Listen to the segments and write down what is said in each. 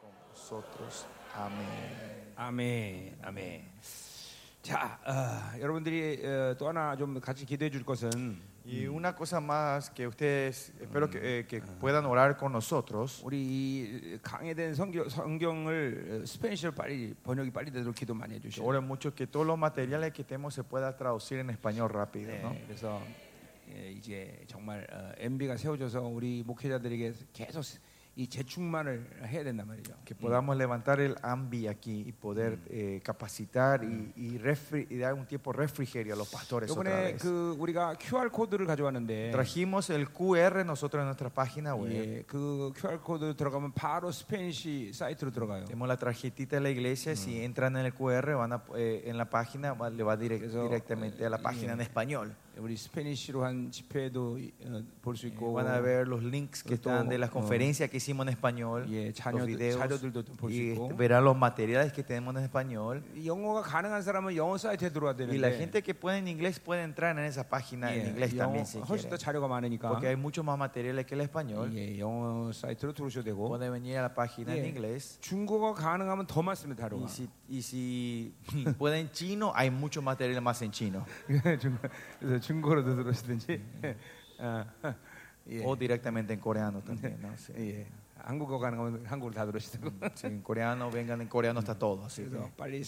con vosotros. Amén. 아멘, 아멘. 자, 어, 여러분들이 어, 또 하나 좀 같이 기도해 줄 것은 Y una cosa más que ustedes, espero que, eh, que puedan orar con nosotros. 우리 이 강해된 성경, 성경을 어, 스페인식으로 빨리 번역이 빨리 되도록 기도 많이 해 Que 주시고. oren mucho que todos los materiales que tenemos se pueda traducir en español rápido. ¿no? 네, 그래서 예, 이제 정말 MB가 세워져서 우리 목회자들에게 계속 이 재충만을 해야 된단 말이죠. Que podamos levantar el AMBI aquí y poder eh, capacitar y, y refri- y dar un tiempo refrigerio a los pastores. otra 이번에 vez. 그 우리가 QR 코드를 가져왔는데 Trajimos el QR nosotros en nuestra página web. 예, 그 QR 코드 들어가면 바로 스페인시 사이트로 들어가요. Tenemos la tarjetita de la iglesia. Si entran en el QR, van a, eh, en la página, va- le va direct- Eso, directamente a la eh, página en y- español. 우리 스페니쉬로 한 집회도 어, 볼 수 Eh, 있고 Van a ver los links que esto, están de las oh. conferencias que hicimos en español, Yeah, los 예, 자료들- videos, 자료들도 좀볼수 y este, 있고. verán los materiales que tenemos en español. 영어가 가능한 사람은 영어 사이트에 들어와야 Y la 되는데 gente que puede en inglés puede entrar en esa página en 예, inglés 영어 también si 훨씬 quieren. 더 자료가 많으니까 Porque hay mucho más materiales que el español. 예, 영어 사이트로 들어오셔도 되고 Pueden venir a la página en Yeah. inglés. 중국어 가능하면 더 많습니다 자료가 Y si, y si pueden chino, hay mucho material más en chino. 중국- 그래서 중국어로도 들어오시든지 어, 예. O directamente en coreano también. ¿no? Sí. 예. 한국어 가능하면 한국어로 다 들어오시고 Sí, en coreano, vengan, en coreano está todo. Así que, 그래서 빨리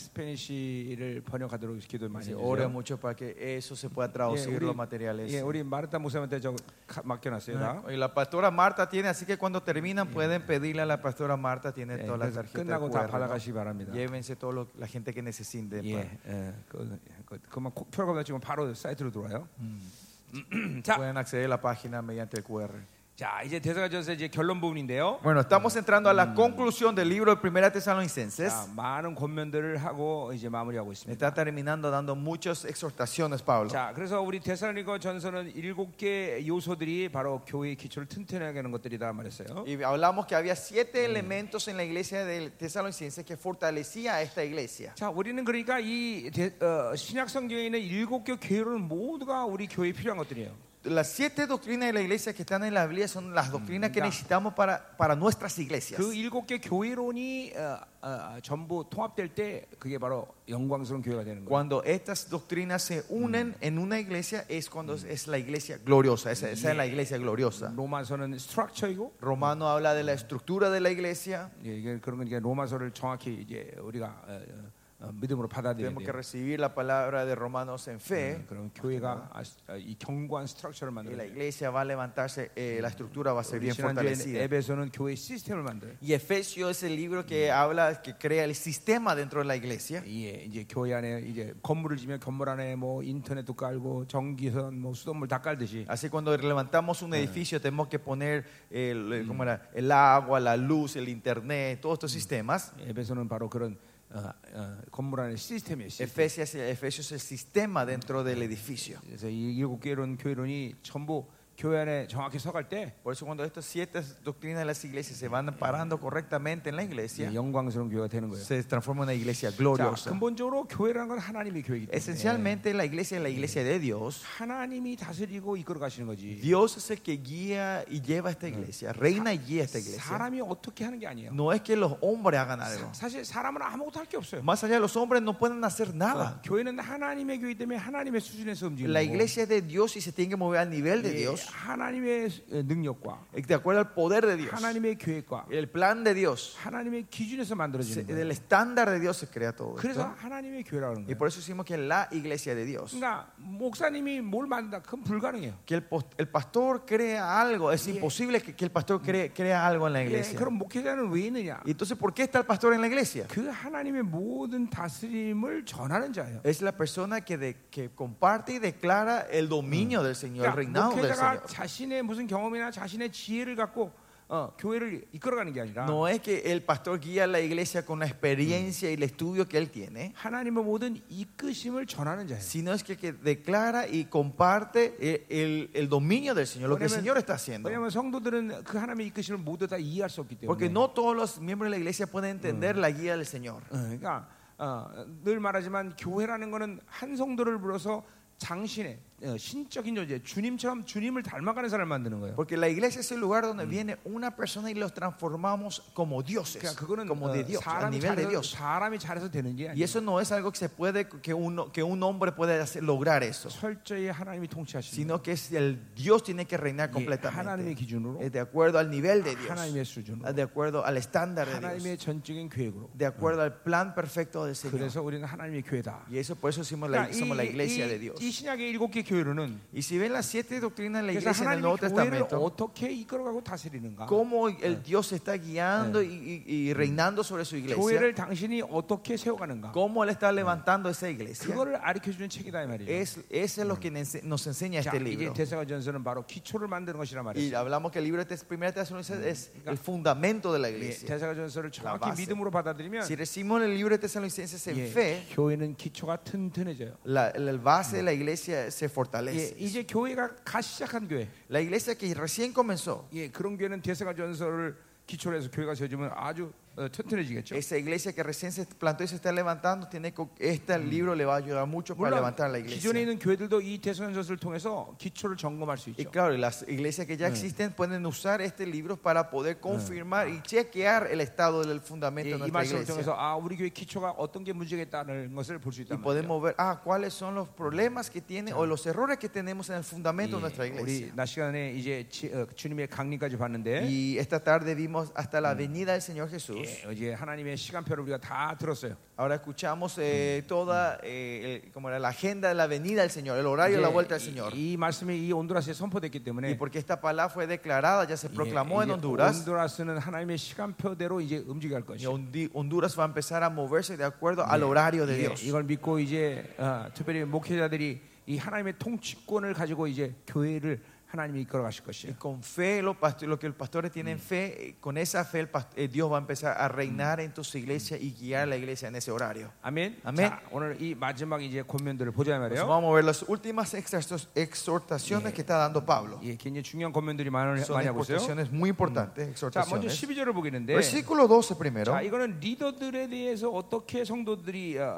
스페니쉬를 번역하도록 기도 예. 많이 sí, 해주세요 ore mucho para que eso se pueda 예, traducir los 우리, materiales. 네. 예, 우리 마르타 목사님한테 저 가- 맡겨놨어요 다. Y la pastora Marta tiene, así que cuando terminan pueden pedirle a la pastora Marta, tiene 예, todas las 그래서 tarjetas. 끝나고 QR, 다 ¿no? 받아가시기 바랍니다. Llévense toda la gente que necesite. pues. 예, para- 예, 그, 그, 그만 코- 표가 지금 바로 사이트로 들어와요. 자, Pueden acceder a la página mediante el QR. 자 이제 대사가전서 이제 결론 부분인데요. Bueno, estamos entrando a la conclusión del libro de Primera Tesalonicenses. 자, 많은 권면들을 하고 이제 마무리하고 있습니다. Está terminando dando muchas exhortaciones, Pablo. 자, 그래서 우리 데살로니가 전서는 일곱 개 요소들이 바로 교회의 기초를 튼튼하게 하는 것들이다 말했어요. Y hablamos que había siete elementos en la iglesia de Tesalonicenses que fortalecía a esta iglesia. 자, 우리는 그러니까 이 대- 어, 신약 성경에 있는 일곱 개 교회론 모두가 우리 교회에 필요한 것들이에요. Las siete doctrinas de la iglesia que están en la Biblia son las doctrinas que ya. necesitamos para, para nuestras iglesias. 그 일곱 개 교회론이 어, 어, 전부 통합될 때 그게 바로 영광스러운 교회가 되는 거예요. Cuando estas doctrinas se unen en una iglesia es cuando es- es la iglesia gloriosa, esa, esa es la iglesia gloriosa. 로마서는 스트럭처이고 Romano habla de la estructura de la iglesia. 예, 이게 그런 건 이제 로마서를 정확히 이제 우리가 어, 어, 어, 믿음으로 받아들여야 Tenemos que 돼요. 예, recibir la palabra de Romanos en fe. 그럼 교회가 아, 아, 이 견고한 스트럭처를 Y la 만들어요. iglesia va a levantarse, eh, la estructura va a ser bien 지난주에 fortalecida. 에베소는 교회 시스템을 만들어요. Y Efesio es el libro que habla, que crea el sistema dentro de la iglesia. 예, 이제 교회 안에 이제 건물을 지면 건물 안에 뭐 인터넷도 깔고 전기선 뭐 수돗물 다 깔듯이 Así cuando levantamos un edificio tenemos que poner el, el- ¿cómo era? el agua, la luz, el internet, todos estos sistemas. 에베소는 바로 그런 어, 어, 건물 안에 시스템이에요. 시스템. Efesio es- Efesio es el sistema dentro del edificio. 그래서 이 일곱 개론 교회론이 전부 교회 안에 정확히 서갈 때 Por eso cuando estas siete doctrinas de las iglesias se van parando correctamente en la iglesia, 이제 예, 영광스러운 교회가 되는 거예요. se transforma en una iglesia 자, gloriosa. 근본적으로 교회라는 건 하나님의 교회이기 때문에 Esencialmente la iglesia es la iglesia de Dios. 하나님이 다스리고 이끌어 가시는 거지. Dios es el que guía y lleva a esta iglesia, reina y guía a esta iglesia. 사람이 어떻게 하는 게 아니에요. No es que los hombres hagan 네. algo. 사실 사람은 아무것도 할 게 없어요. 어, Más allá de los hombres no pueden hacer nada. 교회는 하나님의 교회 때문에 하나님의 수준에서 움직이는 La 거고 iglesia es de Dios y se tiene que mover al nivel de 예, Dios, eh, 하나님의 수- 예, 능력과 de acuerdo al poder de Dios, 하나님의 계획과 el plan de Dios, 하나님의 기준에서 se- 만들어지는 del 거예요. estándar de Dios se crea todo. 그래서 Esto. 하나님의 교회라는 Y 거예요. por eso decimos que es la iglesia de Dios. 그러니까 목사님이 뭘 만든다 그건 불가능해요. que el, post- el pastor crea algo, es imposible que, que el pastor cree- crea algo en la 예, iglesia. 그럼 목회자는 왜 있느냐? Y Entonces, ¿por qué está el pastor en la iglesia? 그 하나님의 모든 다스림을 전하는 자예요. Es la persona que, de- que comparte y declara el dominio del Señor, el 그러니까 reinado del Señor. 목회자가 자신의 무슨 경험이나 자신의 지혜를 갖고 어, 교회를 이끌어가는 게 아니라 No es que el pastor guía a la iglesia con la experiencia y el estudio que él tiene, 하나님의 모든 이끄심을 전하는 자예요. sino es que, que declara y comparte eh, el, el dominio del Señor, lo que el 왜냐면- Señor está haciendo. 왜냐하면 성도들은 그 하나님의 이끄심을 모두 다 이해할 수 없기 때문에. 어, Porque no todos los miembros de la iglesia pueden entender la guía del Señor. 어, 그러니까 어, 늘 말하지만 교회라는 것은 한 성도를 불러서 장신의 어, 신적인 존재, 주님처럼 주님을 닮아가는 사람을 만드는 거예요. Porque la iglesia es el lugar donde viene una persona y los transformamos como dioses, 그러니까 그거는 como de 어, Dios, a 사람이, nivel de 잘해서, Dios. 사람이 잘해서 되는 게 Y 아니에요. eso no es algo que se puede que uno que un hombre puede hacer- lograr eso, 철저히 하나님이 통치하시는 sino que es el Dios tiene que reinar 거예요. 예, 하나님의 completamente. 기준으로, Es de acuerdo al nivel de Dios, 하나님의 수준으로, de acuerdo al estándar de 하나님의 Dios, 전적인 계획으로. de acuerdo al plan perfecto del Señor. 그래서 우리는 하나님의 교회다. Y eso por eso somos la, 그러니까 somos la iglesia de 이, Dios. 이, 이 신약의 일곱 개 교회로는 Y si ven las siete doctrinas de la 그래서 iglesia en el Nuevo 하나님의 교회를 Testamento, 어떻게 이끌어가고 다스리는가? cómo el Dios está guiando y, y- y reinando sobre su iglesia, 교회를 당신이 어떻게 세워가는가? cómo Él está levantando esa iglesia. 그거를 가르쳐주는 책이다 이 말이죠. Es, eso es lo que nens- nos enseña 자, este 이제 libro. 대사가전서는 바로 기초를 만드는 것이라 Y 말이죠. hablamos que el libro de Tes- Primera Tesalonicenses es el fundamento de la iglesia. 예, 대사가전서를 La 정확히 base. 믿음으로 받아들이면 Si recibimos el libro de Tesalonicenses en 예, fe, 교회는 기초가 튼튼해져요. la, la base de la iglesia se 예, fortalece. 이제 교회가 가 시작한 교회. La iglesia que recién comenzó, 예, 그런 교회는 대사가전서를 기초로 해서 교회가 세워지면 아주 어, 튼튼해지겠죠. esa iglesia que recién se plantó y se está levantando, tiene co- este libro le va a ayudar mucho para 물론 levantar la 기존에 iglesia. 있는 교회들도 이 대사가전서를 통해서 기초를 점검할 수 Y 있죠. claro, y las iglesias que ya existen pueden usar este libro para poder confirmar y chequear el estado del 예, fundamento de 이 nuestra 말씀을 iglesia. 통해서 아 우리 교회 기초가 어떤 게 문제가 있다는 것을 볼 수 y 있다. podemos ver ah, cuáles son los problemas que tiene o los errores que tenemos en el fundamento de nuestra 우리 iglesia. 낮 시간에 이제 지- 어, 주님의 강림까지 봤는데 Y esta tarde vimos hasta la venida del Señor Jesús. 예, 이제 하나님의 시간표를 우리가 다 들었어요. Ahora escuchamos eh, toda eh, el- como era la agenda de la venida del Señor, el horario de la 이제 vuelta del Señor. 이, 이 말씀이 이 온두라스에 선포됐기 Y 때문에 porque esta palabra fue declarada, ya se 예, proclamó eh. en 이제 Honduras. 온두라스는 하나님의 시간표대로 이제 움직여야 할 y 것이죠. Hondi- Honduras va a empezar a moverse de acuerdo al horario de 예, Dios. 이걸 믿고 이제 어, 특별히 목회자들이 이 하나님의 통치권을 가지고 이제 교회를 하나님이 이끌어 가실 Y 것이에요. con fe, lo, pasto- lo que los pastores tienen fe, eh, con esa fe el past- eh, Dios va a empezar a reinar en tus iglesias y guiar a la iglesia en ese horario. 아멘. 아멘. 자, 오늘 이 마지막 이제 권면들을 보자 Entonces 말이에요. Pues vamos a ver las últimas exhortos- exhortaciones que está dando Pablo. 예, 굉장히 중요한 권면들이 많이, Son 많이 하고 있어요. exhortaciones muy importantes. 자, 먼저 Exhortaciones. 12절을 보겠는데. Versículo 12 primero. 자, 이거는 리더들에 대해서 어떻게 성도들이 어,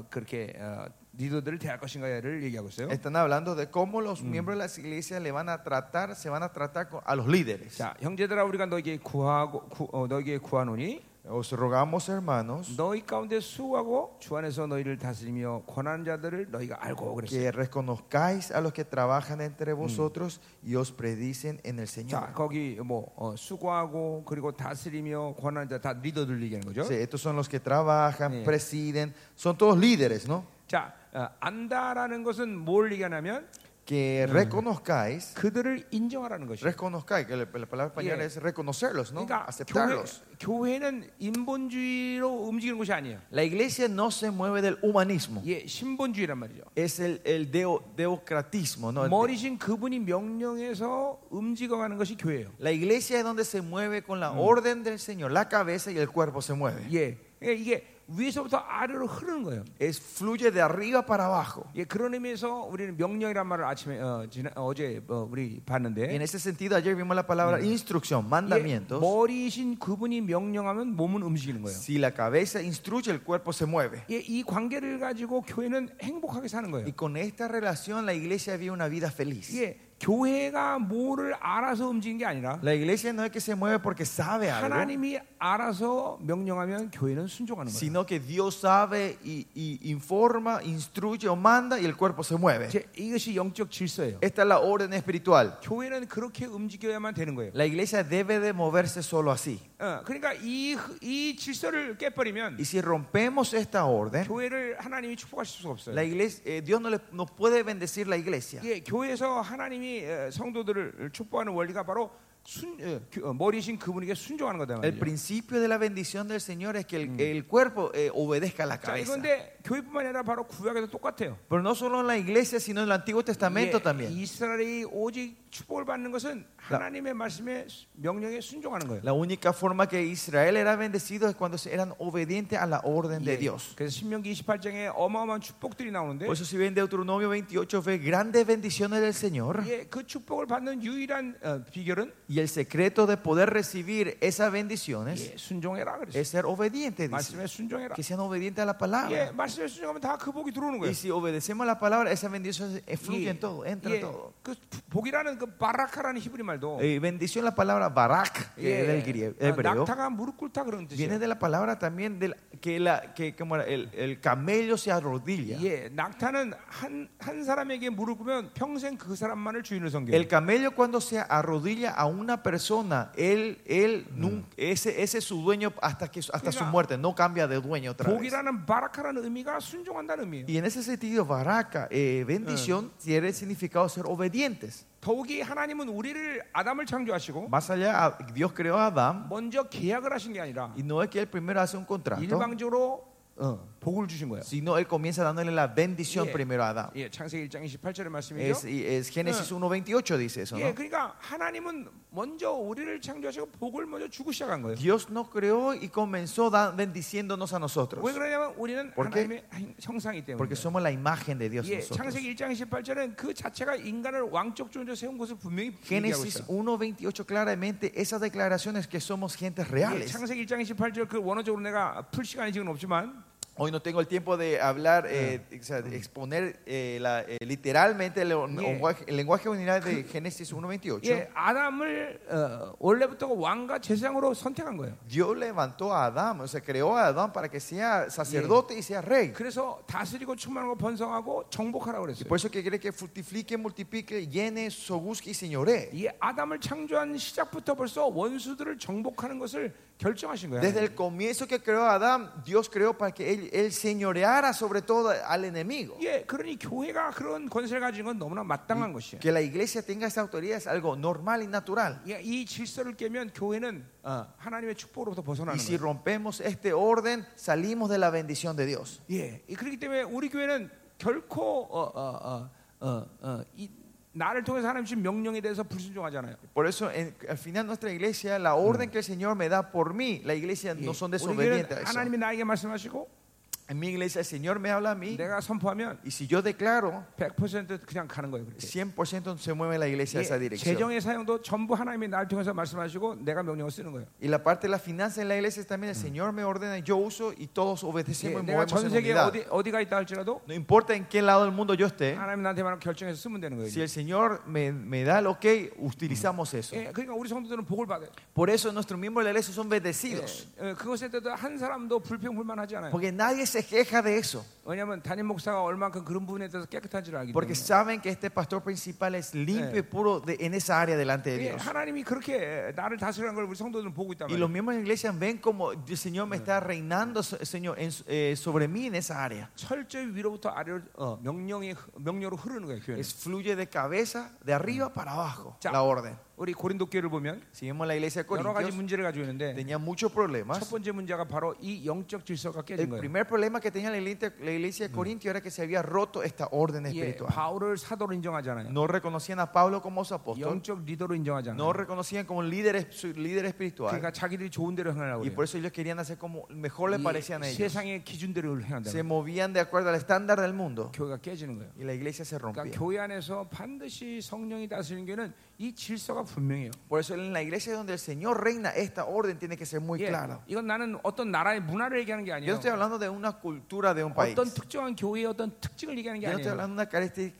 어, 그렇게 어, 리더들을 대할 것인가를 얘기하고 있어요. Están hablando de cómo los miembros de las iglesias le van a tratar, se van a tratar con- a los líderes. 자, 형제들아 우리가 너에게 구하고 구, 어, 너에게 구하노니 Os rogamos, hermanos, 너희 가운데 수고하고 주 안에서 너희를 다스리며 권하는 자들을 너희가 알고 그랬어요. que reconozcáis a los que trabajan entre vosotros y os predicen en el 자, Señor. 거기 뭐 어, 수고하고 그리고 다스리며 권하는 자 다 리더들 얘기하는 거죠. Sí, estos son los que trabajan, Sí. presiden, son todos líderes, ¿no? 자, 어, 안다라는 것은 뭘 얘기하냐면 Que reconozcáis, 그들을 인정하라는 것이에요. reconozcáis, que la, la palabra española Sí. es reconocerlos, ¿no? 그러니까 교회, Aceptarlos. 교회는 인본주의로 움직이는 곳이 아니에요. La iglesia no se mueve del humanismo. 예, 신본주의란 말이죠. Es el, el deo- deocratismo, ¿no? 머리신 그분이 명령해서 움직여가는 것이 교회예요. La iglesia es donde se mueve con la orden del Señor, la cabeza Mm. y el cuerpo se mueve. 예, 그러니까 이게 위에서부터 아래로 흐르는 거예요. Es, fluye de arriba para abajo. 예, 그런 의미에서 우리는 명령이란 말을 아침에 어, 지나, 어제 어, 우리 Y en 봤는데 ese sentido, ayer vimos la palabra instrucción, 예, mandamientos. 머리신 그분이 명령하면 몸은 움직이는 거예요. Si la cabeza instruye, el cuerpo se mueve. 예, 이 관계를 가지고 교회는 행복하게 사는 거예요. Y con esta relación, la iglesia vive una vida feliz. 예, 교회가 뭐를 알아서 움직이는 게 아니라 La iglesia no es que se mueve porque sabe algo, 하나님이 알아서 명령하면 교회는 순종하는 거예요. sino que Dios sabe y, y informa, instruye o manda y el cuerpo se mueve. 이제 이것이 영적 질서예요. Esta es la orden espiritual. 교회는 그렇게 움직여야만 되는 거예요. La iglesia debe de moverse solo así. 어, 그러니까 이, 흐- 이 질서를 깨버리면 Y si rompemos esta orden, 교회를 ha나님이 축복하실 수가 없어요. La iglesia, eh, Dios no, le- no puede bendecir la iglesia. 예, 교회에서 하나님이 어, 성도들을 축복하는 원리가 바로 순, 어, 교- 어, 머리신 그분에게 순종하는 거다 El 말이에요. principio de la bendición del Señor es que el, el cuerpo eh, obedezca a la 자, cabeza. 이건데 교회뿐만 아니라 바로 구약에도 똑같아요. Pero no solo en la iglesia, sino en el Antiguo Testamento 예, también. 이스라엘이 오직 축복을 받는 것은 하나님의 말씀에 수- 명령에 순종하는 거예요. La única forma que Israel era bendecido es cuando se- eran obedientes a la orden de 예, Dios. 그래서 신명기 28장에 어마어마한 축복들이 나오는데 Por eso si ven Deuteronomio 28 ve grandes bendiciones del Señor. 예, 그 축복을 받는 유일한 어, 비결은 Y Y el secreto de poder recibir esas bendiciones 예, 순종해라 그랬어. es ser obediente, dice. 말씀에 순종해라. Que sean obedientes a la 예, palabra. 말씀에 순종하면 다 그 복이 들어오는 거예요. Y si obedecemos a la palabra, esa bendición fluye en todo, entra 예, en todo. 그 복이라는 그 바라카라는 히브리 말도 Eh, bendición, la palabra barak, que es del griego, 아, hebreo, 낙타가 무릎 꿇다 그런 viene 뜻이에요. de la palabra también del, que, la, que como era, el, el camello se arrodilla. 예, 낙타는 한, 한 사람에게 무릎 꿇으면 평생 그 사람만을 주인을 섬겨요. El camello cuando se arrodilla a una persona, él, él nun- ese, ese es su dueño hasta, que, hasta su Mira. muerte, no cambia de dueño otra vez. 복이라는 바라카라는 의미가 순종한다는 의미예요. Y en ese sentido, baraka, eh, bendición, tiene el significado de ser obedientes. 더욱이 하나님은 우리를 아담을 창조하시고 Más allá, a- Dios creó a Adán 먼저 계약을 하신 게 아니라 y no es que él primero hace un contrato, 일방적으로 uh, 복을 주신 거예요. sino él comienza dándole la bendición Yeah. primero a Adán. 예, 창세기 1장 28절의 말씀이죠. Es, y es Génesis 1.28 dice eso, 예, ¿no? 그러니까 하나님은 먼저 우리를 창조하시고 복을 먼저 주고 시작한 거예요. Dios nos creó y comenzó da- bendiciéndonos a nosotros, 왜 그러냐면 우리는 Porque- 하나님의 형- 형상이기 때문에. porque somos la imagen de Dios 예, nosotros. 창세기 1장 28절은 그 자체가 인간을 왕족 존재로 세운 것을 분명히 얘기하고 Génesis 있어요. 1.28 claramente esas declaraciones que somos gentes 예, reales. 창세기 1장 28절 그 원어적으로 내가 풀 시간이 지금 없지만 Hoy no tengo el tiempo de hablar, eh, o sea, de exponer eh, la- eh, literalmente el, lenguaje, el lenguaje unidad de Génesis 1.28. 예, 아담을 어, 원래부터 왕과 제사장으로 선택한 거예요. Dios levantó a Adán, o sea, creó a Adán para que sea sacerdote y sea rey. 그래서 다스리고 충만하고 번성하고 정복하라고 Y 그랬어요. por eso que quiere que fructifique, multiplique, llene, sobusque y señoree. 이 아담을 창조한 시작부터 벌써 원수들을 정복하는 것을 결정하신 거예요. Desde el comienzo que creó a Adán, Dios creó para que él, él señoreara sobre todo al enemigo. 예, 그러니 교회가 그런 권세를 가진 건 너무나 마땅한 것이에요. Que la iglesia tenga esa autoridad es algo normal y natural. 예, 이 질서를 깨면 교회는 어, 하나님의 축복으로부터 Y 벗어나는 si 거예요. rompemos este orden, salimos de la bendición de Dios. 예, 이- 그렇기 때문에 우리 교회는 결코 어, 어, 어, 어, 어, 이, 나를 통해서 하나님 주신 명령에 대해서 불순종하잖아요. Por eso, en- al final, nuestra iglesia, la orden que el Señor me da por mí, la iglesia 예, no son 우리 desobedientes a 교회는 eso. 하나님이 나에게 말씀하시고 En mi iglesia, el Señor me habla a mí. 내가 선포하면 Y si yo declaro, 100% 그냥 가는 거예요. 그렇게. 100% se mueve la iglesia en esa 예, dirección. 재정의 사용도 전부 하나님이 나를 통해서 말씀하시고 내가 명령을 쓰는 거예요. Y la parte de la finanza en la iglesia también, el Señor me ordena, yo uso y todos 예, obedecemos y 내가 movemos 전 en 세계 unidad. 어디 어디가 있다 네. 할지라도 No importa en qué lado del mundo yo esté, 하나님 나한테 말하면 결정해서 쓰면 되는 거예요. si el Señor me, me da el ok, utilizamos eso. 예, 그러니까 우리 성도들은 복을 받아요. Por eso nuestros miembros de la iglesia son bendecidos. 예, 예, 그것에 대해서 한 사람도 불평불만하지 않아요. Porque nadie se queja de eso. 왜냐하면 담임 목사가 얼만큼 그런 부분에 대해서 깨끗한지를 알기 때문에. Porque saben que este pastor principal es limpio Eh. y puro de- en esa área delante de 예, Dios. 하나님이 그렇게 나를 다스리는 걸 우리 성도들은 보고 있단 Y los 말이에요. miembros de la iglesia ven como el Señor me está reinando, so- Señor, en- eh, sobre mí en esa área. 철저히 위로부터 아래로 어, 명령이 흐- 명령으로 흐르는 거예요. 교회는. Es fluye de cabeza, de arriba para abajo, Ya. la orden. 우리 고린도 교회를 보면 Si vemos la iglesia de 여러 가지 Corintios, 문제를 가지고 있는데 tenía muchos 첫 problemas. 번째 문제가 바로 이 영적 질서가 깨진 El 거예요. primer problema que tenía la iglesia, la iglesia de Corintios era que se había roto esta orden 예, espiritual. 바울을 사도로 인정하잖아요. No reconocían a Pablo como su apóstol, 영적 리더로 no 인정하잖아요. reconocían como líder, su líder espiritual. 그러니까 자기들이 좋은 대로 행하려고 Y 그래요. por eso ellos querían hacer como mejor le 이 parecían a ellos. 세상의 기준대로 행한다. Se movían de acuerdo al estándar del mundo. 교회가 깨지는 거예요. Y la iglesia se rompía. 그러니까 교회 안에서 반드시 성령이 다스리는 교회는 이 질서가 분명해요. Por eso en la iglesia donde el Señor reina, esta orden tiene que ser muy 예, clara. 이건 나는 어떤 나라의 문화를 얘기하는 게 Yo no 아니에요. estoy hablando de una cultura de un país. 어떤 특정한 교회의 어떤 특징을 얘기하는 게 Yo no estoy 아니에요. hablando de una caracteri-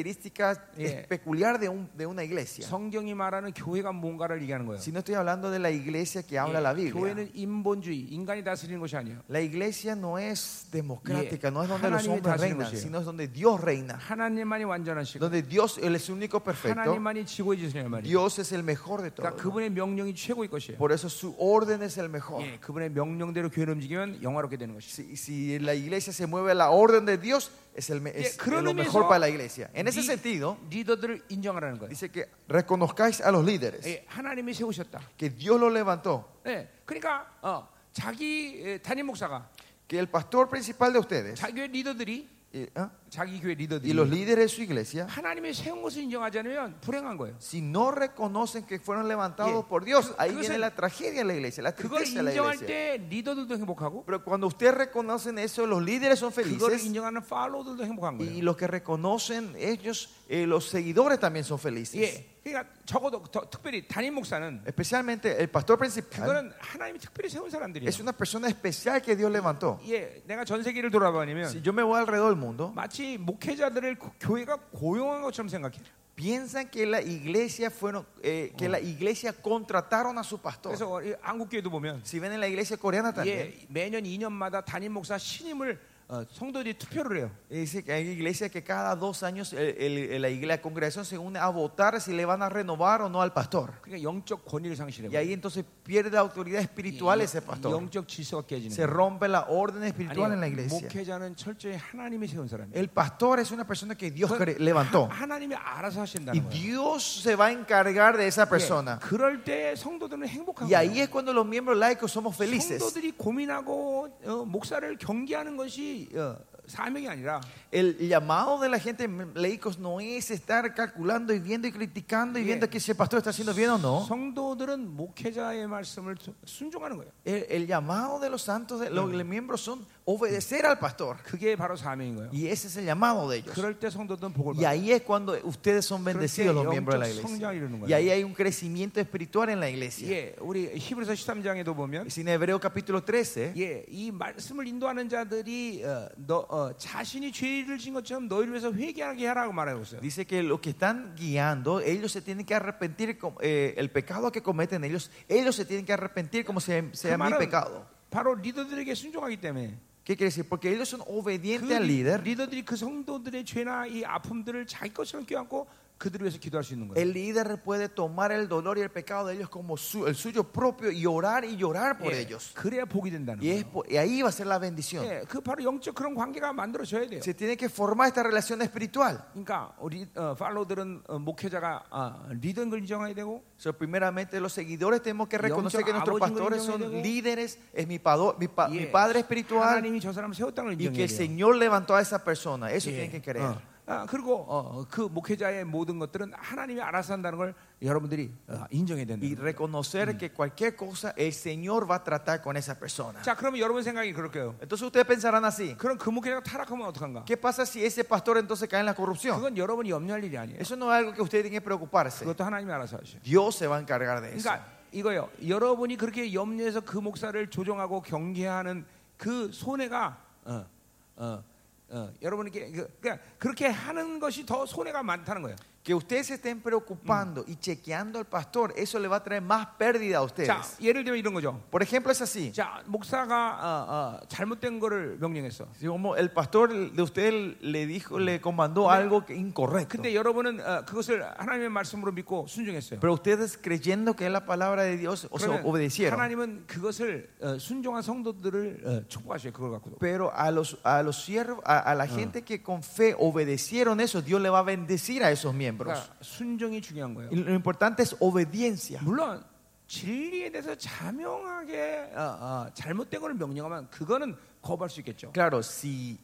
característica Yeah. peculiar de, un- de una iglesia. 성경이 말하는 교회가 뭔가를 얘기하는 거예요. Sino estoy hablando de la iglesia que habla la 예, Biblia. 교회는 인본주의, 인간이 다스리는 것이 아니에요. La iglesia no es democrática, no es donde los 하나님이 hombres 다스리는 reinan, 곳이에요. sino es donde Dios reina. 하나님만이 완전하시고 Donde Dios, Él es único perfecto. 하나님만이 지고해 주시는 말이에요. Dios es el mejor de 그러니까 todos. 그분의 명령이 최고의 것이에요. Por eso su orden es el mejor. 예, 그분의 명령대로 교회를 움직이면 영화롭게 되는 것이죠. Si, si la iglesia se mueve a la orden de Dios, es, el, me- es Yeah, 그런 lo 의미에서 mejor para la iglesia. En ese 리- sentido, 리더들을 인정하라는 거예요. dice que reconozcáis a los líderes, 예, 하나님이 세우셨다. que Dios los levantó, 예, 그러니까 어, 자기 예, 담임 목사가 que el pastor principal de ustedes 자기 교회 리더들이 y, ¿ah? 자기 교회 y los 리더들이 líderes de su iglesia, 하나님이 세운 것을 인정하지 않으면 불행한 거예요. si no reconocen que fueron levantados Yeah. por Dios, ahí 그것은- viene la tragedia en la iglesia, la 그걸 tristeza en la 인정할 iglesia. 때 리더들도 행복하고 Pero cuando ustedes reconocen eso, los líderes son 그걸 felices. 인정하는 팔로우들도 행복한 Y 거예요. los que reconocen ellos, eh, los seguidores también son felices. 예, 그러니까 적어도 더, 특별히 담임 목사는 Especialmente el pastor principal 그거는 하나님이 특별히 세운 사람들이에요. es una persona especial que Dios levantó. 예, 내가 전 세계를 돌아다니면 Si yo me voy alrededor del mundo, 마치 목회자들을 고- 교회가 고용한 것처럼 생각해. piensan que la iglesia fueron, eh, que la iglesia contrataron a su pastor. 그래서 이 한국 교회도 보면 Si ven en la iglesia coreana también, 예, 매년 2년마다 담임 목사 신임을 어, 성도들이 투표를 해요. dice que hay iglesias que cada dos años el- el- la, iglesia, la congregación se une a votar si le van a renovar o no al pastor. 그러니까 영적 권위를 상실해. Y ahí entonces pierde la autoridad espiritual ese pastor. 영적 질서가 깨지는. Se rompe la orden 거예요. espiritual en la 아니, iglesia. 목회자는 철저히 하나님이 세운 사람이에요. El pastor es una persona que Dios cre- levantó. 하나님이 네 알아서 Y 하신다는 거예요. Dios se va a encargar de esa persona. 예, 그럴 때 성도들은 행복한 Y ahí 거예요. es cuando los miembros laicos somos felices. 성도들이 고민하고 어, 목사를 경계하는 것이 어, 사명이 아니라 El llamado de la gente mm, laicos no es estar calculando y viendo y criticando y Bien. viendo que si el pastor está haciendo bien o 어? no. 성도들은 목회자의 말씀을 수- 순종하는 거예요. El, el llamado de los santos, de los miembros son obedecer al pastor. 그게 바로 사명인 거예요. Y ese es el llamado de ellos. 그럴 때 성도들은 복을 Y 받아요. ahí es cuando ustedes son bendecidos los miembros de la iglesia. Y ahí hay un crecimiento espiritual en la iglesia. 예, 우리 히브리서 13장에도 보면 Es en Hebreo capítulo 13. 예, 이 말씀을 인도하는 자들이 어, 너, 어, 자신이 죄를 진 것처럼 너희를 위해서 회개하게 하라고 말하고 있어요. Dice que los que están guiando, ellos se tienen que arrepentir com- eh, el pecado que cometen ellos, ellos se tienen que arrepentir como sea, sea mi pecado. 바로 리더들에게 순종하기 때문에 ¿Qué quiere decir? Porque ellos son 그 obedientes al 리, líder. 더들이그 성도들의 죄나 이 아픔들을 자기 것처럼 껴안고 그들을 위해서 기도할 수 있는 거예요. El líder puede tomar el dolor y el pecado de ellos como su- el suyo propio y orar y llorar por 예, ellos. 그래야 복이 된다는 Y, es 거예요. por- y ahí va a ser la bendición. 예, 그 바로 영적 그런 관계가 만들어져야 돼요. Se tiene que formar esta relación espiritual. 그러니까 우리 어, 팔로들은 어, 목회자가 아, 리더인 걸 인정해야 되고 So, primeramente, los seguidores tenemos que reconocer 영적 que nuestros 아버지인 걸 pastores 인정해야 son 되고, líderes, es mi, pado- mi pa- mi 예, 아, padre espiritual. 하나님이 저 사람 세웠다는 y 걸 que 인정해야 el 돼요. Señor levantó a esa persona. Eso 예. tienen que creer. 어. 아, 그리고 어, 그 목회자의 모든 것들은 하나님이 알아서 한다는 걸 여러분들이 어, 인정해야 된다. Y reconocer que cualquier cosa el Señor va a tratar con esa persona. 자, 그러면 여러분 생각이 그럴까요? Entonces ustedes pensarán así. 그럼 그 목회자가 타락하면 어떡한가? ¿Qué pasa si ese pastor entonces cae en la corrupción? 그건 여러분이 염려할 일이 아니에요. Eso no es algo que ustedes tienen que preocuparse. 그것도 하나님이 알아서 하셔요. Dios se va a encargar de eso. 그러니까 이거요. 여러분이 그렇게 염려해서 그 목사를 조정하고 경계하는 그 손해가 어, 어, 어, 여러분에게 그, 그러니까 그렇게 하는 것이 더 손해가 많다는 거예요. Que ustedes se estén preocupando y chequeando al pastor, eso le va a traer más pérdida a 자, ustedes. 예를 들면 이런 거죠. Por ejemplo, es así. 자, 목사가 어, 어, 잘못된 거를 명령했어. Si como el pastor de ustedes le dijo, le comandó algo que- incorrecto. 근데 여러분은 어, 그것을 하나님의 말씀으로 믿고 순종했어요. Pero ustedes creyendo que es la palabra de Dios, o sea, 그러면 obedecieron. 하나님은 그것을 어, 순종한 성도들을 어, 축복하셔요. 그걸 갖고도. Pero a los, a los siervos, a, a la gente que con fe obedecieron eso, Dios le va a bendecir a esos miembros. 그러니까 순종이 중요한 거예요. Y lo importante es obediencia. 물론 진리에 대해서 자명하게 어, 어, 잘못된 걸 명령하면 그거는 거부할 수 있겠죠. Claro, si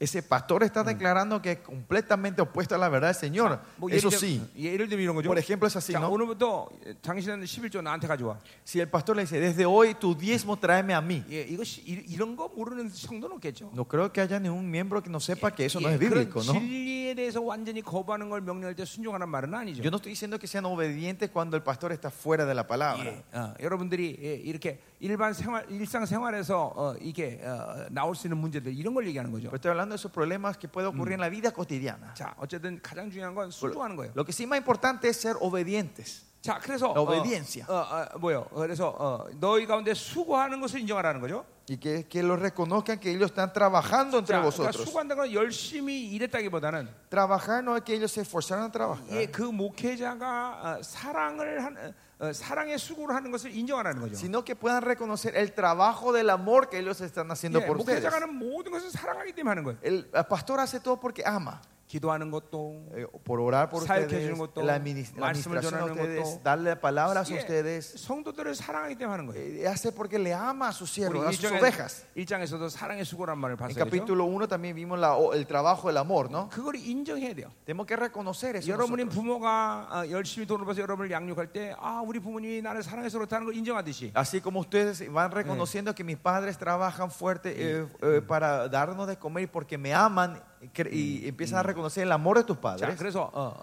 ese pastor está declarando que es completamente opuesto a la verdad del Señor, 뭐 예를, eso 들, sí. 예를 들면 이런 거죠. Por ejemplo, es así, 자, ¿no? 오늘부터 당신은 11조 나한테 가져와. Si el pastor le dice, desde hoy tu diezmo tráeme a mí. 예, 이거 시- 이- 이런 거 모르는 성도는 없겠죠. No creo que haya ningún miembro que no sepa que eso no 예, es bíblico, 그런 ¿no? 진리에 대해서 완전히 거부하는 걸 명령할 때 순종하는 말은 아니죠. Yo no estoy diciendo que sean obedientes cuando el pastor está fuera de la palabra. 예, 어, 여러분들이 예, 이렇게 일반 생활, 일상 생활에서 어, 이게 어, 나올 수 있는 문제들 이런 걸 얘기하는 거죠. Pero estoy hablando de esos problemas que pueden ocurrir en la vida cotidiana. 자, 어쨌든 가장 중요한 건 순종하는 거예요. Lo que sí más importante es ser obedientes. 자, 그래서 La obediencia. 어, 어, 어, 뭐요? 그래서 어, 너희 가운데 수고하는 것을 인정하라는 거죠. Y que, que lo reconozcan que ellos están trabajando entre 자, 그러니까 vosotros. 수고한다는 건 열심히 일했다기보다는 Trabajar no es que ellos se esforzaron a trabajar. 예, 그 목회자가 어, 사랑을 한, 어, 사랑의 수고를 하는 것을 인정하라는 거죠. Sino que puedan reconocer el trabajo del amor que ellos están haciendo 예, por ustedes. 목회자가는 모든 것을 사랑하기 때문에 하는 거예요. El pastor hace todo porque ama. 기도하는 것도 Eh, por orar por Sabe que ustedes, es un goto, la, administ- la 말씀을 administración a 전하는 ustedes, goto. darle palabras a 예, ustedes. 성도들을 사랑하기 때문에 하는 거예요. Eh, hace porque le ama a sus siervos, a sus 일장에- ovejas. 일장에서도 사랑의 수고란 En 말을 봤어요. 그죠? capítulo 1 también vimos la- o- el trabajo del amor, ¿no? 그걸 인정해야 돼요. Tenemos que reconocer eso. 여러분이 nosotros. 부모가 아, 열심히 돈을 벌어서 여러분을 양육할 때, 아 우리 부모님이 나를 사랑해서 그렇다는 걸 인정하듯이, Así como ustedes van reconociendo que mis padres trabajan fuerte eh, eh, para darnos de comer y porque me aman, cre- y empiezas a reconocer el amor de tus 자, padres. 그래서 어, 어,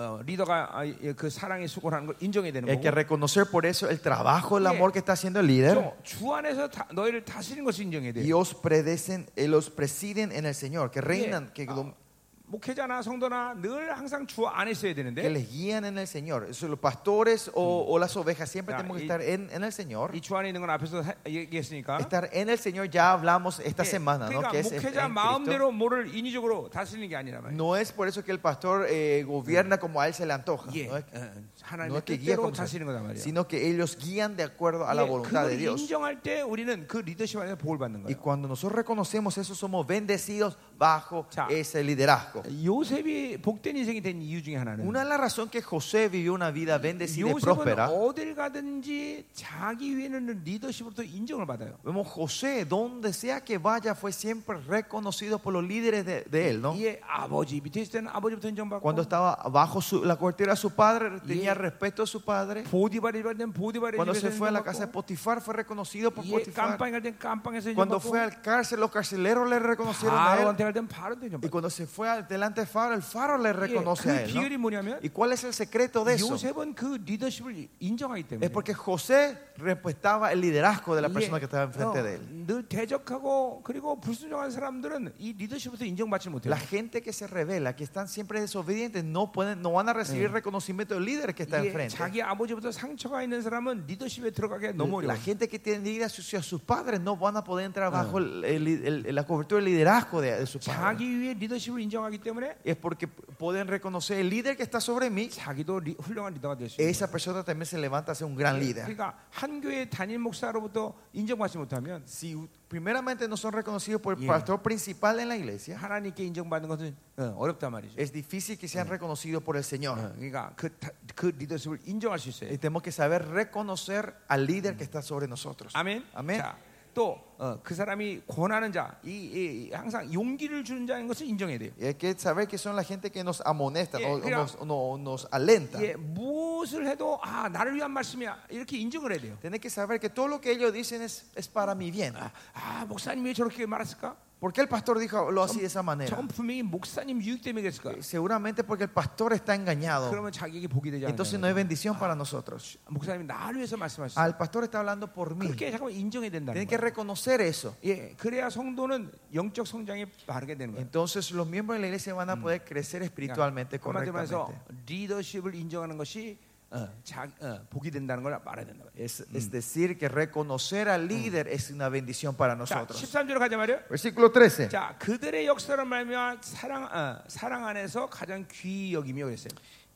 어, 어, 리더가 아, 예, 그 사랑의 수고를 하는 걸 인정해야 되는 Hay que 거고 reconocer por eso el trabajo, el Yeah. amor que está haciendo el líder. 저, 주 안에서 다, 너희를 다스리는 것을 인정해야 돼요. Y os predecen, eh, los presiden en el Señor, que 예. reinan, que, 아, 목회자나 성도나 늘 항상 주 안에 있어야 que 되는데 les guían en el Señor. Eso, los pastores o, o las ovejas siempre Mm. Ya, tenemos que y- estar en, en el Señor. 이 주 안에 있는 건 앞에서 하- 얘기했으니까 Estar en el Señor ya hablamos esta 예, semana, ¿no? 그러니까 Que es en- 목회자 en Cristo. 마음대로 뭐를 인위적으로 다스리는 게 아니라 말이에요. No es por eso que el pastor eh, Mm. gobierna como a él se le antoja, 예, no es- 어, no 하나님의 es que guía 뜻대로 como 다스리는 거단 se- 말이에요. sino que ellos guían de acuerdo a la 예, voluntad de 그걸 Dios. 인정할 때 우리는 그 리더십 안에서 복을 받는 Y 거예요. cuando nosotros reconocemos eso, somos bendecidos bajo 자. ese liderazgo. 요셉이 복된 인생이 된 이유 중에 하나는 Una de las razones que José vivió una vida bendecida y 요셉은 próspera, 어딜 가든지 자기 위에는 리더십으로부터 인정을 받아요. vemos José, donde sea que vaya, fue siempre reconocido por los líderes de, de él, ¿no? 예, 아버지 밑에 있을 때는 아버지부터 인정받고 Cuando estaba bajo su- la cortera de su padre, tenía Yeah. respeto a su padre. 보디발이 받는 보디발이 Cuando se fue a la casa de Potifar, fue reconocido por 예, Potifar. 깜빵 갈땐 깜빵에서 Cuando 인정받고 fue al cárcel, los carceleros le reconocieron a él. 바로한테 갈땐 바로한테 Y 인정받고 cuando se fue al- delante de Faro, el Faro le 예, reconoce a 그 él. ¿no? 비결이 뭐냐면 ¿Y cuál es el secreto de eso? 요셉은 그 리더십을 인정하기 때문에 Es porque José respetaba el liderazgo de la persona que estaba enfrente de él. 어, 늘 대적하고 그리고 불순종한 사람들은 이 리더십부터 인정받지 못해요. La gente que se revela, que están siempre desobedientes, no, pueden, no van a recibir reconocimiento del líder que está 이게 enfrente. 자기 아버지부터 상처가 있는 사람은 리더십에 들어가기가 너무 어려워. La gente que tiene vida sucia a sus padres no van a poder entrar bajo el- el- el- la cobertura del liderazgo de, de sus padres. 자기 위에 리더십을 인정하기 때문에 Es porque p- pueden reconocer el líder que está sobre mí. 자기도 리- 훌륭한 리더가 될 수 있어요. Esa persona también se levanta a ser un gran líder. 그러니까 한 교회 단일 목사로부터 인정받지 못하면 Si u- primeramente no son reconocidos por el Yeah. pastor principal en la iglesia, 하나님께 인정받는 것은 어, 어렵단 말이죠. es difícil que sean reconocidos por el Señor. 어, 그러니까 그, 다- 그 리더십을 인정할 수 있어요. Y tenemos que saber reconocer al líder que está sobre nosotros. 아멘. 아멘. 자, 또 그 사람이 권하는 자, 이, 이- 이 항상 용기를 주는 자인 것을 인정해야 돼요. Y hay que saber que son la gente que nos amonesta, Yeah, o- o mira. nos, no- nos alenta. 예, 무엇을 해도 아 나를 위한 말씀이야 이렇게 인정을 해야 돼요. Tiene que saber que todo lo que ellos dicen es, es para mi bien. 아, 아, 목사님 왜 저렇게 말했을까? ¿Por qué el pastor dijo lo así de esa manera? 전 분명히 목사님 유익 때문에 그랬을까? Eh, Seguramente porque el pastor está engañado. 그러면 자기에게 복이 네. 되지 Entonces no 않아요. es bendición para nosotros. 목사님이 나를 위해서 말씀하셨어. Al pastor está hablando por mí. 그렇게 잠깐 인정해야 된다는 Tienen que 거예요. reconocer eso. 예, 그래야 성도는 영적 성장이 바르게 되는 거예요. Entonces los miembros de la iglesia van Mm. a poder crecer 예, espiritualmente 한마디로 말해서 correctamente. 리더십을 인정하는 것이 어, 자, 어, 복이 된다는 걸 말해야 된다. 말이에요. Es, es decir, que reconocer Mm. al líder es una bendición para 자, 네. nosotros. 13절로 가자 말이요. Versículo 13. 자, 그들의 역사를 말미암아 사랑 어, 사랑 안에서 가장 귀히 여기며 그랬어요.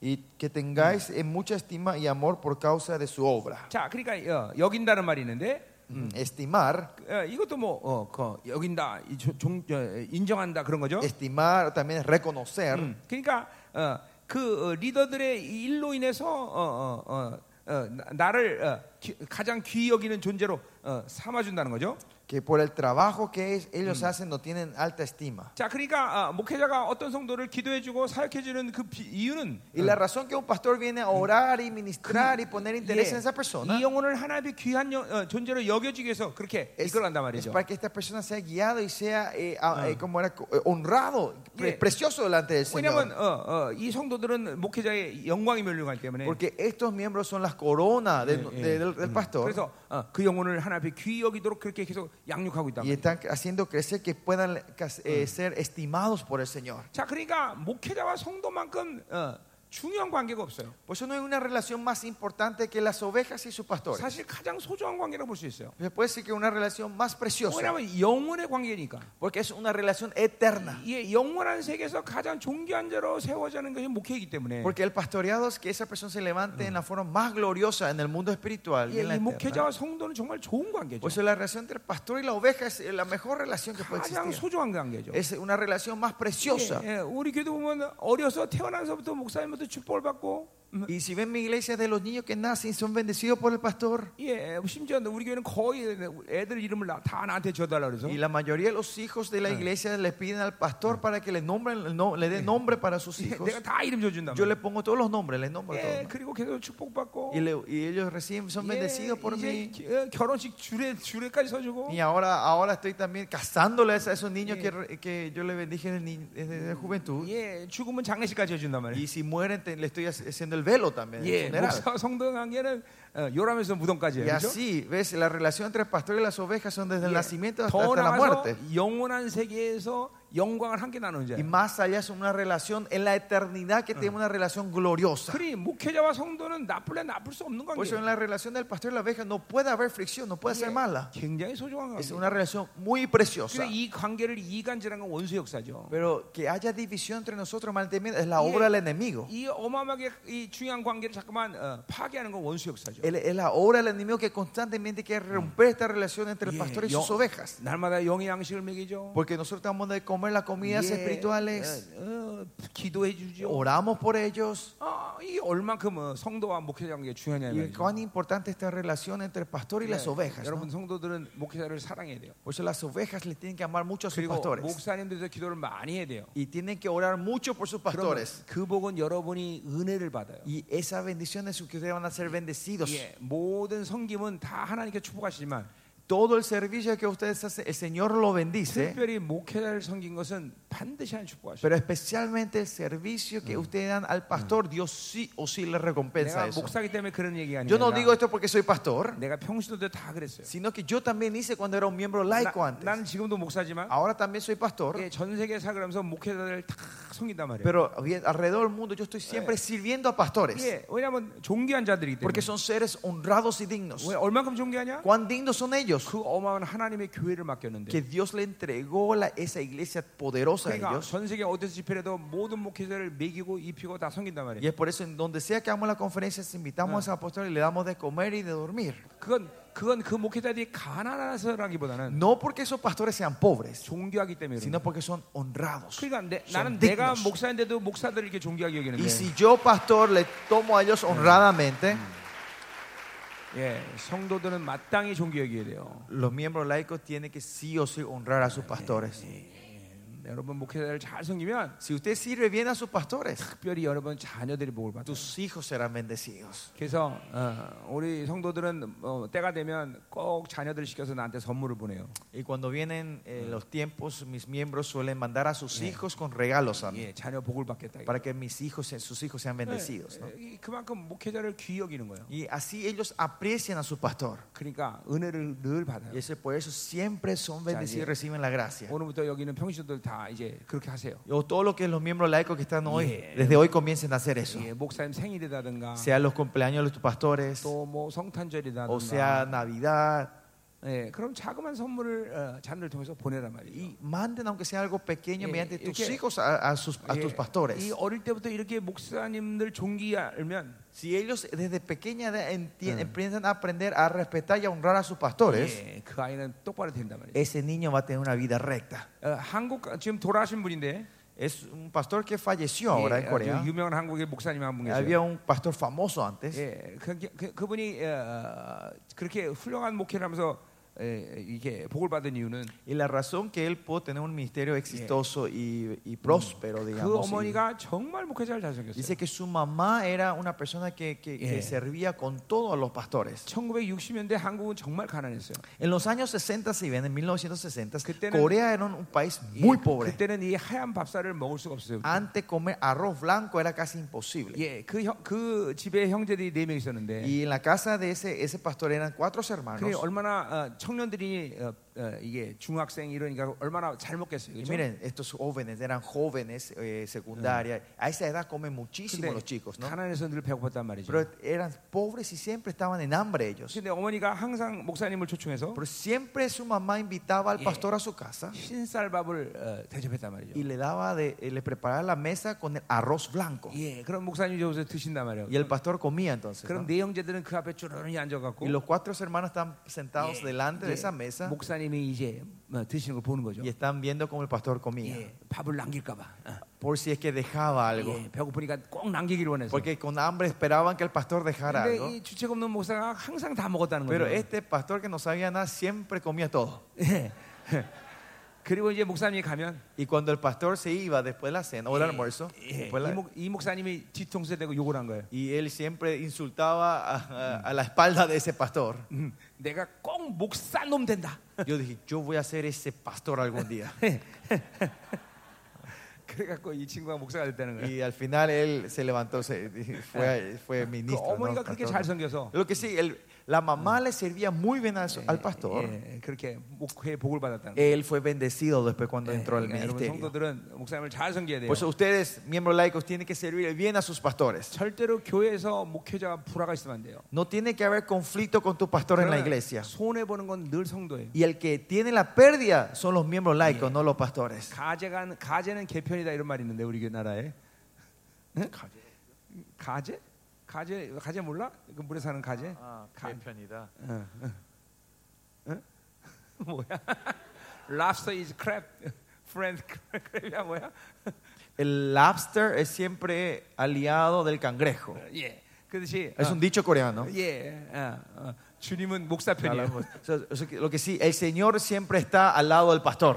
Y que tengáis en mucha estima y amor por causa de su obra. Mm, 자, 그러니까 어, 여긴다는 말이 있는데 Estimar, 어, 이것도 뭐 어, 그, 여긴다, 이 조- 종- 어, 인정한다 그런 예. 거죠. estimar también es reconocer. 음, 그러니까 어, 그 어, 리더들의 이 일로 인해서 어, 어, 어, 어, 나- 나를 어, 귀- 가장 귀히 여기는 존재로 어, 삼아준다는 거죠. Que por el trabajo que es- ellos hacen no tienen alta estima. 자, 그러니까 어, 목회자가 어떤 성도를 기도해주고 사역해주는 그 비- 이유는 Y la razón que un pastor viene a orar y ministrar Mm. y poner interés en esa 예, persona 이 영혼을 하나님의 귀한 영- 어, 존재로 여겨주기 위해서 그렇게 es, 이끌어간단 es 말이죠. para que esta persona sea guiado y sea eh, a- eh, como era, co- eh, honrado, pre- Yeah. precioso delante del Señor. 왜냐하면 어, 어, 이 성도들은 목회자의 영광이 멸류관 때문에 Porque estos miembros son las coronas del, 예, 예. de- del- del pastor 그래서 어, 그 영혼을 하나님의 귀히 여기도록 그렇게 계속 양육하고 있다. y están haciendo crecer que puedan eh, ser estimados por el Señor. 자, 그러니까 목회자와 성도만큼 어, 중요한 관계가 없어요. Por Pues eso no hay una relación más importante que las ovejas y sus pastores. 사실 가장 소중한 관계라고 볼 수 있어요. Se puede decir que es una relación más preciosa, 왜냐하면 영혼의 관계니까. porque es una relación eterna. 이 영원한 세계에서 가장 존귀한 자로 세워지는 것이 목회이기 때문에 Porque el pastoreado es que esa persona se levante en la forma más gloriosa en el mundo espiritual. Mm. 예, 이, Y en la 이 eterna. 목회자와 성도는 정말 좋은 관계죠. Por eso la relación entre el pastor y la oveja es la mejor relación que puede 가장 existir. 소중한 관계죠. Es una relación más preciosa. 예, 예, 우리 교도 보면 어려서 태어나서부터 목사님부터 축복을 받고 Y si ven mi iglesia de los niños que nacen son bendecidos por el pastor. 예, 심지어 우리 교회는 거의 애들 이름을 나- 다 나한테 줘달라 그래서 예, Y la mayoría de los hijos de la iglesia les piden al pastor para que le nombren, el no- le den nombre para sus 예, hijos. 내가 다 이름 줘준단 Yo 말이야. le pongo todos los nombres, les nombro 예, todos. 그리고 계속 축복받고 Y, le- y ellos reciben, son 예, bendecidos por 이제 mí. 기- 어, 결혼식 줄에 줄에까지 서주고 Y ahora, ahora estoy también casándole a esos niños que, re- que yo le bendije en el ni- desde la juventud. 예, 죽으면 장례식까지 해준단 말이야. Y si mueren, te- le estoy hac- haciendo el velo también. el 예, funeral. 목사 성도 관계는 어, 요람에서 무덤까지예요. Y 그죠? así, ves, la relación entre el pastor y las ovejas son desde el 예, nacimiento hasta, 더 hasta la 나아가서 뭐 muerte. 영원한 세계에서 영광을 함께 나누는 자. Y más allá es una relación en la eternidad que tiene una relación gloriosa. 그리 목회자와 성도는 나쁠래 나쁠 수 없는 Por eso en 관계. la relación del pastor y la oveja no puede haber fricción, no puede ser mala. 굉장히 소중한 Es 관계. una relación muy preciosa. 그래서 이 관계를 이간질한 건 원수 역사죠. Pero que haya división entre nosotros mantenimiento, es la Y- obra del enemigo. 이 어마어마하게 이 중요한 관계를 자꾸만 어, 파괴하는 건 원수 역사죠. Él- es la obra del enemigo que constantemente quiere romper esta relación entre el Yeah, pastor y yo- sus ovejas. 날마다 영의 양식을 먹이죠. Porque nosotros estamos de comer las comidas 예, espirituales, 어, 어, 기도해 주죠. oramos por ellos. 아, 이 얼만큼 어, 성도와 목회자 관계가 중요하냐 Y 말이죠. 예. cuán importante esta relación entre el pastor y las ovejas. ¿no? 여러분 성도들은 목회자를 사랑해야 돼요. Por eso las ovejas le tienen que amar mucho a sus 그리고 pastores. 목사님들도 기도를 많이 해야 돼요. Y tienen que orar mucho por sus 그러면 pastores. 그 복은 여러분이 은혜를 받아요. Y esa bendición es que ustedes van a ser bendecidos. 예, 모든 성김은 다 하나님께 축복하시지만 Todo el servicio que ustedes hacen, el Señor lo bendice. 특별히 목회자를 섬긴 것은 반드시 하나님 축복하셔요. Pero especialmente el servicio que ustedes dan al pastor, Dios sí o sí le recompensa 내가 eso. 목사기 때문에 그런 얘기가 Yo no digo 아니라 esto porque soy pastor, 내가 평신도때 다 그랬어요. sino que yo también hice cuando era un miembro laico 나, antes. 나는 지금도 목사지만 Ahora también soy pastor, 예, 전 세계 살면서 목회자를 다 섬긴단 말이에요. pero bien, alrededor del mundo yo estoy siempre sirviendo a pastores, 예, 왜냐하면 존귀한 자들이기 때문에. porque son seres honrados y dignos. 왜 얼마큼 존귀하냐? ¿Cuán dignos son ellos? 그 어마어마한 하나님의 교회를 맡겼는데. Que Dios le entregó la- esa iglesia poderosa a 그러니까 ellos. 전 세계 어디서 집회라도 모든 목회자를 먹이고 입히고 다 섬긴단 Y 말이에요. es por eso en donde sea que hagamos las conferencias invitamos a apóstoles y le damos de comer y de dormir. 그건 그건 그 목회자들이 가난해서라기보다는 No porque esos pastores sean pobres, 존귀하기 때문에. 그런 sino 거예요. porque son honrados. 그러니까 내, son 나는 내가 dignos. 목사인데도 목사들을 이렇게 존귀하게 Y 여기는데. si yo, pastor, le tomo a ellos honradamente, 예, 성도들은 마땅히 존귀하게 해야 돼요. los miembros laicos tienen que sí o sí honrar a sus pastores. 예, 여러분 목회자를 잘 섬기면 Si usted sirve bien a sus pastores, 특별히 여러분 자녀들이 복을 받아요. tus hijos serán bendecidos. 그래서 어, 우리 성도들은 어, 때가 되면 꼭 자녀들 시켜서 나한테 선물을 보내요. Y cuando vienen eh, los tiempos, mis miembros suelen mandar a sus hijos con regalos a mí, 예, 자녀 복을 받겠다. para que mis hijos, eh, sus hijos Eh, sean bendecidos. ¿no? 예, 이- 그만큼 목회자를 귀히 여기는 거예요. Y así ellos aprecian a su pastor. 그러니까 은혜를 늘 받아요. Y ese, por eso siempre son bendecidos y reciben la gracia. 오늘부터 여기는 평신도들 다 이제 그렇게 하세요. O todo lo que los miembros laicos que están hoy, Yeah. desde hoy comiencen a hacer eso. 예, 목사님 생일이라든가 Sea los cumpleaños de tus pastores, 또 뭐 성탄절이라든가 o sea Navidad. 예, 그럼 자그만 선물을 어, 자녀를 통해서 보내란 말이에요. Y manden, aunque sea algo pequeño, Yeah, mediante yeah, tus yeah. hijos a, a sus, a 예, tus pastores. 이 어릴 때부터 이렇게 목사님들 존귀 알면 Si ellos desde pequeña edad enti- empiezan a aprender a respetar y a honrar a sus pastores, 예, 그 아이는 똑바로 된단 말이에요. ese niño va a tener una vida recta. 어, 한국 지금 돌아가신 분인데 Es un pastor que falleció ahora 예, en Corea. 아주 아, 유명한 한국의 목사님 한 분 Había 계세요. un pastor famoso antes. 예, 그, 그, 그분이 어, 그렇게 훌륭한 목회를 하면서 예, 이게 복을 받은 이유는 Y la razón que él pudo tener un ministerio exitoso y, y próspero, 그 digamos. y- 어머니가 정말 목회자를 잘 섬겼어요. Dice que su mamá era una persona que, que- que Yeah. servía con todos los pastores. 1960년대 한국은 정말 가난했어요. En los años 60, si bien en 1960, Que tienen- Corea era un, un país 예, muy pobre. 그때는 이 하얀 밥살을 먹을 수가 없었어요. Antes comer arroz blanco era casi imposible. 예, 그, 형, 그 집에 형제들이 네 명 있었는데 아, Y en la casa de ese, ese pastor eran cuatro hermanos. 그게 얼마나 어, 청년들이 어, 어, 이게 중학생 이러니까 얼마나 잘 먹겠어요. Y 그죠? miren, estos jóvenes eran jóvenes, eh, secundaria. A esa edad comen muchísimo 근데 los chicos, ¿no? 가난해서 늘 배고팠단 말이죠. Pero eran pobres y siempre estaban en hambre ellos. 근데 어머니가 항상 목사님을 초청해서 Pero siempre su mamá invitaba al Yeah. pastor a su casa 흰쌀밥을 어, 대접했단 말이죠. y le daba de, eh, le preparaba la mesa con el arroz blanco. 예, 그럼 목사님이 여기서 드신단 말이에요. Y el pastor comía entonces. 그럼 ¿no? 네 형제들은 그 앞에 쭈르르 앉아갖고 Y los cuatro hermanos están sentados 예, delante de 예, esa mesa 목사님이 이제 어, 드시는 걸 보는 거죠. y están viendo cómo el pastor comía. 예, 밥을 남길까봐. por si es que dejaba algo. 예, 배고프니까 꼭 남기기를 원해서. Porque con hambre esperaban que el pastor dejara algo. 근데 이 주책 없는 목사가 항상 다 먹었다는 Pero 거예요. este pastor que no sabía nada siempre comía todo. 예. 그리고 이제 목사님이 가면 Y cuando el pastor se iba después de la cena o el almuerzo, 예, después de 이, la- 목, 이 목사님이 뒤통수에 대고 욕을 한 거예요. y él siempre insultaba a, a- a la espalda de ese pastor. 음, 내가 꼭 목사놈 된다. Yo dije, yo voy a ser ese pastor algún día. 그래갖고 이 친구가 목사가 됐다는 거예요. Y al final él se levantó, se, fue, fue 그 ministro. ¿no? 어머니가 그렇게 Pastor, 잘 ¿no? 생겨서 Lo que sí, el- la mamá le servía muy bien al, al pastor. 예, 그렇게 목회에 복을 받았다는 거예요. Él fue bendecido después cuando entró al 그러니까 여러분 ministerio. 성도들은 목사님을 잘 섬겨야 돼요. Por eso ustedes, miembros laicos, tienen que servir bien a sus pastores. 절대로 교회에서 목회자가 불화가 있으면 안 돼요. No tiene que haber conflicto con tu pastor en la iglesia. 손해 보는 건 늘 성도예요. Y el que tiene la pérdida son los miembros laicos, no los pastores. 가재가 가재는 개편이다 이런 말이 있는데 우리 교 나라에 응? 가재 가재 가재 몰라? 그 물에 사는 가재? 가- 응, 응. 응? 뭐야? Lobster is crab. Friend crab이야 뭐야? El lobster es siempre aliado del cangrejo. 예. 그듯이 Es 어, un dicho coreano. Ah. 예. 어, 어. 주님은 목사 편이에요. O sea, o sea, que- Lo que sí, el Señor siempre está al lado del pastor.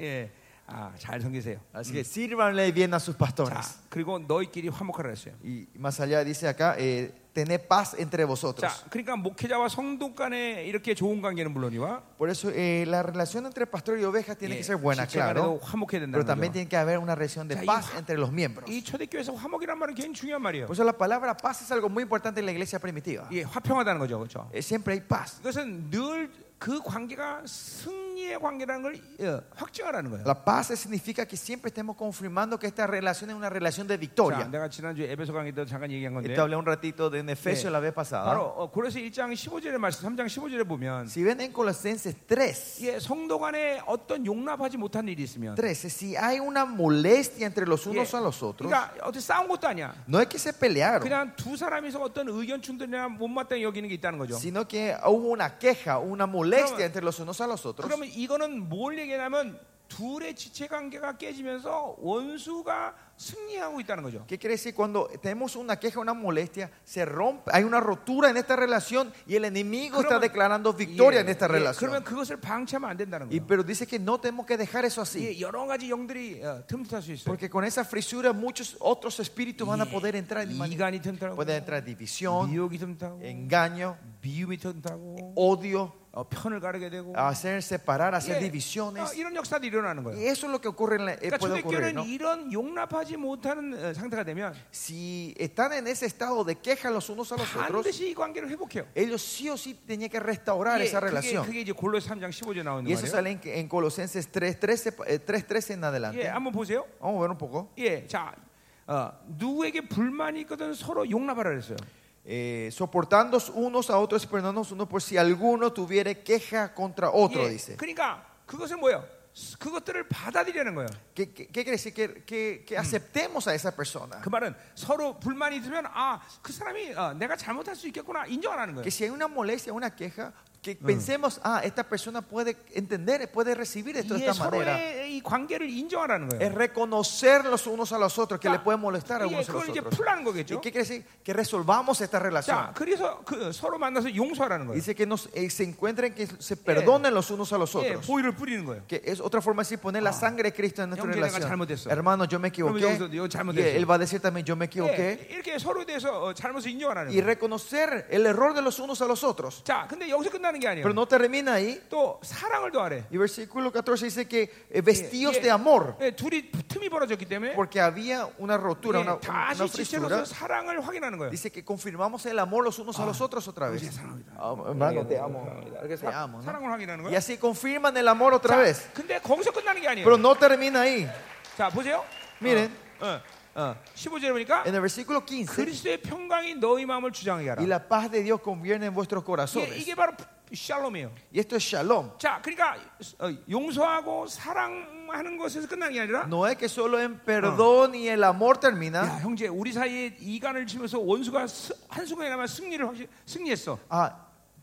예. 아, 잘 섬기세요. Así que sírvanle bien a sus 자, pastores. 그리고 너희끼리 화목하라 했어요. Y más allá dice acá, eh, tened paz entre 자, vosotros. 그러니까 목회자와 성도 간에 이렇게 좋은 관계는 물론이와 Por eso eh, la relación entre pastor y oveja tiene que ser buena, 도 claro. 예, 화목해야 Pero 된다는 también 거죠. tiene que haber una relación de O sea, paz y- entre los miembros. 이 초대교회에서 화목이란 말은 굉장히 중요한 말이에요. Por eso la palabra paz es algo muy importante en la iglesia primitiva. 예, 화평하다는 거죠, 그렇죠? Eh, Siempre hay paz. 이것은 늘 그 관계가 승리의 관계라는 걸 예, 확증하라는 거예요. La paz significa que siempre estemos confirmando que esta relación es una relación de 자, victoria. 내가 지난주 에 에베소 강의 때 잠깐 얘기한 건데, Esto hablé un ratito de en 예, Efesios la vez 바로 pasada. 어, 고려서 1장 15절의 말씀, 3장 15절에 보면, Si ven en Colosenses 3, 예, 성도 간에 어떤 용납하지 못한 일이 있으면, 13, si hay una molestia entre los 예, unos a los otros, 그러니까 어떻게 싸운 것도 아니야. no es que se pelearon, 그냥 두 사람이서 어떤 의견 충돌이나 못마땅히 여기는 게 있다는 거죠. sino que hubo una queja, una molestia 그러면- entre los unos a los otros. 그러면 이거는 뭘 얘기하냐면 둘의 지체 관계가 깨지면서 원수가 승리하고 있다는 거죠. ¿Qué quiere decir? Cuando tenemos una queja, una molestia, se rompe, hay una rotura en esta relación y el enemigo está 그러면- declarando victoria 예, en esta 예, relación. 그러면 그것을 방치하면 안 된다는 Y, 거예요. pero dice que no tenemos que dejar eso así. 예, 여러 가지 영들이 어, 틈틈할 수 있어요. 예, Porque con esa frisura muchos otros espíritus van a poder entrar en mani- 이간이 틈틈하고 Puede entrar división, 미혹이 틈틈하고 engaño, 미움이 틈틈하고 odio, 어, 편을 가르게 되고 hacer separar, hacer 예, Ah, divisiones. 어, 이런 역사도 Y 일어나는 거예요. eso es lo que ocurre en la, eh, 그러니까 puede ocurrir, 초대교회는 ¿no? 이런 용납하지 못하는 어, 상태가 되면 Si están en ese estado de queja los unos a los otros, 반드시 이 관계를 회복해요. ellos sí o sí tenían que restaurar 예, esa 그게, relación. 그게 이제 골로새 3장 15절 나오는 Y eso 말이에요. sale en, en Colosenses 3.13 eh, 3:13 en 예, adelante. 한번 보세요. Vamos a ver un poco. 예, 자, 어, 누구에게 불만이 있거든 서로 용납하라 그랬어요. Eh, soportando unos a otros, perdonándonos unos por si alguno tuviera queja contra otro, 예, dice. 그러니까 그것은 뭐예요? 스- 그것들을 받아들이는 거예요. ¿Qué, qué- qué quiere decir? Que, que- que aceptemos a esa persona. 그 말은 서로 불만이 있으면 아, 그 사람이 어, 내가 잘못할 수 있겠구나 인정하라는 거예요. Que si hay una molestia, una queja, que pensemos, ah, esta persona puede entender, puede recibir esto de 예, esta manera. 서로의 이 관계를 인정하라는 Es 거예요. reconocer los unos a los otros, que Ya. le puede molestar a 예, unos a 그걸 los 이제 otros. 풀라는 ¿Y 거겠죠. qué quiere decir? Que resolvamos esta 자, relación. 그래서 그 서로 만나서 용서하라는 거예요. Dice que nos, eh, se encuentren, que se perdonen los unos a los 예, otros. 보이를 뿌리는 거예요. Que es otra forma de decir poner la sangre de Cristo en nuestra Yo, 내가 relación. 잘못했어. Hermano, yo me equivoqué. Yo, yo, yo, Y 잘못했어. él va a decir también, yo me 예, equivoqué. 이렇게 서로에 대해서 어, 잘못을 인정하라는 Y 거예요. reconocer el error de los unos a los otros. 자, 근데 여기서 끝나는 게 Pero 아니에요. no termina ahí. 또 사랑을 더하래. Y versículo 14 dice que eh, 예, vestidos 예. de amor, 예, 둘이 틈이 벌어졌기 때문에 porque había una rotura, 예, una, una 다시 frisura. 지체로서 사랑을 확인하는 거예요. Dice que confirmamos el amor los unos a los otros otra vez. Ah, hermano, te amo. 이렇게 Te 사, amo. ¿no? Eh. 사랑을 확인하는 Y 거예요. así confirman el amor otra vez. 근데 거기서 끝나는 게 아니에요. Pero no termina ahí. 자, 보세요. Miren. 어, 어, 어. 15절에 보니까 En el versículo 15, 그리스도의 평강이 너희 마음을 주장하게 하라. y la paz de Dios conviene en vuestros 예, corazones. 이게 바로 샬롬이에요. Y esto es shalom. 자, 그러니까 어, 용서하고 사랑하는 것에서 끝나는 게 아니라 No es que solo en perdón y el amor 야, termina. 형제, 우리 사이에 이간을 치면서 원수가 스- 한순간이나마 승리를 확실, 승리했어. Ah,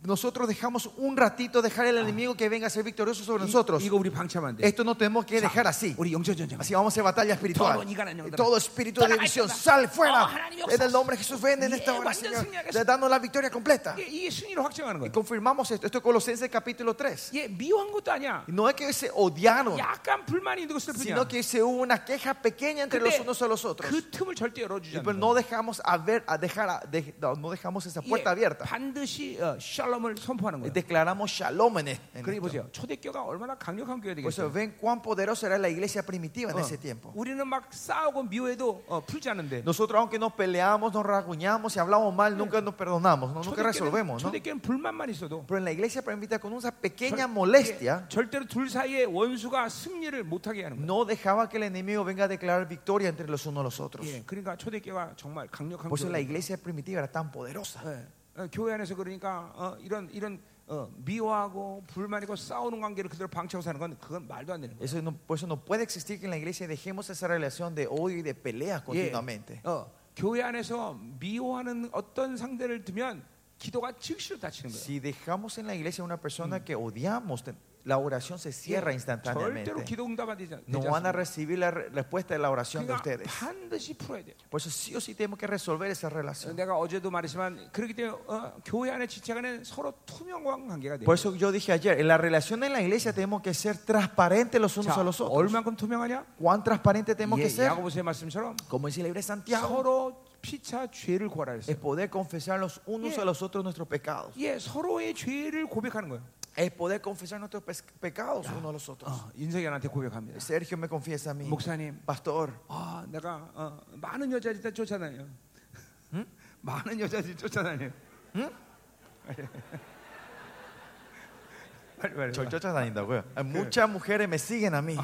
nosotros dejamos un ratito dejar al enemigo que venga a ser victorioso sobre nosotros. 이, 이거 우리 방치하면 안 돼. Esto no tenemos que 자, dejar así. 우리 영적 전쟁. Así vamos a hacer batalla espiritual. Todo, 이간한 영들아. Todo espíritu de 떠나가, división, 떠나. sal 어, fuera. 하나님 역사. En el nombre de Jesús, ven en esta 예, hora, 완전 Señor. 승리하겠습니다. Te ddando la victoria completa. 이게, 이게 승리로 확증하는 거야. Confirmamos esto. Esto es Colosenses capítulo 3. 예, 미워한 것도 아니야. No es que se odiaron, 약간 불만이 있는 것을 뿐이야. sino que se hubo una queja pequeña entre los 근데 unos a los otros. 그 틈을 절대 열어주지 않는 Pero pues no dejamos, a ver, a dejar a- de- no, no dejamos esa 거야. puerta abierta. 반드시 어, 샬롬을 선포하는 거야. Declaramos shalom en esto. 그래 보세요. 초대교가 얼마나 강력한 교회 Por eso 되겠어요. 어. ven cuán poderosa era la iglesia 네, primitiva Ah. en ese tiempo. 우리는 막 싸우고 미워해도 어, 풀지 않는데 Nosotros aunque nos peleamos, nos rasguñamos y hablamos mal, nunca nos perdonamos, no, nunca 초대교는, resolvemos, ¿no? 초대교는 불만만 있어도 Pero en la iglesia permite con una pequeña 예, molestia 절대로 둘 사이에 원수가 승리를 못하게 하는 거예요. no dejaba que el enemigo venga a declarar victoria entre los unos a los otros. 예, 그러니까 초대교가 정말 강력한 Por eso la 교회. iglesia primitiva era tan poderosa. 예, 어, 교회 안에서 그러니까 어, 이런 이런 어, 미워하고 불만이고 싸우는 관계를 그대로 방치하고 사는 건 그건 말도 안 되는 거예요. Eso no, por eso no puede existir que en la iglesia dejemos esa relación de odio y de peleas 예, continuamente. 어, 교회 안에서 미워하는 어떤 상대를 두면 기도가 즉시로 닫히는 거예요. Si dejamos en la iglesia una persona que odiamos, te- la oración se cierra 예, 절대로 instantáneamente. 기도 응답 안 되지 않- No 되지 van a 않습니다. recibir la re- respuesta de la oración de 그러니까 ustedes. 반드시 풀어야 돼요. Por eso sí o sí tenemos que resolver esa 어, relación. 내가 어제도 말했지만 그렇기 때문에 어, 교회 안에 지체간에 서로 투명한 관계가 돼요. Por eso yo dije ayer, en la relación en la iglesia tenemos que ser transparentes los unos 자, a los otros. 얼만큼 투명하냐? ¿Cuán transparentes tenemos que 예, ser? 야고보서의 말씀처럼 Como dice el libro de Santiago, 서로 피차 죄를 구하라 es 했어요. poder confesar los unos Yeah. a los otros nuestros pecados. 예, 서로의 죄를 고백하는 거예요. Es poder confesar nuestros pes- pecados unos a los otros. 어, 인석이한테 고백합니다. Sergio me confiesa a mí, 목사님, pastor, 아, 내가 어, 많은 여자들 다 쫓아다녀요. 많은 여자들 쫓아다녀요. 빨리 빨리. 절 쫓아다닌다고요? 아, Muchas mujeres me siguen a mí,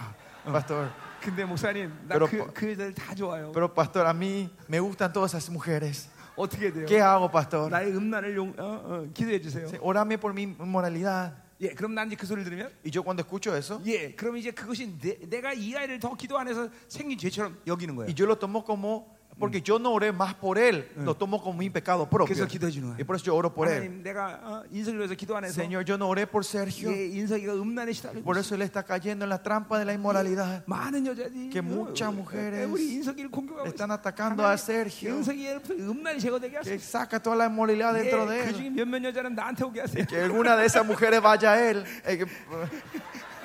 pastor. 근데 목사님, 그렇고. 나그 그 여자들 다 좋아요. Pero pastor, a mí me gustan todas esas mujeres. 어떻게 해야 돼요? ¿Qué hago, pastor? 나의 음란을 용, 어, 어, 기도해 주세요. Sí, Orame por mi moralidad. 예, 그럼 난 이제 그 소리를 들으면 Y yo cuando escucho eso, 예, 그럼 이제 그것이 내, 가이 아이를 더 기도 안 해서 생긴 죄처럼 여기는 거예요. y yo lo tomo como, porque yo no oré más por él, lo tomo como mi pecado propio. 그래서 기도해 주는 Y 거예요. por eso yo oro por él. 하나님, 내가 어, 인석을 위해서 기도 안 해서 Señor, yo no oré por Sergio, 예, 인석이가 음란에 시달리고 por 있어. eso él está cayendo en la trampa de la inmoralidad. 많은 여자들이 Que 어, muchas 어, mujeres 우리 인석이를 공격하고 있어. 예, Están atacando a Sergio. 인석이의 음란이 제거되게 Que 하세요. saca toda la inmoralidad 예, dentro de 그 él. 중에 몇몇 여자는 나한테 오게 하세요. Que alguna de esas mujeres vaya a él. Eh, que-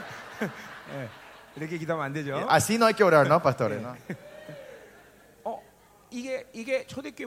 예, 이렇게 기도하면 안 되죠. Eh, Así no hay que orar, ¿no, pastores? ¿no? 어, 이게 이게 초대교회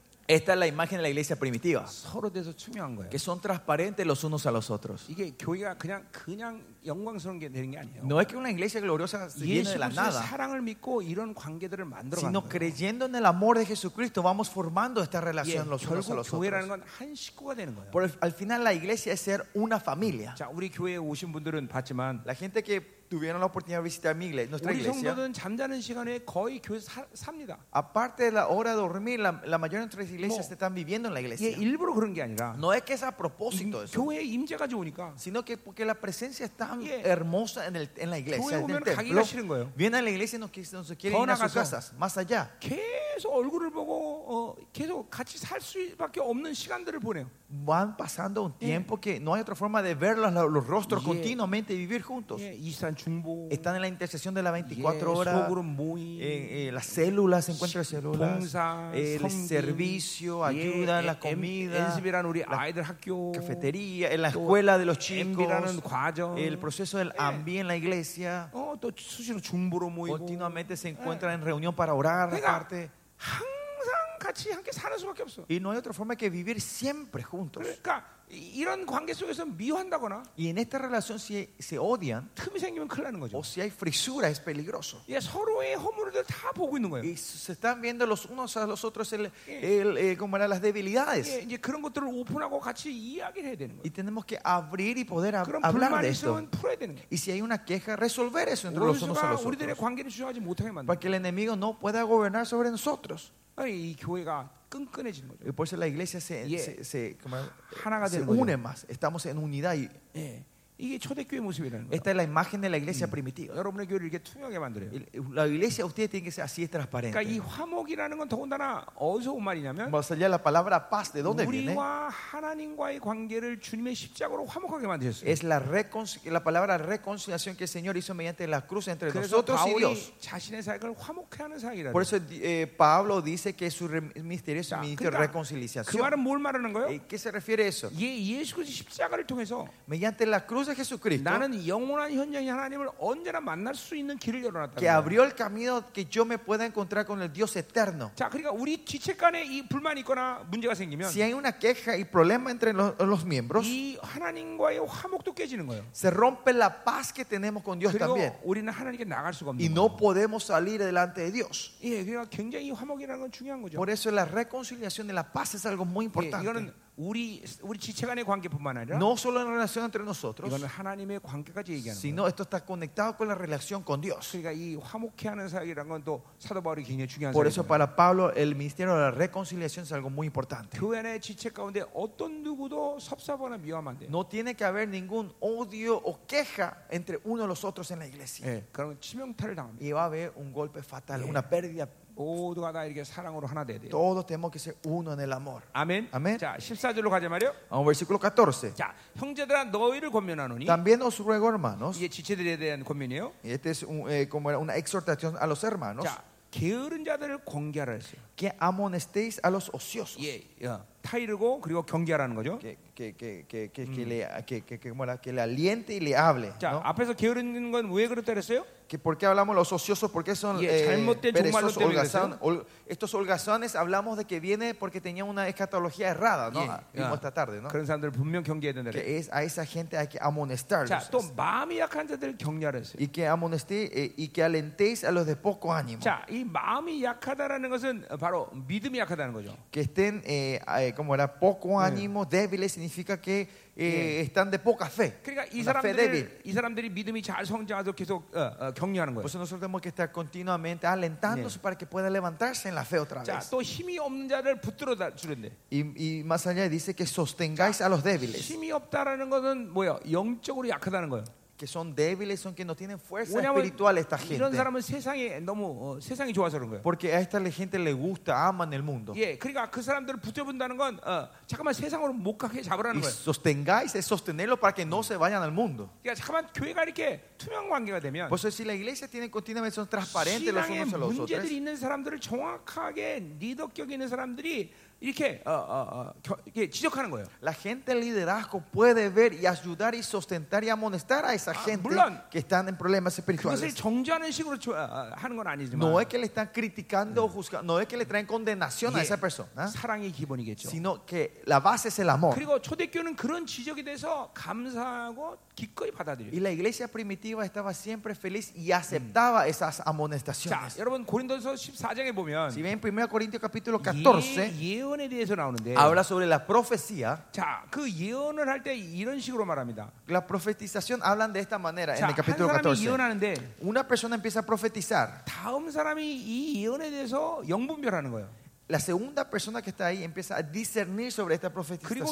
Esta es la imagen de la iglesia primitiva, 서로 대해서 투명한 거예요. que son transparentes los unos a los otros. 이게 교회가 그냥 그냥 영광스러운 게 되는 게 아니에요. No es que una iglesia gloriosa se viene 예수 de la 그리스도의 nada, 사랑을 믿고 이런 관계들을 만들어 가는 sino 거예요. creyendo en el amor de Jesucristo vamos formando esta 예, relación los unos a 결국 los 교회라는 otros. 건 한 식구가 되는 거예요. Por el- al final la iglesia es ser una familia. 자, 우리 교회에 오신 분들은 봤지만 La gente que tuvieron la oportunidad de visitar mi iglesia, nuestra 우리 iglesia, 성도는 잠자는 시간에 거의 교회에서 사- 삽니다. aparte de la hora de dormir, la, la mayoría de nuestras iglesias Mo- están viviendo en la 예, iglesia. 일부러 그런 게 아니라 No es que es a propósito eso, 교회 임재가 좋으니까 sino que porque la presencia es tan Yeah. hermosa en, el- en la iglesia, 교회 en el 오면 templo. 가기가 싫은 거예요. Vienen a la iglesia y nos, quis- nos quieren 더 ir a sus 나가서. casas, más allá. 계속 얼굴을 보고 어, 계속 같이 살 수밖에 없는 시간들을 보내요. Van pasando un tiempo que no hay otra forma de ver los, los rostros Yeah. continuamente y vivir juntos. 예, 이산 중보, Están en la intersección de las 예, 24 horas. 소그룹 모임, eh, eh, las células, se encuentran las células, 봉사, 예, eh, el 섬김, servicio, ayuda, la comida, 엔스비라는 우리 아이들 학교, cafetería, en la 또 예, escuela de los chicos, MB라는 과정, el proceso del ambiente en la iglesia, 어, 또 수시로 중보로 모이고, continuamente se encuentran en reunión para orar Venga. aparte. 항상 같이 함께 사는 수밖에 없어. Y no hay otra forma que vivir siempre juntos. 그러니까 이- 이런 관계 속에서 미워한다거나 Y en esta relación si se odian 틈이 생기면 큰일 나는 거죠. o si hay frisura es peligroso. 예, 서로의 허물을 다 보고 있는 거예요. Y se están viendo los unos a los otros el, el, eh, como eran las debilidades. 예, 이제 그런 것들을 오픈하고 같이 이야기를 해야 되는 거예요. Y tenemos que abrir y poder hab- 그런 hablar 불만이 de esto. 있으면 네, 풀어야 되는 거예요. Y si hay una queja, resolver eso entre los unos a 원수가 los 우리들의 otros. 관계를 주장하지 못하게 만든 Para que el enemigo no pueda gobernar sobre nosotros. 거예요. 이 교회가 끈끈해지는 거죠. Y por eso la iglesia se, Yeah. se, se- como- 하나가 se 되는 거죠. une más. Estamos en unidad. Y 예, 이게 초대교회 모습이라는 거예요. Esta es la imagen de la iglesia primitiva. 여러분의 교회를 이렇게 투명하게 만들어요. El- La iglesia, ustedes tienen que ser así de 그러니까 이 transparente. 화목이라는 건 더군다나 어디서 온 말이냐면 Más allá la palabra paz, ¿de dónde viene? 우리와 하나님과의 관계를 주님의 십자가로 화목하게 만드셨어요. Es la, reconci- la palabra reconciliación que el Señor hizo mediante la cruz entre 그래서 nosotros y Dios. 바울이 자신의 사역을 화목해 하는 사역이라는 Por 거예요. eso eh, Pablo dice que su re- ministerio es 자, un ministerio de 그 reconciliación. 말은 뭘 말하는 거예요? Eh, ¿Qué se refiere eso? 예, 예수 그리스도 그렇죠? 십자가를 통해서 Mediante la cruz de Jesucristo, 나는 영원한 현장의 하나님을 언제나 만날 수 있는 길을 열어놨다. que abrió el camino que yo me pueda encontrar con el Dios eterno. 자, 그러니까 우리 지체간에 이 불만이 있거나 문제가 생기면 Si hay una queja y problema entre lo- los, miembros, 이 하나님과의 화목도 깨지는 거예요. se rompe la paz que tenemos con Dios 그리고 también. 우리는 하나님께 나갈 수가 Y 없는 no 거예요. podemos salir delante de Dios. 예, 그러니까 굉장히 이 화목이라는 건 중요한 거죠. Por eso la reconciliación y la paz es algo muy 예, importante. 이거는 우리 우리 지체간의 관계뿐만 아니라 No solo en relación entre nosotros, 이거는 하나님의 관계까지 얘기하는 거예요. sino esto está conectado con la relación con Dios. 그러니까 이 화목해 하는 사역이라는 건 또 사도 바울이 굉장히 중요한 Por eso 사역이에요. para Pablo el ministerio de la reconciliación es algo muy importante. 교회 내 지체 가운데 어떤 누구도 섭섭하거나 미워하면 안 돼요. No tiene que haber ningún odio o queja entre uno de los otros en la iglesia. 예, 그러면 치명타를 당합니다. Y va a haber un golpe fatal, Eh. una pérdida. 모두가 다 이렇게 사랑으로 하나 돼야 돼요. Todos tenemos que ser uno en el amor. 아멘. 아멘. 자, 14절로 가자 말이요. Vamos, versículo 14. 자, 형제들아 너희를 권면하노니 También os ruego, hermanos, 이게 지체들에 대한 권면이에요. y este es un, eh, como era una exhortación a los hermanos, 자, 게으른 자들을 경계하라 했어요. que amonestéis a los ociosos. 예, 어, 타이르고 그리고 경계하라는 거죠. Que, que, que, que, que, Mm. que le, que, que- que- ¿cómo era? Que le aliente y le hable. 자, ¿no? 앞에서 게으른 건 왜 그랬다 그랬어요? que ¿Por qué hablamos los ociosos? ¿Por qué son Y el eh, 잘못된 perezosos, 종말론 때문에 holgazán? Hol- estos holgazanes hablamos de que viene porque tenían una escatología errada, ¿no? Ah, 예, Vimos 어, esta tarde, ¿no? 그런 사람들 분명 경계해야 된다. 그래요. Que es, a esa gente hay que amonestarlos. 자, 또 마음이 약한 자들을 경계하라 했어요. y que amonesté eh, y que alentéis a los de poco ánimo. 자, 이 마음이 약하다라는 것은 바로 믿음이 약하다는 거죠. Que estén, eh, eh, como era, poco ánimo, débiles, significa que eh, están de poca fe. 그러니까 이 Una fe débil. 사람들 이 사람들이 믿음이 잘 성장해서 계속 어, 어, 격려하는 거예요. Por eso nosotros tenemos que estar continuamente alentándose para que puedan levantarse en la fe otra 자, vez. 또 힘이 없는 자를 붙들어 다- 주는데 Y, y más allá dice que sostengáis a los débiles. 힘이 없다라는 것은 뭐예요? 영적으로 약하다는 거예요. Que son débiles, son que no tienen fuerza 왜냐면 espiritual esta 이런 gente. 사람은 세상에 너무 어, 세상이 좋아서 그런 거예요. Porque a esta gente le gusta, aman el mundo. 예, 그러니까 그 사람들을 붙여본다는 건 어, 잠깐만 세상으로 못 가게 Y 잡으라는 거예요. sostengáis es sostenerlo para que no se vayan al mundo. 그러니까 잠깐만 교회가 이렇게 투명 관계가 되면 Por eso si la iglesia tiene continuamente, son transparentes los 신앙의 unos a los otros. 문제들이 있는 사람들을 정확하게 리더격 있는 사람들이 이렇게 어, 어, 어, 겨- 이렇게 지적하는 거예요. La gente del liderazgo puede ver y ayudar y sustentar y amonestar a esa Ah, gente 물론 que están en problemas 그것을 espirituales. 정죄하는 식으로 조- 아, 아, 하는 건 아니지만 No es que le están criticando o juzgando, no es que le traen condenación a 예, esa persona, 사랑이 기본이겠죠. sino que la base es el amor. 그리고 초대교는 그런 지적에 대해서 감사하고 기꺼이 받아들여요. Y la iglesia primitiva estaba siempre feliz y aceptaba esas 자, amonestaciones. 여러분 고린도서 14장에 보면 Si ven 1 Corintios capítulo 14, 예, 예언에 대해서 나오는데 habla sobre la profecía. 자, 그 예언을 할 때 이런 식으로 말합니다. La profetización hablan de esta manera en 자, el 한 capítulo 사람이 14. 예언하는데 Una persona empieza a profetizar. 다음 사람이 이 예언에 대해서 영분별하는 거예요. La segunda persona que está ahí empieza a discernir sobre esta 그리고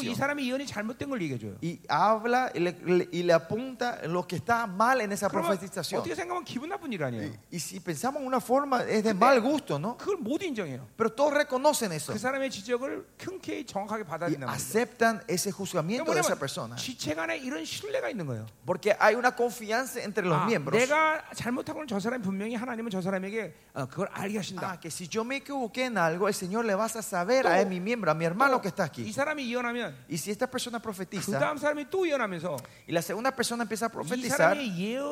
이 profetización. 사람이 예언이 잘못된 걸 얘기해 줘요. Y habla y le, le- y le apunta lo que está mal en esa profetización. 어떻게 생각하면 기분 나쁜 일 아니에요. Y, y si pensamos en una forma, es de mal gusto, ¿no? 그걸 모두 인정해요. Pero todos reconocen eso. 그 사람의 지적을 흔쾌히 정확하게 Y 받아들인다는 거예요. aceptan ese juzgamiento de 뭐냐면 esa persona. 지체 간에 이런 신뢰가 있는 거예요. Porque hay una confianza entre los 아, miembros. 내가 잘못하고는 저 사람이 분명히 하나님은 저 사람에게 어, 그걸 알게 하신다. Ah, que si yo me equivoqué en algo, el Señor le vas a saber a mi miembro, a mi hermano que está 어, 이 aquí. 사람이 예언하면 Y si esta persona 그 profetiza 다음 사람이 또 예언하면서 y la segunda persona empieza a 이 profetizar, 사람이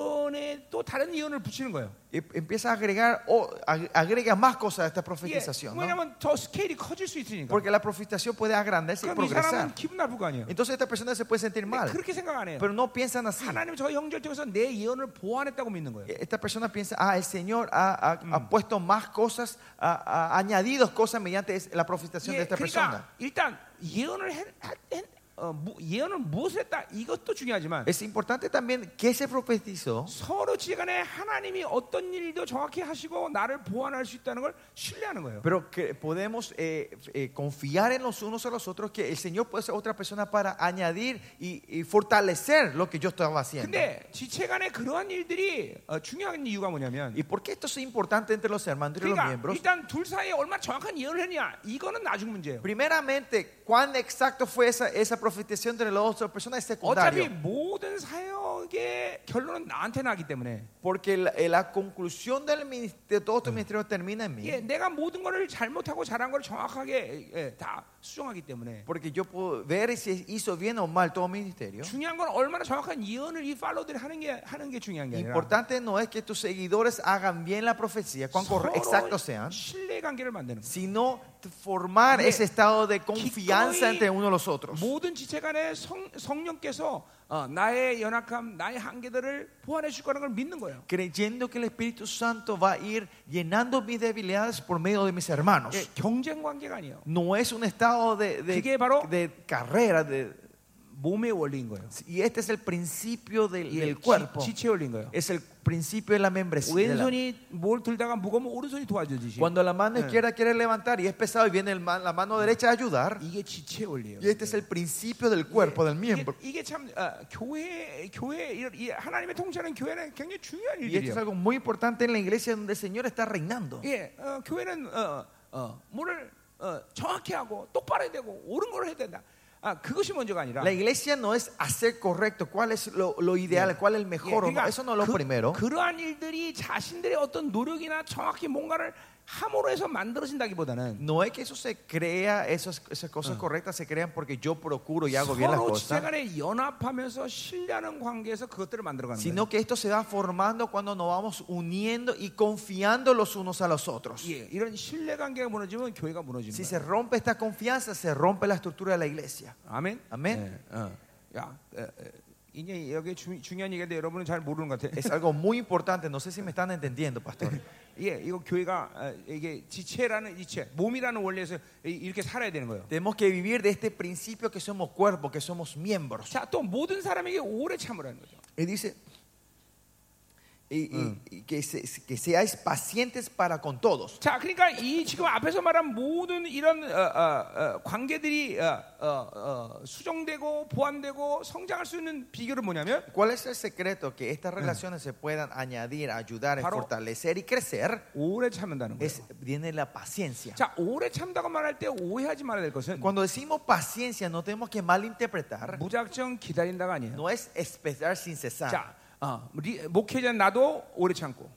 예언에 또 다른 예언을 붙이는 거예요. e- empieza a agregar o ag- agrega más cosas a esta 이게 profetización. ¿no? 왜냐하면 저 스케일이 커질 수 있으니까. Porque la profetización puede agrandarse y 그럼 이 progresar. 사람은 기분 나쁠 거 아니에요. Entonces esta persona se puede sentir 근데 mal, 그렇게 생각 안 해요. pero no piensan así. 하나님 저 형제를 통해서 내 예언을 보완했다고 믿는 거예요. Esta persona piensa, ah, el Señor ha, ha- ha puesto más cosas, ha, ha añadido cosas mediante es- la profetización de 예, esta persona. 그러니까 일단 예언을 했, 했, 했- 어, 무- 예언은 무엇을 했다 이것도 중요하지만 Es importante también que se profetizó. 서로 지간에 하나님이 어떤 일도 정확히 하시고 나를 보완할 수 있다는 걸 신뢰하는 거예요. Pero que podemos eh, eh, confiar en los unos a los otros que el Señor puede ser otra persona para añadir y, y fortalecer lo que yo estaba haciendo. 근데 지체간에 그러한 일들이 어, 중요한 이유가 뭐냐면 ¿Y por qué esto es importante entre los hermanos, entre los 그러니까 miembros? 일단 둘 사이에 얼마나 정확한 예언을 했냐 이거는 나중 문제예요. Primeramente, cuán exacto fue esa, esa profetización entre las otras personas es 어차피 secundario. 모든 사역의 결론은 나한테 나기 때문에 Porque la, eh, la conclusión del minis- de todo tu ministerio termina en mí. 예, 내가 모든 거를 잘못하고 잘한 걸 정확하게 예, 다 수정하기 때문에 Porque yo puedo ver si hizo bien o mal todo ministerio. 중요한 건 얼마나 정확한 예언을 이 팔로들이 하는 게 하는 게 중요한 게 아니라 Importante no es que tus seguidores hagan bien la profecía, cuán corre- exactos sean, 서로 신뢰 관계를 만드는 거예요. sino formar 네. ese estado de confianza 기꺼이 entre uno los otros. 모든 지체 간에 성, 성령께서 어, 나의 연약함, 나의 한계들을 보완해 줄 거라는 걸 믿는 거예요. Creyendo que el Espíritu Santo va a ir llenando mis debilidades por medio de mis hermanos. 예, 경쟁 관계가 아니에요. Eh, No es un estado de, de- 그게 바로- de carrera. de- 몸의 원리인 거예요. y este es el principio del, 예, del 지- cuerpo. 지체 원리인 거예요. Es el principio de la membresía. de la- 왼손이 뭘 들다가 무거우면 오른손이 도와주듯이 Cuando la mano izquierda quiere levantar y es pesado y viene el man- la mano derecha a ayudar. 이게 지체 원리예요. Y este es el principio del cuerpo, del 이게, miembro. 이게 참 아, 교회 교회 이런- 이 하나님의 통치하는 교회는 굉장히 중요한 Y esto es 일이에요. algo muy importante en la iglesia donde el Señor está reinando. 예, 어, 교회는 어, 어, 뭐를 어, 정확히 하고 똑바로 해야 되고 옳은 걸 해야 된다. 아, 그것이 먼저가 아니라 La iglesia no es hacer correcto, cuál es lo, lo ideal, cuál es el 예, mejor, o no. eso no es lo primero. 그, 러한 일들이 자신들의 어떤 노력이나 정확히 뭔가를 함으로 해서 만들어진다기보다는 No es que eso se crea, esas, esas cosas correctas se crean porque yo procuro y hago bien las 서로 지체 cosas, 간에 연합하면서 신뢰하는 관계에서 그것들을 만들어가는 거예요. sino que esto se va formando cuando nos vamos uniendo y confiando los unos a los otros. 예, 이런 신뢰 관계가 무너지면 교회가 무너지는 Si 거예요. se rompe esta confianza, se rompe la estructura de la iglesia. 아멘. 아멘. 예, 어. 야, 에, 에, 이게 여기 주, 중요한 얘기인데 여러분은 잘 모르는 것 같아. Es algo muy importante, no sé si me están entendiendo, pastor. 예, 이거 교회가 어, 이게 지체라는 지체, 몸이라는 원리에서 이- 이렇게 살아야 되는 거예요. Tenemos que vivir de este principio que somos cuerpo, que somos miembros. 자, 또 모든 사람에게 오래 참으라는 거죠. Y dice y, y- y que, se- que seáis pacientes para con todos. 자, 그러니까 이 지금 앞에서 말한 모든 이런 어, 어, 어, 관계들이 어, 어, 어, 수정되고 보완되고 성장할 수 있는 비결은 뭐냐면 ¿Cuál es el secreto que estas relaciones se puedan añadir, ayudar, Claro. fortalecer y crecer? 오래 참는다는 거예요. Es, viene la paciencia. 자, 오래 참다고 말할 때 오해하지 말아야 될 것은 Cuando decimos paciencia, no tenemos que malinterpretar. 무작정 기다린다가 아니에요. No es esperar sin cesar. 자, 어, 리- 목회자 나도 오래 참고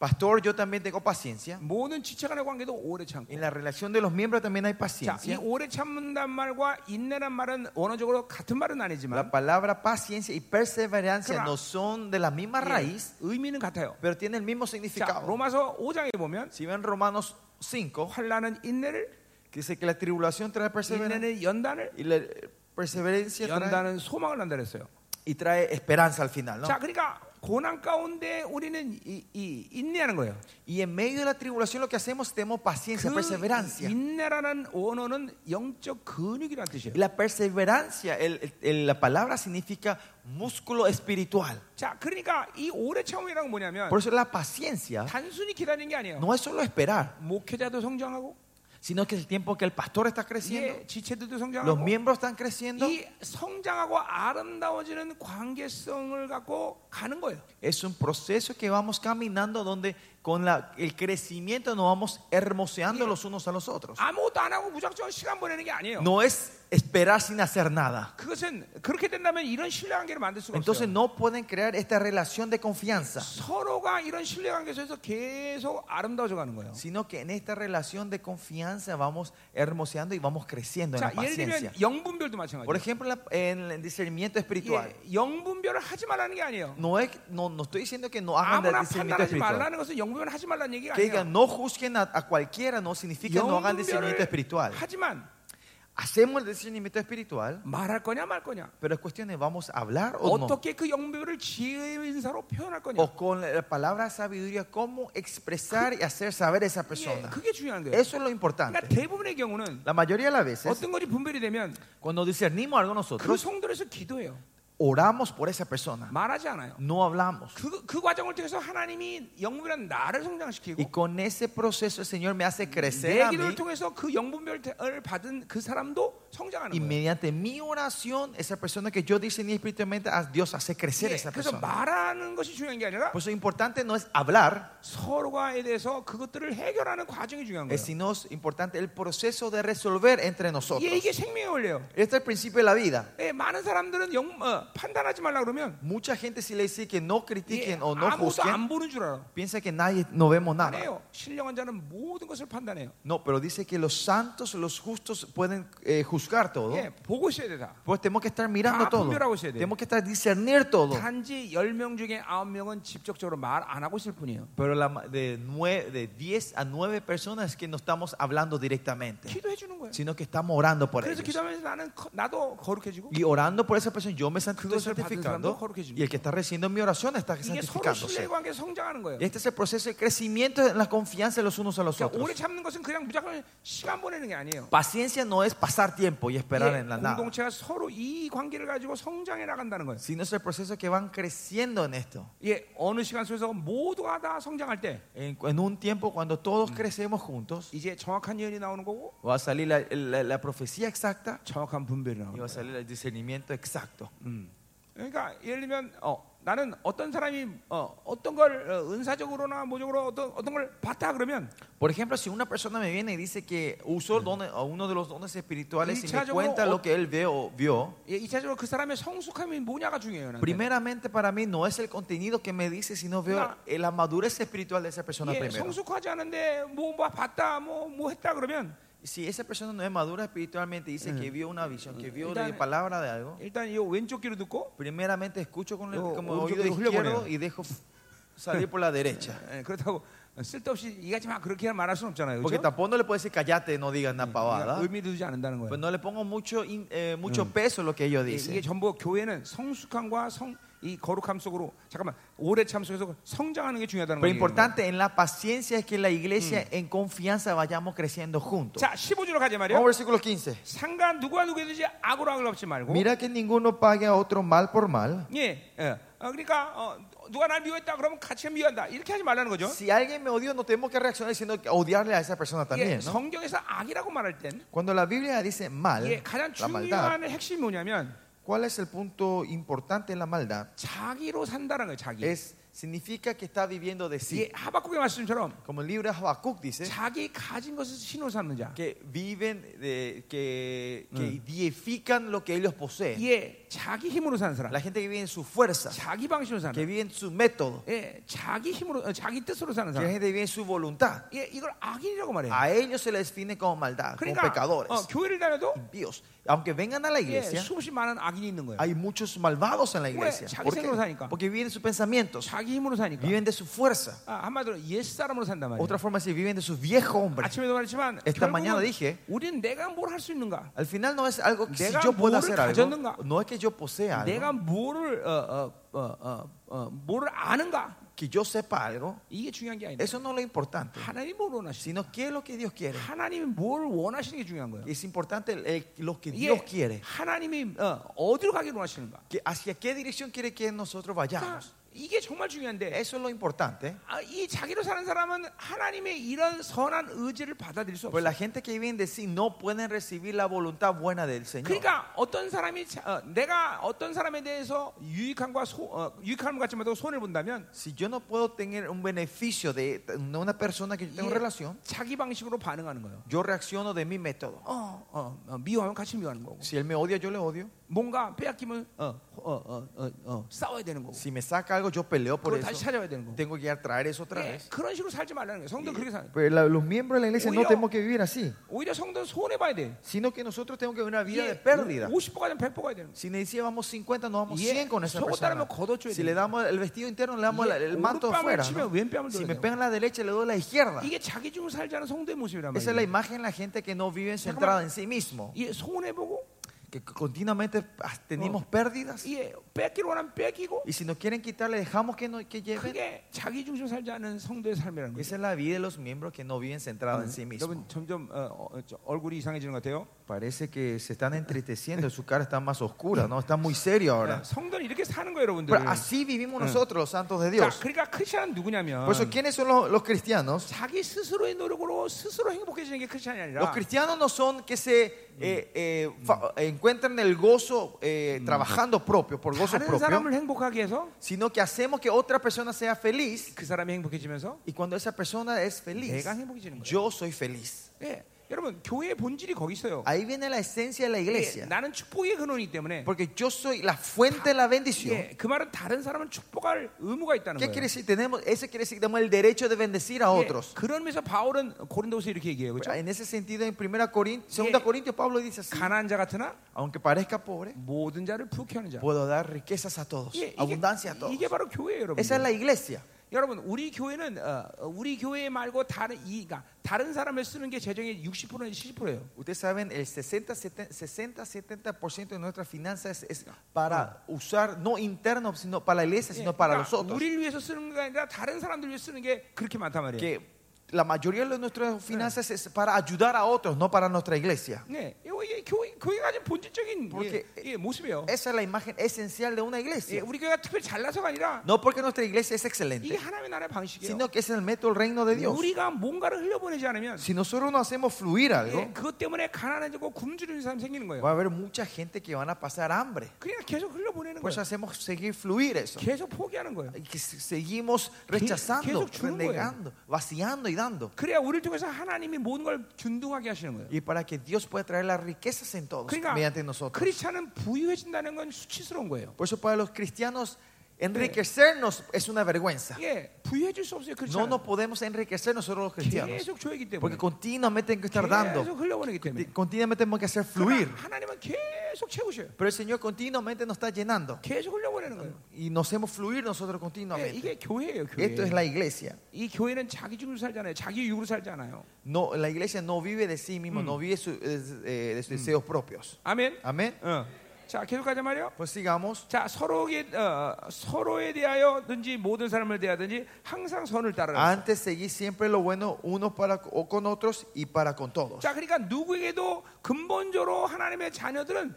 Pastor, yo también tengo paciencia. 모든 지체간의 관계도 오래 참고. En la relación de los miembros también hay 자, 이 paciencia. 오래 참는단 말과 인내란 말은 원어적으로 같은 말은 La 아니지만 palabra paciencia y perseverancia Claro. no son de la misma 예, raíz, 의미는 같아요. pero tienen el mismo 자, significado. 로마서 5장에 보면 Si ven Romanos 5, 환란은 인내를 que dice que la tribulación trae perseverancia 인내는 연단을 y la eh, perseverancia trae, 연단은 소망을 한다 그랬어요. y trae esperanza al final. ¿no? 자, 그러니까 고난 가운데 우리는 이, 이 인내하는 거예요. Y en medio de la tribulación lo que hacemos es tenemos paciencia, 그 perseverancia. 인내라는 원어는 영적 근육이라는 Y 뜻이에요. la perseverancia, el- el- el- la palabra significa músculo espiritual. 자, 그러니까 이 오래 참음이란 건 뭐냐면 Por eso la paciencia 단순히 기다리는 게 아니에요. no es solo esperar, 목회자도 성장하고 sino que es el tiempo que el pastor está creciendo, 예, 지체들도 los 성장하고 miembros están creciendo. 이 성장하고 아름다워지는 관계성을 갖고 가는 거예요. Es un proceso que vamos caminando donde con la- el crecimiento nos vamos hermoseando Sí. los unos a los otros. 아무것도 안 하고 무작정 시간 보내는 게 아니에요. Ah, No es esperar sin hacer nada. 그것은 그렇게 된다면 이런 신뢰관계를 만들 수가 Entonces 없어요. no pueden crear esta relación de confianza, 서로가 이런 신뢰관계 속에서 계속 아름다워져 가는 거예요. sino que en esta relación de confianza vamos hermoseando y vamos creciendo en 자, la 예를 paciencia. 들면 영분별도 Por 마찬가지예요. ejemplo, en la- en el discernimiento espiritual. 예, 영분별을 하지 말라는 게 아니에요. No, es, no, no estoy diciendo que no hagan el 아무나 discernimiento 판단하지 espiritual. 말라는 것은 영분별 하지 말라는 얘기가 Que digan 아니에요. no juzguen a, a cualquiera no significa no hagan discernimiento 영분별을 espiritual. 하지만 hacemos el discernimiento espiritual, 말할 거냐 말 거냐. pero es cuestión de vamos a hablar o no. 어떻게 그 영배를 지혜의 인사로 표현할 거냐. O con la palabra sabiduría, cómo expresar y hacer saber a esa 예, persona. 그게 중요한 거예요. Eso es lo 그러니까 importante. 대부분의 경우는 La mayoría de las veces, 어떤 것이 분별이 되면 cuando discernimos algo 그 nosotros, 성도에서 기도해요. oramos por esa persona. 말하지 않아요. No 하blamos. 그, 그 과정을 통해서 하나님이 영분이란 나를 Y 성장시키고 con ese proceso el Señor me hace crecer 내 a 기도를 mí 통해서 그 영분별을 받은 그 사람도 성장하는 y 거예요. mediante mi oración, esa persona que yo discerní espiritualmente, a Dios hace crecer a 예, esa 그래서 persona. 말하는 것이 중요한 게 아니라 Por eso importante no es hablar, 서로가에 대해서 그것들을 해결하는 과정이 중요한 eh, 거예요. sino es importante el proceso de resolver entre nosotros. 예, Este 이게 생명의 원리예요. es el principio de la vida. 예, 많은 사람들은 영, 어, 판단하지 말라 그러면 Mucha gente si le dice que no 예, critiquen o no 아무도 juzguen, 안 보는 줄 알아요. piensa que nadie, no vemos 안 nada. 해요. 신령한 자는 모든 것을 판단해요. No, pero dice que los santos, los justos pueden eh, juzgar todo. 예, 보고 있어야 돼 다. Pues tenemos que estar mirando Ah, todo. 분별하고 있어야 돼. Tenemos que estar discernir 어. todo. 단지 10명 중에 9명은 직접적으로 말 안 하고 있을 뿐이에요. Pero la ma- de, nue- de 10 a 9 personas que no estamos hablando directamente, 기도해 주는 거예요. sino que estamos orando por 그래서 ellos. 기도하면서 나는 커- 나도 거룩해지고 Y orando por esa persona, yo me sant- estoy 그것을 받은 사람도 santificando. 거룩해지는 Y el que está recibiendo mi oración está 이게 서로 신뢰 santificándose. 관계 성장하는 거예요. Este es el proceso de crecimiento en la confianza de los unos a los 그러니까 otros. 오래 참는 것은 그냥 무조건 시간 보내는 게 아니에요. Paciencia no es pasar tiempo y esperar 예, en la nada, 공동체가 서로 이 관계를 가지고 성장해 나간다는 거예요. sino es el proceso que van creciendo en esto. 예, 어느 시간 속에서 모두가 다 성장할 때 En, en un tiempo cuando todos crecemos juntos, 이제 정확한 예언이 나오는 거고 va a salir la, la- la profecía exacta 정확한 분별이 y 나오는 va a 거예요. salir el discernimiento exacto. 음. 그러니까 예를 들면 어, 나는 어떤 사람이 어, 어떤 걸 어, 은사적으로나 모적으로 어떤 어떤 걸 봤다 그러면 Por ejemplo, si una persona me viene y dice que usó el don- a uno de los dones espirituales Mm. y me Dichayo- cuenta lo que él veo, vio, 예, 이차적으로 그 사람의 성숙함이 뭐냐가 중요해요. 나한테. primeramente para mí no es el contenido que me dice, sino veo Una- eh, la madurez espiritual de esa persona 예, primero. 성숙하지 않은데 뭐, 뭐 봤다 뭐, 뭐 했다 그러면 Si esa persona no es madura espiritualmente, dice que vio una visión, que vio Entonces- la palabra de algo, 일단 이 왼쪽 귀로 듣고 primeramente escucho con el Oh, como oh, yo oído creo que julio izquierdo poneo. y dejo f- salir por la derecha. 예, 그렇다고 쓸데없이 이같이 막 그렇게 말할 수는 없잖아요. Porque 그렇죠? 그러니까 tampoco no le puedo decir callate, no digas Mm, una pavada. 의미 두지 않는다는 거예요. Pues no le pongo mucho, in- eh, Mm. mucho peso a lo que ellos 예, 이게 dicen. 전부 교회는 성숙함과 성, 이 거룩함 속으로 잠깐만 오래 참 속에서 성장하는 게 중요하다는 Pero 거예요. importante en la paciencia es que la iglesia Mm. en confianza vayamos creciendo juntos. 자, 15절로 가자 Vamos al 말이에요. versículo 15. 상가 누구와 누구든지 악으로 악을 갚지 말고. Mira que ninguno pague a otro mal por mal. 예, 예. 어, 그러니까 어, 누가 날 미워했다 그러면 같이 미워한다 이렇게 하지 말라는 거죠. Si alguien me odió, no tenemos que reaccionar diciendo que odiarle a esa persona 예, también. ¿no? 성경에서 악이라고 말할 땐 Cuando la Biblia dice mal, 예, 가장 la maldad, 중요한 핵심이 뭐냐면 ¿cuál es el punto importante en la maldad? 자기로 산다는 거예요. 자기. Es, significa que está viviendo de 예, sí. 하박국의 말씀처럼 Como el libro de Habacuc dice, 자기 가진 것을 신으로 삼는 자. que viven, de- que, que diefican lo que ellos poseen. 예, 자기 힘으로 사는 사람. La gente que vive en su fuerza, 자기 방식으로 사는 que 사람. vive en su método, 예, 자기 힘으로 어, 자기 뜻으로 사는 que la 사람. gente vive en su voluntad. 예, 이걸 악인이라고 말해요. A ellos se les define como maldad, como 그러니까 pecadores, 어, 교회를 다녀도 impíos. Aunque vengan a la 예, iglesia, 수없이 아, 많은 악인이 있는 거예요. hay muchos malvados en la iglesia. Bueno, ¿Por 자기 qué? 생각으로 사니까. Porque viven de sus pensamientos, 자기 힘으로 사니까. viven de su fuerza. 아, 한마디로 옛사람으로 산단 말이에요. Otra forma es decir, viven de sus viejos hombres. 아침에도 말했지만 Esta mañana 결국은 dije- 우리는 내가 뭘 할 수 있는가? Al final no es algo que si 내가 yo puedo 뭐를 hacer algo, 가졌는가? no es que yo posea algo, 내가 뭐를 어, 어, 어, 어, 어, 뭐를 아는가? que yo sepa algo. 이게 중요한 게 아니다. Eso no es lo importante, 하나님이 뭘 원하시는? sino qué es lo que Dios quiere. 하나님이 뭘 원하시는 게 중요한 거예요. Es importante el- el- lo que 이게 Dios quiere. 하나님이 어, 어디로 가기를 원하시는가? que ¿Hacia qué dirección quiere que nosotros 그러니까 vayamos? 이게 정말 중요한데 Eso es lo importante. ¿eh? 아, 이 자기로 사는 사람은 하나님의 이런 선한 의지를 받아들일 수 Pues 없어요. la gente que vive de sí no pueden recibir la voluntad buena del Señor. 그러니까 어떤 사람이 자- 어, 내가 어떤 사람에 대해서 유익함과 소, 어, 유익함을 갖지만 손을 본다면 Si yo no puedo tener un beneficio de de una persona que yo tengo 예, relación, 자기 방식으로 반응하는 거예요. yo reacciono de mi método. 어, 어, 어, 미워하면 같이 미워하는 거고. Si él me odia, yo le odio. 뭔가 빼앗기면 어, 어, 어, 어, 어, 싸워야 되는 거고. Si me saca algo, yo peleo por 그걸 다시 eso. 찾아와야 되는 거고. Tengo que ir a traer eso otra 예, vez. 그런 식으로 살지 말라는 네. 거예요. 성도 그렇게 살. Pero la- los miembros de la iglesia no Oiga. tenemos que vivir así, 오히려 성도는 손해 봐야 돼. sino que nosotros tenemos que vivir una vida de 이게 pérdida. 50% 가면 100% 가야 되는 거예요. Si necesitábamos 50, nos damos Yeah. 100 con esa Solo persona. darme codocho y Si le digo. damos el vestido interno, le damos Yeah. la- el manto Orupa afuera. chi면 ¿no? 왼뺨을 Si doy me yo. pegan la derecha, le doy la izquierda. 이게 자기 중을 살지 않은 성도의 모습이란 Esa es la 아. 말이에요. imagen de la gente que no vive centrada en sí mismo. 이게 손해 보고 Que continuamente ah, tenemos pérdidas. 이게 뺏기로 하면 뺏기고 Y si nos quieren quitar, le dejamos que, no- que lleven. 그게 자기 중심 살지 않은 성도의 삶이라는 거예요. Esa es la vida de los miembros que no viven centrados en sí mismos. 여러분 점점 어, 어, 저 얼굴이 이상해지는 것 같아요. Parece que se están entristeciendo, su cara está más oscura, ¿no? Está muy serio ahora. 네, 성도는 이렇게 사는 거예요, 여러분들. Pero así vivimos nosotros, los santos de Dios. 자, 그러니까 크리스천은 누구냐면 Por eso, ¿quiénes son los, los cristianos? 자기 스스로의 노력으로 스스로 행복해지는 게 크리스천이 Los 아니라 cristianos no son que se eh, eh, fa- encuentran el gozo eh, trabajando propio, por gozo 다른 propio, 사람을 행복하게 해서 sino que hacemos que otra persona sea feliz. 그 사람이 행복해지면서 Y cuando esa persona es feliz, 내가 행복해지는 거예요. yo soy feliz. 예, 여러분 교회의 본질이 거기 있어요. Ahí viene la esencia de la 예, iglesia. 나는 축복의 근원이기 때문에 Porque yo soy la fuente de la bendición. 예, 그 말은 다른 사람은 축복할 의무가 있다는 ¿Qué 거예요. quiere decir? Tenemos, ese quiere decir que tenemos el derecho de bendecir a 예, otros. 그런 면에서 바울은 고린도서 이렇게 얘기해요. 그렇죠? En ese sentido, en 1 Corintios, 2 Corintios, Pablo dice así: 가난한 자 같으나 Aunque parezca pobre, 모든 자를 부케 하는 자. puedo dar riquezas a todos, 예, 이게, abundancia a todos. 이게 바로 교회예요, 여러분. Esa es la iglesia. 여러분, 우리 교회는 어, 어, 우리 교회 말고 다른 이 그러니까 다른 사람을 쓰는 게 재정의 60%는 70%예요. Ustedes saben, el 60-70% de nuestras finanzas es, es para usar, no interno, sino para la Eh, iglesia, sino para los otros. 네, 그러니까 우리를 위해서 쓰는 게 아니라 다른 사람들 위해 서 쓰는 게 그렇게 많단 말이에요. Que la mayoría de nuestras finanzas es para ayudar a otros, no para nuestra iglesia. 네, 이거 이게 교회 교회가 아주 본질적인 그렇게- 예, 예, 모습이에요. Esa es la imagen esencial de una 예, iglesia. 우리 교회가 특별히 잘나서가 아니라 No porque nuestra iglesia es 이게 excelente, 하나님의 나라의 방식이에요. sino que es el método del reino de Dios. 우리가 뭔가를 흘려보내지 않으면 Si nosotros no hacemos fluir 예, algo, 그것 때문에 가난해지고 굶주리는 사람 생기는 거예요. va a 하ber mucha gente que van a pasar hambre. 그러니까 계속 흘려보내는 Pues 거예요. hacemos seguir fluir eso. 계속 포기하는 거예요. Y que se- seguimos rechazando, 계속 주는 renegando, vaciando y dando. 그래야 우리를 통해서 하나님이 모든 걸 준둥하게 하시는 거예요. Y para que Dios pueda traer las riquezas en todos 그러니까 mediante nosotros. 크리스찬은 부유해진다는 건 수치스러운 거예요. Por eso para los cristianos enriquecernos es una vergüenza. 예, 부유해질 수 없어요. No 크리스찬은 nos podemos enriquecer nosotros los cristianos. 계속 줘야기 때문에 Porque continuamente tenemos que estar 계속 dando. 흘려보내기 때문에 Continuamente tenemos que hacer fluir. 그러나 하나님은 계속 채우셔요. Pero el Señor continuamente nos está llenando. 계속 흘려보내는 거예요. Y nos hacemos fluir nosotros 예, continuamente. 이게 교회예요. 교회. Esto es la iglesia. 이 교회는 자기 중심으로 살잖아요. 자기 육으로 살잖아요. No, la iglesia no vive de sí mismo, no vive su- eh, eh, de sus deseos propios. 아멘. Amén. 어. 자, 계속 가자 말이요. Pues sigamos. 자, 서로에게 어, 서로에 대하여든지 모든 사람을 대하든지 항상 선을 따르라. Antes seguí siempre lo bueno unos para o con otros y para con todos. 자, 그러니까 누구에게도 근본적으로 하나님의 자녀들은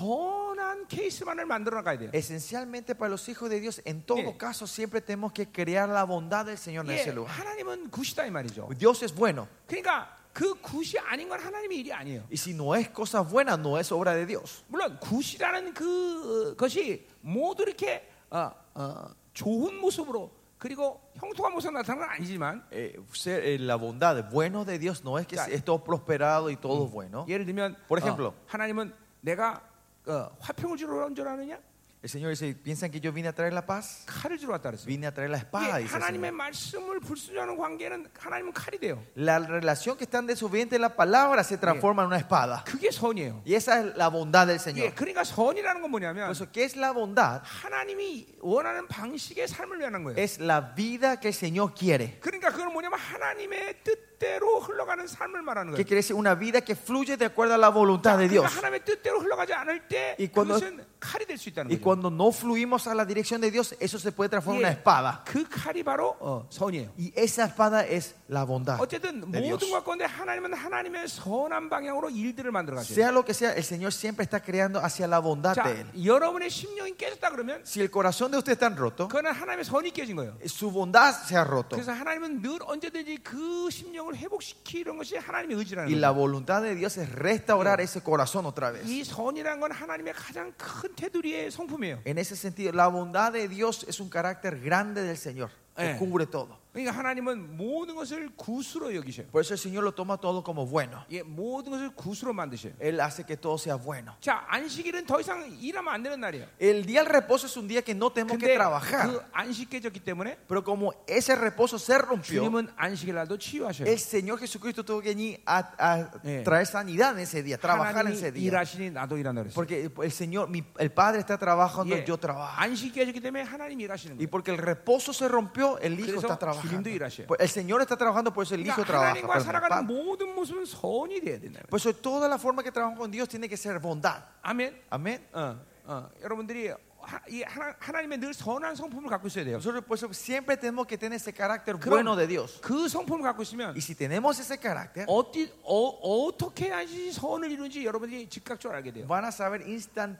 선한 케이스만을 만들어 나가야 돼요. Esencialmente para los hijos de Dios, en todo Yeah. caso siempre tenemos que crear la bondad del Señor en 예, ese lugar. 하나님은 굿이다 이 말이죠. Dios es bueno 그러니까 그 굿이 아닌 건 하나님의 일이 아니에요. y si no es cosa buena no es obra de Dios. 물론 굿이라는 그 어, 것이 모두 이렇게 어, 어, 좋은 모습으로 그리고 형통한 모습 나타나는 건 아니지만 Eh, ser- eh, la bondad, bueno de Dios no es que Ya. es todo prosperado Mm. y todo bueno. 예를 들면 Por ejemplo. 어, 하나님은 내가 어, 화평을 주러 온 줄 아느냐? El Señor dice, ¿piensan que yo vine a traer la paz? 칼을 주러 왔다 그랬어요. Vine a traer la espada, 예, dice el Señor. 하나님의 말씀을 불순종하는 관계는 하나님은 칼이 돼요. La relación que están desobediente de la palabra se transforma en una espada. 그게 선이에요. Y esa es la bondad del 예, Señor. 그러니까 선이라는 건 Por 뭐냐면 eso, ¿qué es la bondad? 하나님이 원하는 방식의 삶을 위한 거예요. Es la vida que el Señor quiere. 그러니까 그건 뭐냐면 하나님의 뜻대로 흘러가는 삶을 말하는 Que 거예요. quiere decir una vida que fluye de acuerdo a la voluntad de 그러니까 Dios. 하나님의 뜻대로 흘러가지 않을 때 이 cuando- 그것은 칼이 될 수 있다는 Y 거예요. cuando no fluimos a la dirección de Dios, eso se puede transformar en una Yeah. espada. 그 칼이 바로 어, 선이에요. 아, Y esa espada es la bondad. 어쨌든 de Dios. 모든 것 건데 하나님은 하나님의 선한 방향으로 일들을 만들어 가세요. Sea lo que sea, el Señor siempre está creando hacia la bondad 자, de Él. 여러분의 심령이 깨졌다 그러면 Si el corazón de usted está roto, 그거는 하나님의 선이 깨진 거예요. su bondad se ha roto. 그래서 하나님은 늘 언제든지 그 심령을 회복시키는 것이 하나님의 의지라는 Y la 거예요. voluntad de Dios es restaurar ese corazón otra vez. 이 선이라는 건 하나님의 가장 큰 테두리의 성품이에요. En ese sentido, la bondad de Dios es un carácter grande del Señor, que Eh. cubre todo. 그러니까 하나님은 모든 것을 구수로 여기셔요. Por eso el Señor lo toma todo como bueno. 예, 모든 것을 구수로 만드셔요. Él hace que todo sea bueno. 자, 안식일은 더 이상 일하면 안 되는 날이에요. El día del reposo es un día que no tenemos que 근데 trabajar. 그 안식 깨졌기 때문에 Pero como ese reposo se rompió, 주님은 안식일 날도 치유하셔요. el Señor Jesucristo tuvo que venir a, a Eh. traer sanidad en ese día, trabajar en ese 하나님이 día. 일하시니 나도 일한다 그랬어요. Porque el Señor, mi- el Padre está trabajando, 예, yo trabajo. 안식이 깨졌기 때문에 하나님 일하시는 Y 거예요. porque el reposo se rompió, el Hijo 그래서 está trabajando. 주님도 일하셔요. Por- El Señor está trabajando, por eso el Hijo 그러니까 trabaja. 하나님과 perdón, 살아가는 pa- 모든 모습은 선이 돼야 된다. Por eso toda la forma que trabajamos con Dios tiene que ser bondad. 아멘. Amén. 어, 어, 여러분들이 하, 이 하나, 하나님의 늘 선한 성품을 갖고 있어야 돼요. Nosotros por eso siempre tenemos que tener ese carácter 그럼- bueno de Dios. 그 성품을 갖고 있으면 Y si tenemos ese carácter, 어디 어, 어떻게 해야지 선을 이루는지 여러분들이 즉각적으로 알게 돼요. van a saber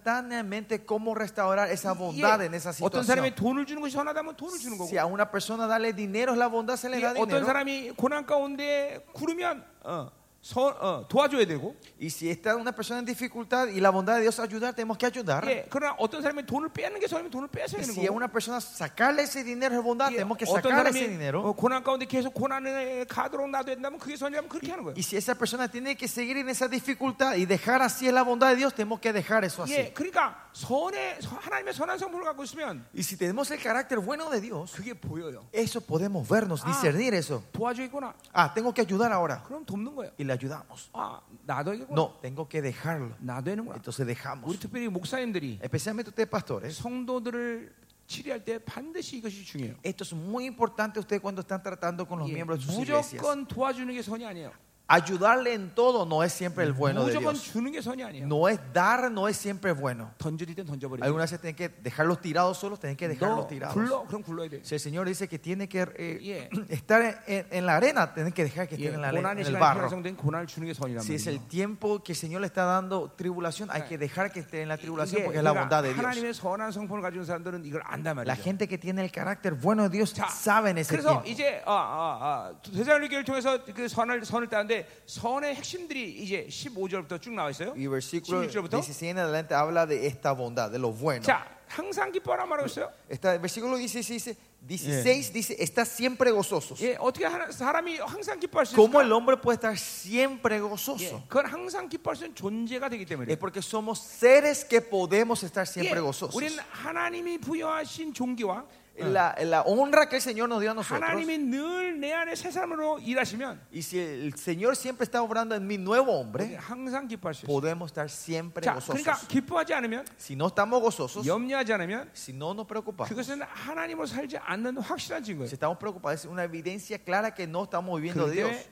instantáneamente cómo restaurar esa 이게 bondad en esa 어떤 사람이 situación. 돈을 주는 것이 선하다면 돈을 주는 거고 Si a una persona darle dinero, es la bondad se le 이게 da 어떤 dinero. 사람이 고난 가운데 구르면 어, 선- 어, 도와줘야 되고 Y si está una persona en dificultad y la bondad de Dios ayudar, tenemos que ayudar. 예, 그러나 어떤 사람이 돈을 빼는 게 선이면 돈을 뺏어야 Y 되는 si a 거고 una persona sacarle ese dinero es bondad, 예, tenemos que 어떤 sacarle ese 사람이 dinero. 어, 고난 가운데 계속 고난을 가도록 놔둬야 된다면 그게 선이라면 그렇게 하는 거예요. Y si esa persona tiene que seguir en esa dificultad y dejar así es la bondad de Dios, tenemos que dejar eso así. 예, 그러니까 선의 서- 하나님의 선한 성품을 갖고 있으면 Y si tenemos el carácter bueno de Dios, 그게 보여요. eso podemos vernos, Ah. discernir eso. 도와주겠구나. Ah, tengo que ayudar ahora. 그럼 돕는 거예요. Y le ayudamos. 아, 나도겠구나. No, tengo que dejarlo. 나도는구나. Entonces dejamos. 우리 특별히 목사님들이 Especialmente ¿eh? ustedes pastores. 성도들을 치료할 때 반드시 이것이 중요해요. Esto es muy importante ustedes cuando están tratando con los 예, miembros de sus iglesias. 무조건 도와주는 게 선이 아니에요. Ayudarle en todo no es siempre el bueno de 무조건 Dios. 주는 게 선이 아니에요. No es dar, no es siempre bueno. 던질 땐 던져버리고. Algunas veces tienen que dejarlos tirados solos, tienen que 너 dejarlos tirados. 굴러 그럼 굴러야 돼. Si el Señor dice que tiene que eh, Yeah. estar en, en- en la arena, tienen que dejar que 예, estén en la arena, en 고난의 el 시간에 barro. 형성된 고난을 주는 게 선이란 Si es el 말이에요. tiempo que el Señor le está dando tribulación, hay Yeah. que dejar que esté en la tribulación 이게 porque es la 그러니까 bondad de Dios. 하나님의 선한 성품을 가진 사람들은 이걸 안단 La 말이죠. gente que tiene el carácter bueno de Dios 자, saben ese 그래서 tiempo. 이제 아, 아, 아, 대장일기를 통해서 그 선을 선을 따는데 선의 핵심들이 이제 15절부터 쭉 나와 있어요. Y versículo 16절부터 16 en adelante habla de esta bondad, de lo bueno. 자, 항상 기뻐라 말하고 있어요. Está, el versículo 16 dice, 16 dice, está siempre gozoso. 예, 어떻게 하나, 사람이 항상 기뻐할 수 ¿Cómo el 있을까? hombre puede estar siempre 예, gozoso? 그건 항상 기뻐할 수 있는 존재가 되기 때문에. Es porque somos seres que podemos estar 예, siempre gozosos. 우리는 하나님이 부여하신 종기와 La, la honra que el Señor nos dio a nosotros. 하나님이 늘 내 안에 새 사람으로 일하시면 Y si el Señor siempre está obrando en mi nuevo 우리는 hombre, 항상 기뻐할 수 있어요. podemos estar siempre 자, gozosos. 그러니까 기뻐하지 않으면 Si no estamos gozosos, 염려하지 않으면 si no nos preocupamos, 그것은 하나님으로 살지 않는 확실한 증거예요. si estamos preocupados, es una evidencia clara que no estamos viviendo 그렇기 de Dios. 때문에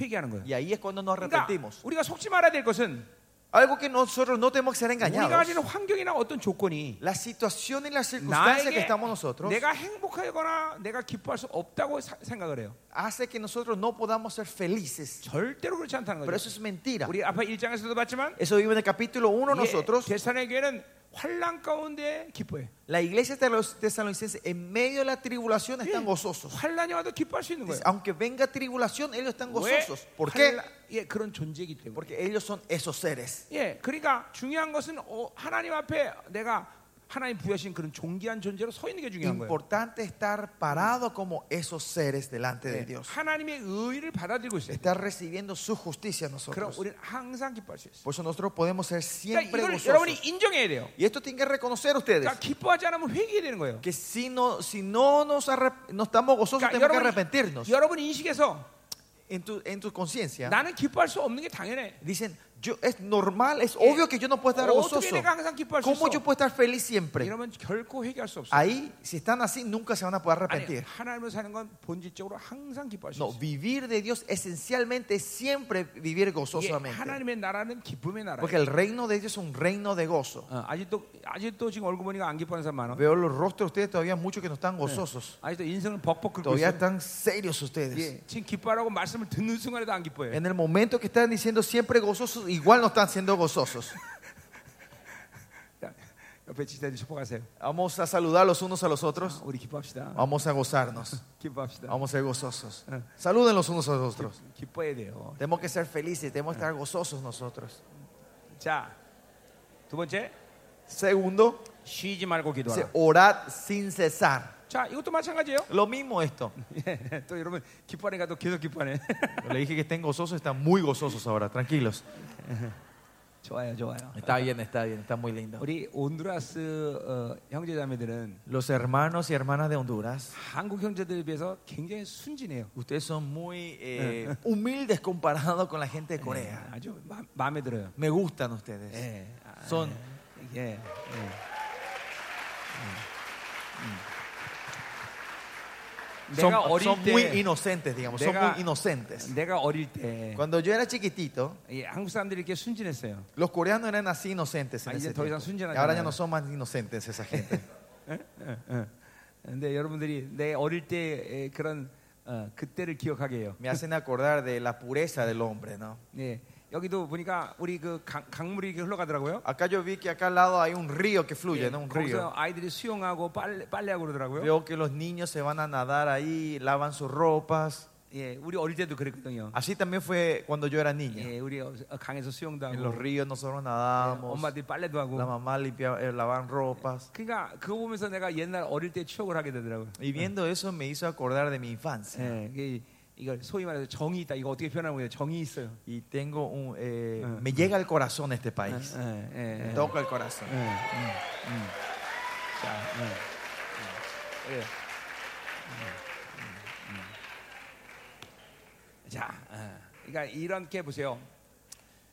회개하는 거예요. Y ahí es cuando nos 그러니까 arrepentimos. 우리가 속지 말아야 될 것은 Algo que nosotros no tenemos que ser 우리가 engañados. 가지는 환경이나 어떤 조건이 La situación y las circunstancias que 나에게 estamos nosotros 내가 행복하거나 내가 기뻐할 수 없다고 사- 생각을 해요. hace que nosotros no podamos ser felices. 절대로 그렇지 않다는 Pero 거죠. eso es mentira. 우리 아까 1장에서도 봤지만 Eso vive en el capítulo 1 nosotros. 대산의 교회는 환란 가운데 기뻐해. La iglesia de los tesalonicenses en medio de la tribulación están 예, gozosos. 환란이 와도 기뻐할 수 있는 거예요. Dice, Aunque venga tribulación, ellos están 왜? gozosos. ¿Por qué? 환란- 예, 그런 존재이기 때문에. Porque ellos son esos seres. 예, 그러니까 중요한 것은 어, 하나님 앞에 내가 하나님 부여하신 그런 존귀한 존재로 서 있는 게 중요한 거예요. Importante estar parado como esos seres delante de 예, Dios. 하나님의 의를 받아들이고 있어요. Estar recibiendo su justicia 그럼 nosotros. 우리는 항상 기뻐할 수 있어요. Por eso nosotros podemos ser 그러니까 siempre 이걸 gozosos. 여러분이 인정해야 돼요. Y esto tienen que reconocer ustedes. 그러니까 기뻐하지 않으면 회개해야 되는 거예요. Que si no, si no nos arrep- no estamos gozosos, 그러니까 tenemos que 여러분, arrepentirnos. 여러분 인식에서 En tu, en tu conciencia, 나는 기뻐할 수 없는 게 당연해. dicen, yo, es normal, es 예. obvio que yo no puedo estar 어떻게 gozoso. 내가 항상 기뻐할 수 ¿Cómo 있어? yo puedo estar feliz siempre? 이러면 결코 회개할 수 없어. Ahí, si están así, nunca se van a poder 아니, arrepentir. 하나님을 사는 건 본질적으로 항상 기뻐할 수 No, 있어. vivir de Dios esencialmente es siempre vivir 예, gozosamente. 하나님의 나라는 기쁨의 나라예요. Porque el reino de Dios es un reino de gozo. 어, 아직도 아직도 지금 얼굴 보니까 안 기뻐하는 사람 많아. Veo los rostros de ustedes todavía muchos que no están gozosos. 아직도 인생을 벅벅 긁고 Todavía 있어. están serios ustedes. 예, 지금 기뻐하라고 말씀을 듣는 순간에도 안 기뻐해. En el momento que están diciendo siempre gozosos, igual no están siendo gozosos. 자, 옆에 지사님 축복하세요. Vamos a saludar los unos a los otros. 우리 기뻐합시다. Vamos a gozarnos. 기뻐합시다. Vamos a ser gozosos. Saluden los unos a los otros. 기뻐해야 돼요. Tenemos que ser felices, tenemos que estar gozosos nosotros. 자, 두 번째 Segundo, 쉬지 말고 Dice, 기도하라. orad sin cesar. 자, 이것도 마찬가지예요. Lo mismo esto. 예, 또 여러분 기뻐하니까 또 계속 기뻐하네. Yo le dije que estén gozosos, están muy gozosos ahora, tranquilos. 좋아요, 좋아요. Está bien, está bien, está muy lindo. 우리 온두라스 어, 형제자매들은 Los hermanos y hermanas de Honduras, 한국 형제들에 비해서 굉장히 순진해요. ustedes son muy eh, humildes comparados con la gente de 예, Corea. 아주 마, 마음에 들어요. Me gustan ustedes. 예, 아, Son 예, 예. 음, 음. son, 내가 어릴 son 때 muy inocentes, digamos, son Nega- muy inocentes. 내가 어릴 때 Cuando yo era chiquitito, 예, 한국 사람들이 이렇게 순진했어요. los coreanos eran así inocentes. Ah, En y ese ya todavía tiempo. son llenas Y ahora de- ya no son más inocentes esa gente. 예, 예. 근데 여러분들이 내 어릴 때 그런 어, 그때를 기억하게 해요. Me hacen acordar de la pureza del hombre, ¿no? 예, 여기도 보니까 우리 그 강, 강물이 이렇게 흘러가더라고요. 예, Acá yo vi que acá al lado hay un río que fluye, ¿no? Un 거기서 río. 아이들이 수영하고 빨래, 빨래하고 아, 그러더라고요. Veo que los niños se van a nadar ahí, lavan sus ropas. 예, 우리 어릴 때도 그랬거든요. Así también fue cuando yo era niño. 예, 우리 어- 강에서 수영도 En los 하고 예, ríos nosotros nadábamos, 엄마들이 빨래도 하고. la mamá limpiaba, eh, lavaban ropas. 그러니까 그거 보면서 내가 옛날 어릴 때 추억을 하게 되더라고요. Y viendo eso me hizo acordar de mi infancia. 예, 이게 이걸 소위 말해서 정이 있다. 이거 어떻게 표현하면 돼요? 정이 있어요. Y tengo un. eh, Eh. me llega al corazón este país. 예, 예, Me 예. toca el corazón. 예, 음, 음. 자, 예, 예. 예. 음, 음, 음. 자, 예. 그러니까 이렇게 보세요.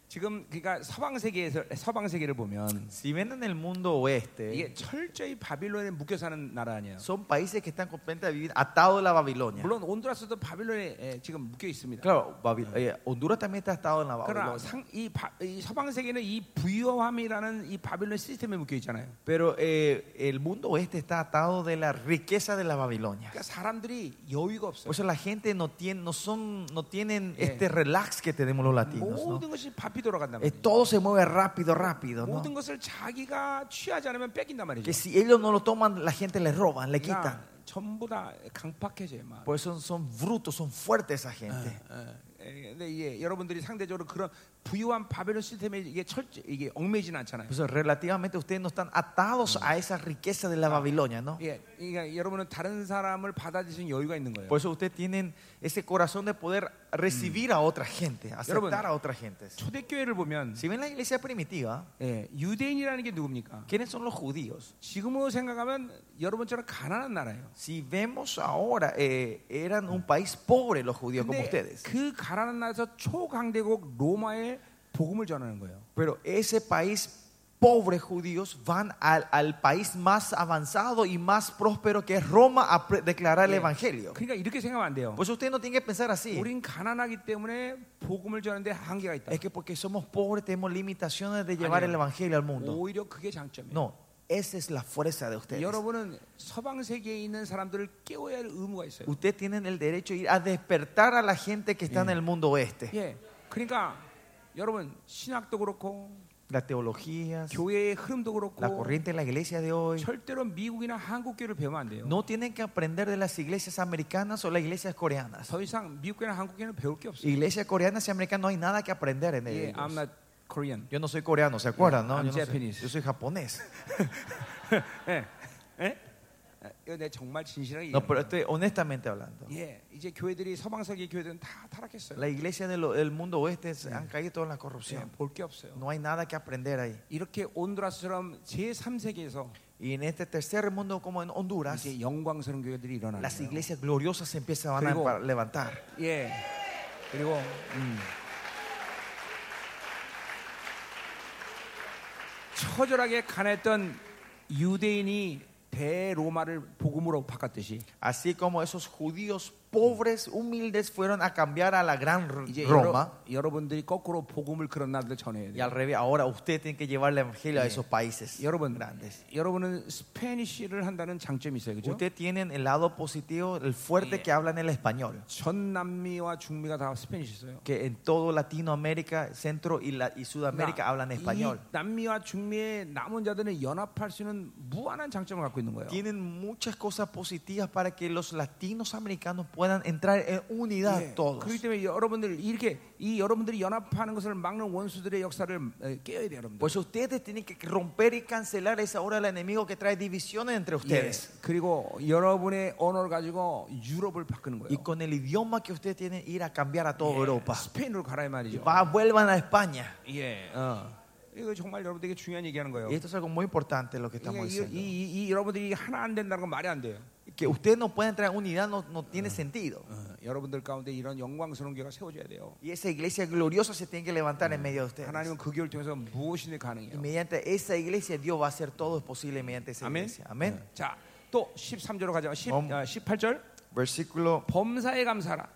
지금 그러니까 서방 세계에서 서방 세계를 보면 Si ven en el mundo oeste, 이게 철저히 바빌론에 묶여 사는 나라 아니에요. son países que están completamente vivir atados a la Babilonia. 물론 온두라스도 바빌론에 예, 지금 묶여 있습니다. Claro, Babil- eh, Honduras también está atado en la 그러나 Babilonia. 상, 이, 바, 이 서방 세계는 이 부유함이라는 이 바빌론 시스템에 묶여 있잖아요. Pero eh, el mundo oeste está atado de la riqueza de la Babilonia. 그러니까 사람들이 여유가 없어요. Por eso la gente no tiene, no son, no tienen Eh. este relax que tenemos los latinos. ¿no? 모든 것이 바삐 돌아간단 Eh, 말이에요. todo se mueve rápido, rápido. ¿no? 모든 것을 자기가 취하지 않으면 뺏긴단 말이죠. Que si ellos no lo toman, la gente les roban, le quitan. 그러니까 전부 다 강팍해져요. 막. Por eso son brutos, son fuertes esa gente. 어, 예, 근데 이게 여러분들이 상대적으로 그런 부유한 바벨론 시스템에 이게 철 이게 얽매이진 않잖아요. Por eso relativamente ustedes no están atados a esa riqueza de la Babilonia, ¿no? 예, 그러니까 여러분은 다른 사람을 받아들이는 여유가 있는 거예요. Por eso ustedes tienen ese corazón de poder recibir a otra gente, Hermano. aceptar a otra gente. 초대교회를 보면 Si ven la iglesia primitiva, 예, 유대인이라는 게 누굽니까? ¿quiénes son los judíos? 지금으로 생각하면 여러분처럼 가난한 나라예요. Si vemos ahora, eh, eran un país pobre los judíos como 근데 ustedes. 그 가난한 나라에서 초강대국 로마에 복음을 전하는 거예요. Pero ese país pobres judíos van al, al país más avanzado y más próspero que es Roma a pre- declarar el Bien. evangelio. 그러니까 이렇게 생각하면 안 돼요. Pues usted no tiene que pensar así. 우린 가난하기 때문에 복음을 전하는데 한계가 있다. Es que porque somos pobres tenemos limitaciones de llevar Año. el evangelio al mundo. 오히려 그게 장점이에요. No, esa es la fuerza de ustedes. 여러분은 서방 세계에 있는 사람들을 깨워야 할 의무가 있어요. Ustedes tienen el derecho a ir a despertar a la gente que está en el mundo oeste. 예. 그러니까 여러분 신학도 그렇고 Las teologías, 교회의 흐름도 la 그렇고 corriente de la iglesia de hoy. 절대로 미국이나 한국 교회를 배우면 안 돼요. No tienen que aprender de las iglesias americanas o las iglesias coreanas. 더 이상 미국 교회나 한국 교회는 배울 게 없어요. Iglesias coreanas y americanas no hay nada que aprender en 예, I'm ellos. not Korean. Yo no soy coreano, ¿se acuerdan? no? I'm Yo, no soy, Japanese. yo soy japonés. 예. 예? 예, 이거 내가 정말 진실하게 No, pero 얘기해요. estoy honestamente hablando. 예, 이제 교회들이 서방 세계 교회들은 다 타락했어요. La iglesia del, del mundo oeste se han caído todas en la 예, corrupción. 볼게 없어요. No hay nada que aprender ahí. 이렇게 온두라스처럼 제3세계에서 Y en este tercer mundo, como en Honduras, 이제 영광스러운 교회들이 일어나는 las 거예요. iglesias gloriosas se empiezan Pero- a levantar. 예. 그리고 음. 처절하게 가난했던 유대인이 대로마를 복음으로 바꿨듯이 Así como esos judíos pobres, humildes, fueron a cambiar a la gran 이제 R- Roma. 여러, 여러분들이 거꾸로 복음을 그런 나라들 전해야 Y 돼요. al revés, ahora usted tiene que llevar el evangelio a esos países 여러분, grandes. 여러분은 스페니쉬를 한다는 장점이 있어요, 그죠? Usted tienen el lado positivo, el fuerte que hablan el español. 전 남미와 중미가 다 스페니쉬 써요. Que en todo Latinoamérica, Centro y, la- y Sudamérica hablan español. 그러니까 이 남미와 중미의 남은 자들은 연합할 수 있는 무한한 장점을 갖고 있는 거예요. Tienen muchas cosas positivas para que los latinos americanos puedan entrar en unidad 예, todos. 그렇기 때문에 여러분들 이렇게 이 여러분들이 연합하는 것을 막는 원수들의 역사를 에, 깨야 돼요, 여러분들. Por eso Pues ustedes tienen que romper y cancelar esa obra del enemigo que trae divisiones entre 예, ustedes. 그리고 여러분의 언어를 가지고 유럽을 바꾸는 Y 거예요. con el idioma que ustedes tienen, ir a cambiar a toda 예, Europa. 스페인으로 가라 이 말이죠. Va, vuelvan a España. 예, 어. 이거 정말 여러분들에게 중요한 얘기하는 거예요. Y esto es algo muy importante lo que 이게 estamos 이, diciendo. 이, 이, 이 여러분들이 하나 안 된다는 건 말이 안 돼요. que ustedes no pueden traer unidad no, no tiene sentido. 어, 여러분들 가운데 이런 영광스러운 교회가 세워져야 돼요. Y esa iglesia gloriosa se tiene que levantar en medio de ustedes. 하나님은 그 교회를 통해서 무엇이든 Y 가능해요. mediante esa iglesia Dios va a hacer todo posible mediante esa 아멘. iglesia. Amén. 어, 자, 또 13절로 가자. 10, 엄- 18절. Versículo 범사에 감사라.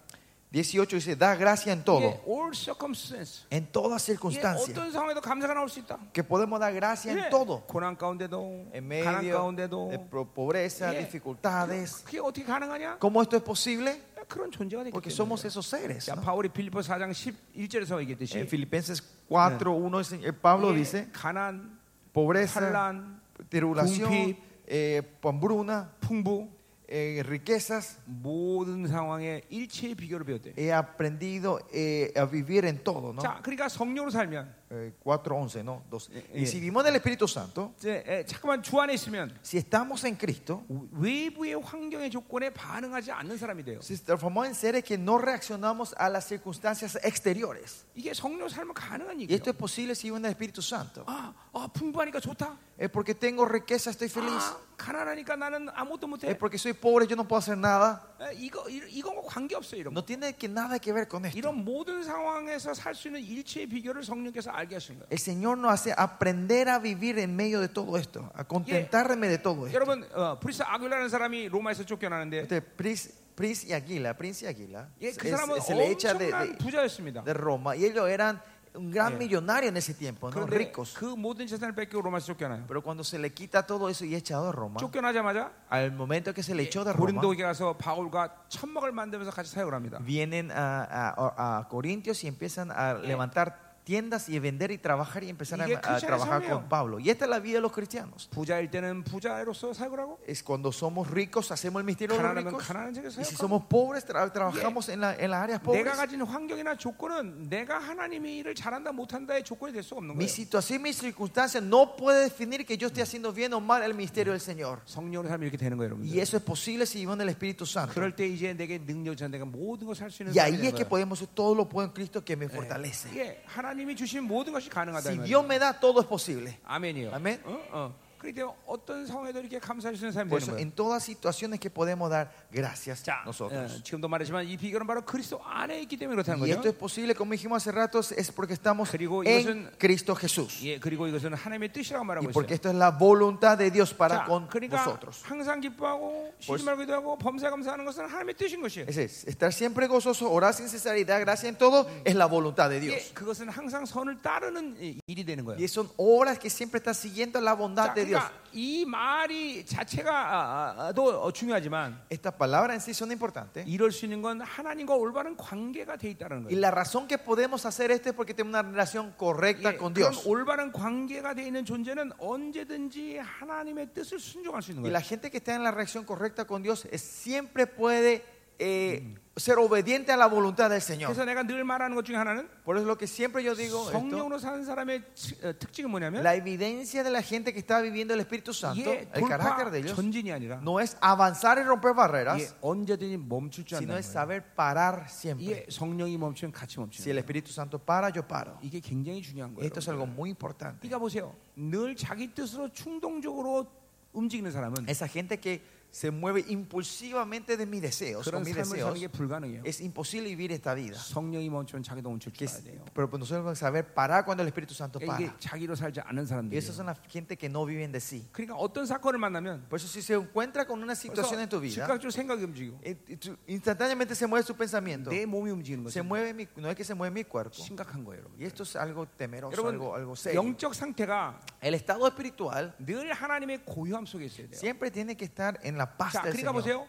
18 dice, da gracia en todo, 이게 all circumstance. en toda 이게 circunstancia. 어떤 상황에도 감사가 나올 수 있다. Que podemos dar gracia 예, en todo. 고난 가운데도 En 가난 medio 가운데도 de pro- pobreza, Yeah. dificultades. 그게 어떻게 가능하냐? ¿Cómo esto es posible? 그런 존재가 되기 Porque 때문에. somos esos seres. 자, ¿no? 바울이 빌리포 4장 11절에서 얘기했듯이 En Filipenses 4, 1, el Señor Pablo 이게 dice, 가난, pobreza, 환란, tribulación, Cumpi. eh, hambruna, 풍부 eh, riquezas. 모든 상황에 일체의 비교를 배웠대. He aprendido eh, a vivir en todo, ¿no? 자, 그러니까 성령으로 살면 Eh, 4.11, ¿no? 12. Eh, Y eh. si vivimos en el Espíritu Santo, 이제 에, 잠깐만 주 안에 있으면 si estamos en Cristo, 외부의 환경의 조건에 반응하지 않는 사람이 돼요. si transformamos en seres que no reaccionamos a las circunstancias exteriores. 이게 성령 삶은 가능한 Y 얘기예요. esto es posible si vivimos en el Espíritu Santo. 아, 아, 풍부하니까 좋다. Es porque tengo riqueza, estoy feliz. 아, 가난하니까 나는 아무것도 못해. Es porque soy pobre, yo no puedo hacer nada. 에, 이거 이- 이건 관계 없어요, 이런 거. No tiene que nada que ver con esto. 이런 모든 상황에서 살 수 있는 일체의 비결을 성령께서 알게 하신 거예요. El Señor nos hace aprender a vivir en medio de todo esto, a contentarme de todo esto. 여러분, 어, 프리스 아굴라는 사람이 로마에서 쫓겨나는데 Este, Pris, Pris y Aguila, Prince y Aguila, 예, 그 es- 사람은 se le echa de, 엄청난 de- 부자였습니다. de Roma y ellos eran un gran Yeah. millonario en ese tiempo, ¿no? 그런데 ricos. 그 모든 재산을 뺏기고 로마에서 쫓겨나요. Pero cuando se le quita todo eso y es echado a Roma, 쫓겨나자마자 al momento que se le echó de Roma, 고린도에 가서 바울과 천막을 만들면서 같이 사역을 합니다. vienen a, a- a Corintios y empiezan a levantar tiendas y vender y trabajar Eh. y empezar a, 이게 a cristianism이에요. trabajar con Pablo. Y esta es la vida de los cristianos. 부자일 때는 부자로서 사역을 하고 Es cuando somos ricos, hacemos el misterio de los 가난하면 ricos. 가난한 자에게 Y si 사역하고 somos pobres, tra- trabajamos en, la- en las áreas pobres. 내가 가진 환경이나 조건은 내가 하나님의 일을 잘한다 못한다의 조건이 될 수가 없는 Mi 거예요. situación, mis circunstancias no puede definir que yo esté haciendo bien o mal el ministerio del Señor. 성령으로 살면 이렇게 되는 거예요, Y 여러분들. eso es posible si vivimos en Mm. el Espíritu Santo. 그럴 때 이제 내게 능력이 전 내가 모든 걸 살 수 Y 있는 사람이 ahí 되는 es Eh. que 거예요. podemos hacer todo lo puedo en Cristo que me fortalece. 예, 하나님이 주신 모든 것이 가능하다. Si Dios me da, todo es posible. 아멘이요. 아멘. 어? 어. 그런데 어떤 상황에도 이렇게 감사할 수 있는 사람이 Por 되는 eso, 거예요. en todas situaciones que podemos dar gracias 자, nosotros. 예, 지금도 말했지만 이 비결은 바로 그리스도 안에 있기 때문에 그렇다는 Eh, Y esto 거죠. es posible, como dijimos hace rato, es porque estamos 그리고 en 이것은- Cristo Jesús. 예, 그리고 이것은 하나님의 뜻이라고 Y 말하고 있어요. porque esto es la voluntad de Dios para 자, con 그러니까 nosotros. 항상 기뻐하고 쉬지 벌써- 말고 기도하고 범사 감사하는 것은 하나님의 뜻인 것이에요. Es, es, estar siempre gozoso, orar sin cesar y dar gracia en todo Mm. es la voluntad de Dios. 예, 그것은 항상 선을 따르는 이- 일이 되는 거예요. Y son obras que siempre están siguiendo la 자, bondad de Dios. 그러니까 이 말이 자체가 아, 아, 아, 또 어, 중요하지만 Estas palabras en sí son importantes. 이럴 수 있는 건 하나님과 올바른 관계가 돼 있다는 Y 거예요. la razón que podemos hacer esto es porque tenemos una relación correcta 예, con 그런 Dios. 올바른 관계가 돼 있는 존재는 언제든지 하나님의 뜻을 순종할 수 있는 Y 거예요. la gente que está en la relación correcta con Dios es- siempre puede eh, ser obediente a la voluntad del Señor. 그래서 내가 늘 말하는 것 중에 하나는 Por eso lo que siempre yo digo, esto, 성령으로 사는 사람의 치- 어, 특징은 뭐냐면 la evidencia de la gente que está viviendo el Espíritu Santo, 예, el carácter 돌파 de ellos, 전진이 아니라 no es avanzar y romper 예, barreras, 언제든지 멈출 줄 sino 안다는 es 거예요. saber parar 예, siempre. 성령이 멈추면 같이 Si el 멈추는 거예요. Espíritu Santo para, yo paro. 이게 굉장히 중요한 거예요. Esto es algo muy importante. 그러니까 보세요. 늘 자기 뜻으로 충동적으로 움직이는 사람은 Esa gente que se mueve impulsivamente de mis deseos, con 그런 mis 삶을 사는 deseos, 게 불가능해요. es imposible vivir esta vida. 성령이 멈추면 자기도 멈출 Que 줄 es- 알아야 돼요. pero pues, nosotros vamos a saber parar cuando el Espíritu Santo 이게 para. 자기로 살지 않은 Y 사람들이에요. esas son la gente que no viven de sí. 그러니까 어떤 사건을 만나면 Por eso si se encuentra con una situación en tu 그래서 vida, 즉각적으로 생각이 움직이고 eh, tu- instantáneamente se mueve su pensamiento. 내 몸이 움직이는 Se 거죠. mueve mi, no es que se mueve mi cuerpo. 심각한 거예요, 여러분. Y esto es algo temeroso, algo, algo 여러분 serio. 영적 상태가 El estado espiritual 늘 하나님의 고요함 속에 있어야 돼요. siempre tiene que estar en la paz 자, del 그러니까 Señor. 보세요.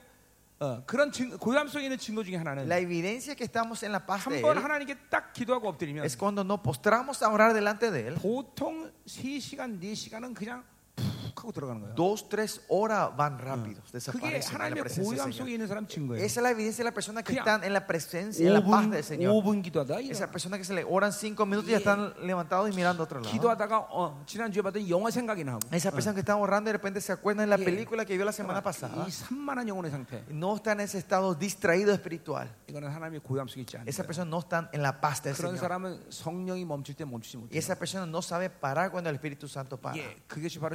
어, 그런 증, 고요함 속에 있는 증거 중에 하나는 La evidencia que estamos en la paz 한 de 번 Él 하나님께 딱 기도하고 엎드리면 es cuando nos postramos a orar delante de Él. 보통 3시간, 4시간은 그냥 푹 툭 하고 들어가는 거예요. Dos, tres horas van rápidos, 그게 desaparecen en la 하나님의 presencia del 고요함 속에 Señor. 있는 사람 증거예요. Esa es la evidencia de la persona que Crea- están en la presencia, en la paz del 5분, Señor. 5분 기도하다. 이 Esa persona que se le oran cinco minutos y ya Yeah. están levantados y mirando a otro lado. 기도하다가 어, 지난주에 봤던 영화 생각이 나고. Esa persona que está orando y de repente se acuerdan de la Yeah. película que vio la Ah, semana pasada. 이 산만한 영혼의 상태. No está en ese estado distraído espiritual. 이거는 하나님의 고요함 속에 있지 않아요. Esa persona no está en la paz del 그런 Señor. 사람은 성령이 멈출 때 멈추지 Y 못해요. esa persona no sabe parar cuando el Espíritu Santo para. 예, 그것이 바로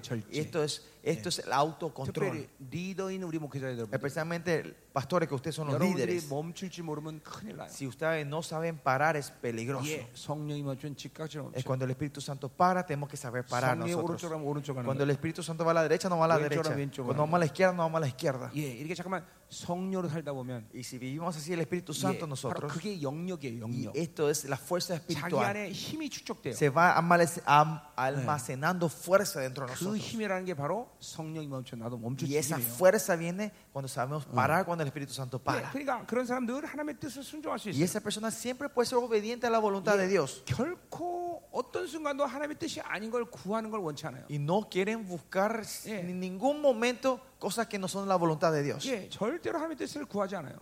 Y 절제. esto es, esto es el autocontrol. 특별히 리더인 우리 목회자들 여러분. Especialmente pastores que ustedes son los 여러분들이 líderes. 멈출지 모르면 큰일 나요. Si ustedes no saben parar es peligroso. 예, 성령이 멈추면 즉각적으로 Es 멈춰. cuando el Espíritu Santo para, tenemos que saber parar 성령이 nosotros. 오른쪽 가면 오른쪽 가는 Cuando 거예요. el Espíritu Santo va a la derecha, no va a la Derecho, derecha. ahora bien, Cuando vamos a la izquierda, no vamos a la izquierda. 예, 이렇게 잠깐만 성령으로 살다 보면 Y si vivimos así el Espíritu 예, Santo 바로 nosotros, 그게 영역이에요, y 영역. esto es la fuerza 자기 espiritual, 안에 힘이 축적돼요. se va amalece- am- almacenando fuerza dentro de 그 nosotros. 힘이라는 게 바로 성령이 멈춰 나도 멈추지 Y esa 힘이에요. fuerza viene cuando sabemos parar cuando el Espíritu Santo 예, para. 그러니까 그런 사람 늘 하나님의 뜻을 순종할 수 Y 있어요. esa persona siempre puede ser obediente a la voluntad de Dios. 결코 어떤 순간도 하나님의 뜻이 아닌 걸 구하는 걸 원치 않아요. Y no quieren buscar Yeah. en ningún momento cosas que no son la voluntad de Dios. 예, 절대로 하나님의 뜻을 구하지 않아요.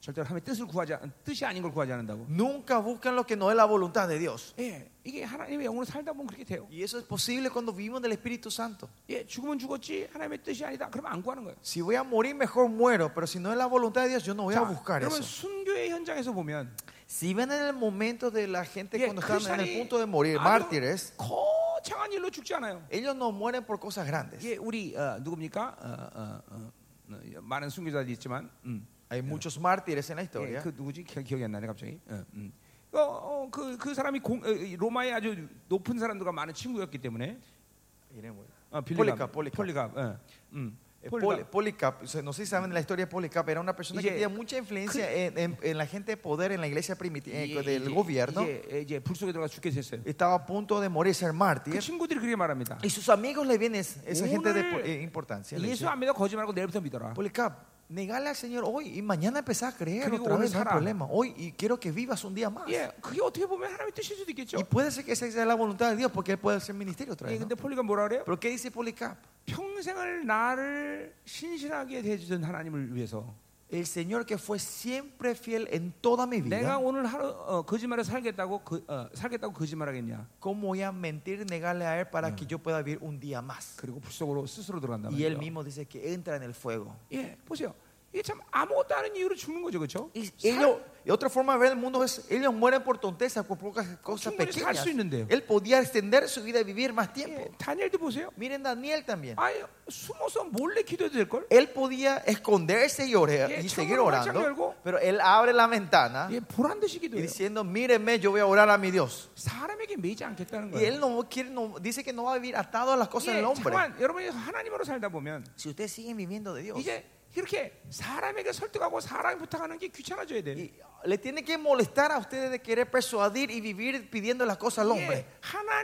절대로 하나님의 뜻을 구하지 않, 뜻이 아닌 걸 구하지 않는다고. Nunca buscan lo que no es la voluntad de Dios. 예, 이게 하나님의 영으로 살다 보면 그렇게 돼요. Y eso es posible cuando vivimos del Espíritu Santo. 예, 죽으면 죽었지 하나님의 뜻이 아니다. 그러면 안 구하는 거예요. Si voy a morir, mejor 무ero. Pero si no es la voluntad de Dios, yo no voy a buscar 여러분 eso. 순교의 현장에서 보면 Si ven en el momento de la gente 예, cuando están en el 크리스천이 punto de morir, 아주 mártires, 거창한 일로 죽지 않아요. ellos no mueren por cosas grandes. 예, 우리 어, 누굽니까? 어, 어, 어, 어, 많은 순교자들이 있지만, 음, Hay muchos mártires en la 예, historia. 그 누구지 기, 기억이 안 나네 갑자기. 어, 음. 어, 어, 그, 그 사람이 공, 어, 이 로마의 아주 높은 사람들과 많은 친구였기 때문에 어, 빌리갑, 폴리갑, 폴리갑. 폴리갑, 예, 음, Eh, Poli- 폴리갑. Policap, o sea, no sé si saben la historia de Policap, era una persona Y que ye- tenía mucha influencia en, en- en la gente de poder en la iglesia 예, 그 primitiva eh, 네, del gobierno. 이제, 예, 이제, 이제 불 속에 들어가 죽게 됐어요. Estaba a punto de morir, ser 그 mártir. 친구들이 그렇게 말합니다. Y sus amigos le vienen es- esa gente de po- 오늘 eh, importancia. le 예, 예수 dicen, 뭐, 안 믿어 거짓말하고 내일부터 믿어라. Policap, negale al Señor hoy y mañana empezás a creer 그리고 otra vez, 오늘 no hay 살아. problema. Hoy y quiero que vivas un día más. 예, 그게 어떻게 보면 하나님의 뜻일 수도 있겠죠. Y puede ser que esa sea la voluntad de Dios porque él puede hacer ministerio otra 예, vez. ¿no? 근데 폴리가 뭐라 그래요? Pero ¿qué dice Policap? 평생을 나를 신실하게 대해주던 하나님을 위해서 El Señor que fue siempre fiel en toda mi 내가 vida. 오늘 하루 어, 거짓말을 살겠다고 그, 어, 살겠다고 거짓말하겠냐? ¿Cómo voy a mentir, negarle a él para que yo pueda vivir un día más? 그리고 불속으로 스스로 들어간다 Y él 말이에요. mismo dice que entra en el fuego. 예, 보세요. 이게 참 아무것도 아닌 이유로 죽는 거죠, 그렇죠? Y, ellos- y otra forma de ver el mundo es, ellos mueren por tonteza, por pocas cosas 충분히 살 pequeñas. 수 있는데요. Él podía extender su vida y vivir más 예, tiempo. 다니엘도 보세요. Miren Daniel también. 아, 숨어서 몰래 기도해도 될 걸? Él podía esconderse y, orar- Yeah, y 창문을 seguir 활짝 열고. orando, pero él abre la ventana 예, 보란 듯이 y 기도해요. diciendo, míreme, yo voy a orar a mi Dios. 사람에게 매지 않겠다는 Y él 거예요. no quiere, no- dice que no va a vivir atado a las cosas del 예, hombre. 잠깐 여러분이 하나님으로 살다 보면 Si ustedes siguen viviendo de Dios, 이제 이렇게 사람에게 설득하고 사람 부탁하는 게 귀찮아져야 돼. y le tiene que molestar a ustedes de querer persuadir y vivir pidiendo las cosas al hombre. 이게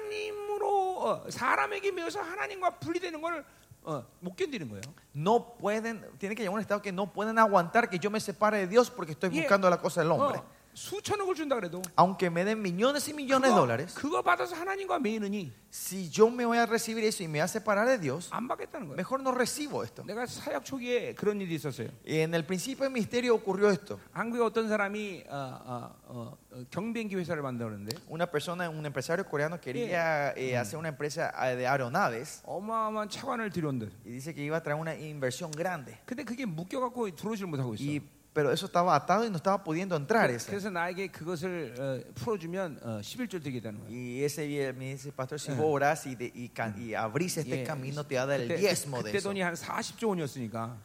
하나님으로 어, 사람에게 매여서 하나님과 분리되는 걸 어, 못 견디는 거예요. No pueden, tiene que llegar a un estado que no pueden aguantar que yo me separe de Dios porque estoy Yeah. Oh. buscando la cosa del hombre. 어, 수천억을 준다 그래도 Aunque me den millones y millones de dólares, 그거 받아서 하나님과 매이느니 si yo me voy a recibir eso y me voy a separar de Dios, 안 받겠다는 거예요. mejor no recibo esto. 내가 사역 초기에 그런 일이 있었어요. Y en el principio del misterio ocurrió esto. 한국에 어떤 사람이 어, 어, 어, 어, 경비행기 회사를 만들었는데 Una persona, un empresario coreano quería eh, hacer una empresa eh, de aeronaves 어마어마한 차관을 들여온대. y dice que iba a traer una inversión grande. 근데 그게 묶여갖고 들어오질 못하고 있어. Y, pero eso estaba atado y no estaba pudiendo entrar ese. 그래서 나에게 그것을 어, 풀어주면 어, 11절 되겠다는 거예요. Y ese día me dice, pastor, Ah. si vos orás y, de- y ca- y abrís este 예, camino, te va a dar el 그때- diezmo de 그때 eso. 돈이 한 40조 원이었으니까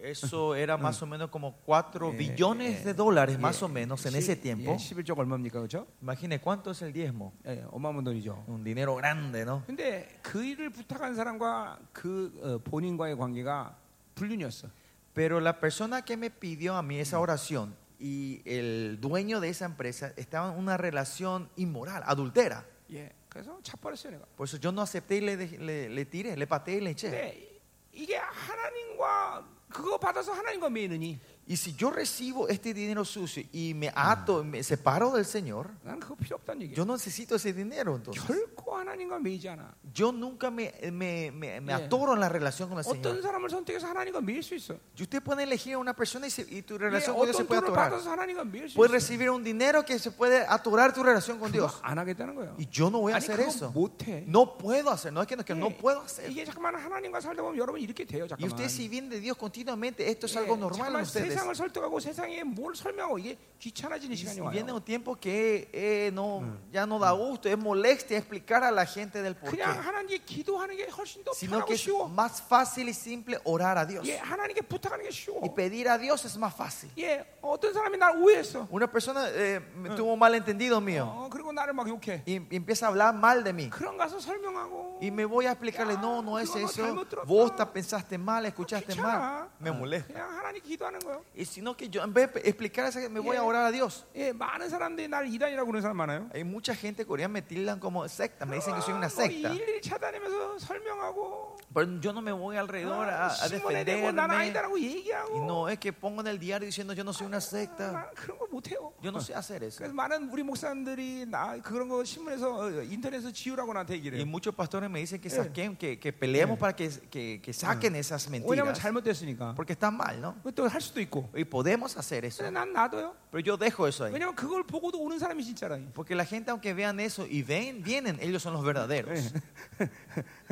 Eso era más o menos como 4 Mm. Eh, billones eh, de dólares, más 예, o menos, en 시- ese 예, tiempo. 11조 얼마입니까, 그렇죠? Imagine cuánto es el diezmo. 예, 어마어마한 돈이죠. Un dinero grande, ¿no? 근데 그 일을 부탁한 사람과 그 어, 본인과의 관계가 불륜이었어. Pero la persona que me pidió a mí esa oración y el dueño de esa empresa estaban en una relación inmoral, adultera. 예, 그래서 차버렸어요 내가. Por eso yo no acepté y le, dej- le, le 예. tiré, le pateé y le eché. 근데 이게 하나님과 그거 받아서 하나님과 매이느니 Y si yo recibo este dinero sucio y me ato, me separo del Señor, 난 그거 필요 없다는 얘기야. yo no necesito ese dinero entonces. 결코 하나님과 매이지 않아. Yo nunca me, me- me- me Yeah. atoro en la relación con el 어떤 Señor. 사람을 선택해서 하나님과 매일 수 있어. Y usted puede elegir a una persona y, se- y tu 예, relación con Dios se 어떤 puede 돈을 atorar. 받아서 하나님과 매일 수 Puedes 있어. recibir un dinero que se puede atorar tu relación con 그거 Dios. 안 하겠다는 거예요. Y yo no voy a 아니 hacer 그거 eso. 못해. No puedo hacer, no es que no, que no 예, puedo hacer. 이게 잠깐만 하나님과 살다 보면 여러분 이렇게 돼요. Y 잠깐만. usted si viene de Dios continuamente, esto es 예, algo normal en 잠깐만 ustedes. 세상을 설득하고 세상에 뭘 설명하고 이게 귀찮아지는 Y si 시간이 와요. viene un tiempo que eh, no, ya no da gusto, es molestia explicar a la gente del porqué. 그냥 하나님께 기도하는 게 훨씬 더 Sino 편하고 que es 쉬워. más fácil y simple orar a Dios. 예, 하나님께 부탁하는 게 Y 쉬워. pedir a Dios es más fácil. 예, 어떤 사람이 날 오해했어. Una persona eh, me tuvo un malentendido mío 어, 그리고 나를 막 욕해. y, y empieza a hablar mal de mí. 그런 가서 설명하고. Y me voy a explicarle, no, no es Claro, eso. 잘못 들었다. Vos te pensaste mal, escuchaste mal. 귀찮아. Me molesta. 그냥 하나님께 기도하는 거예요. Y sino que yo, en vez de explicar eso, me voy a orar a Dios. 예, 많은 사람들이 날 이단이라고 그러는 사람 많아요. Hay mucha gente coreana me tildan como secta, me dicen que soy 아, una 뭐 secta. 일일이 찾아다니면서 설명하고 Pero yo no me voy alrededor a, 아, a 신문에 대고 난 defenderme. 아니다라고 Y 얘기하고 no es que pongo en el diario diciendo yo no soy una secta. 난 그런 거 못해요. Yo no sé hacer eso. 그래서 많은 우리 목사님들이 나 그런 거 신문에서 어, 인터넷에서 지우라고 나한테 얘기를 Y 해요. muchos pastores me dicen que, saquen, que, que peleemos para que, que, que saquen esas 왜냐면 mentiras. 잘못됐으니까. Porque está mal, ¿no? 또 할 수도 있고. Y podemos hacer eso. 근데 난 놔둬요. Pero yo dejo eso ahí. 왜냐면 그걸 보고도 오는 사람이 진짜라니. Porque la gente, aunque vean eso y ven, vienen, ellos son los Eh, verdaderos.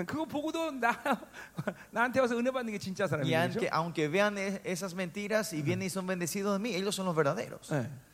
그거 보고도 나 나한테 와서 은혜 받는 게 진짜 Y 사람이죠. aunque, aunque vean e- esas mentiras y vienen y son bendecidos de mí, ellos son los verdaderos.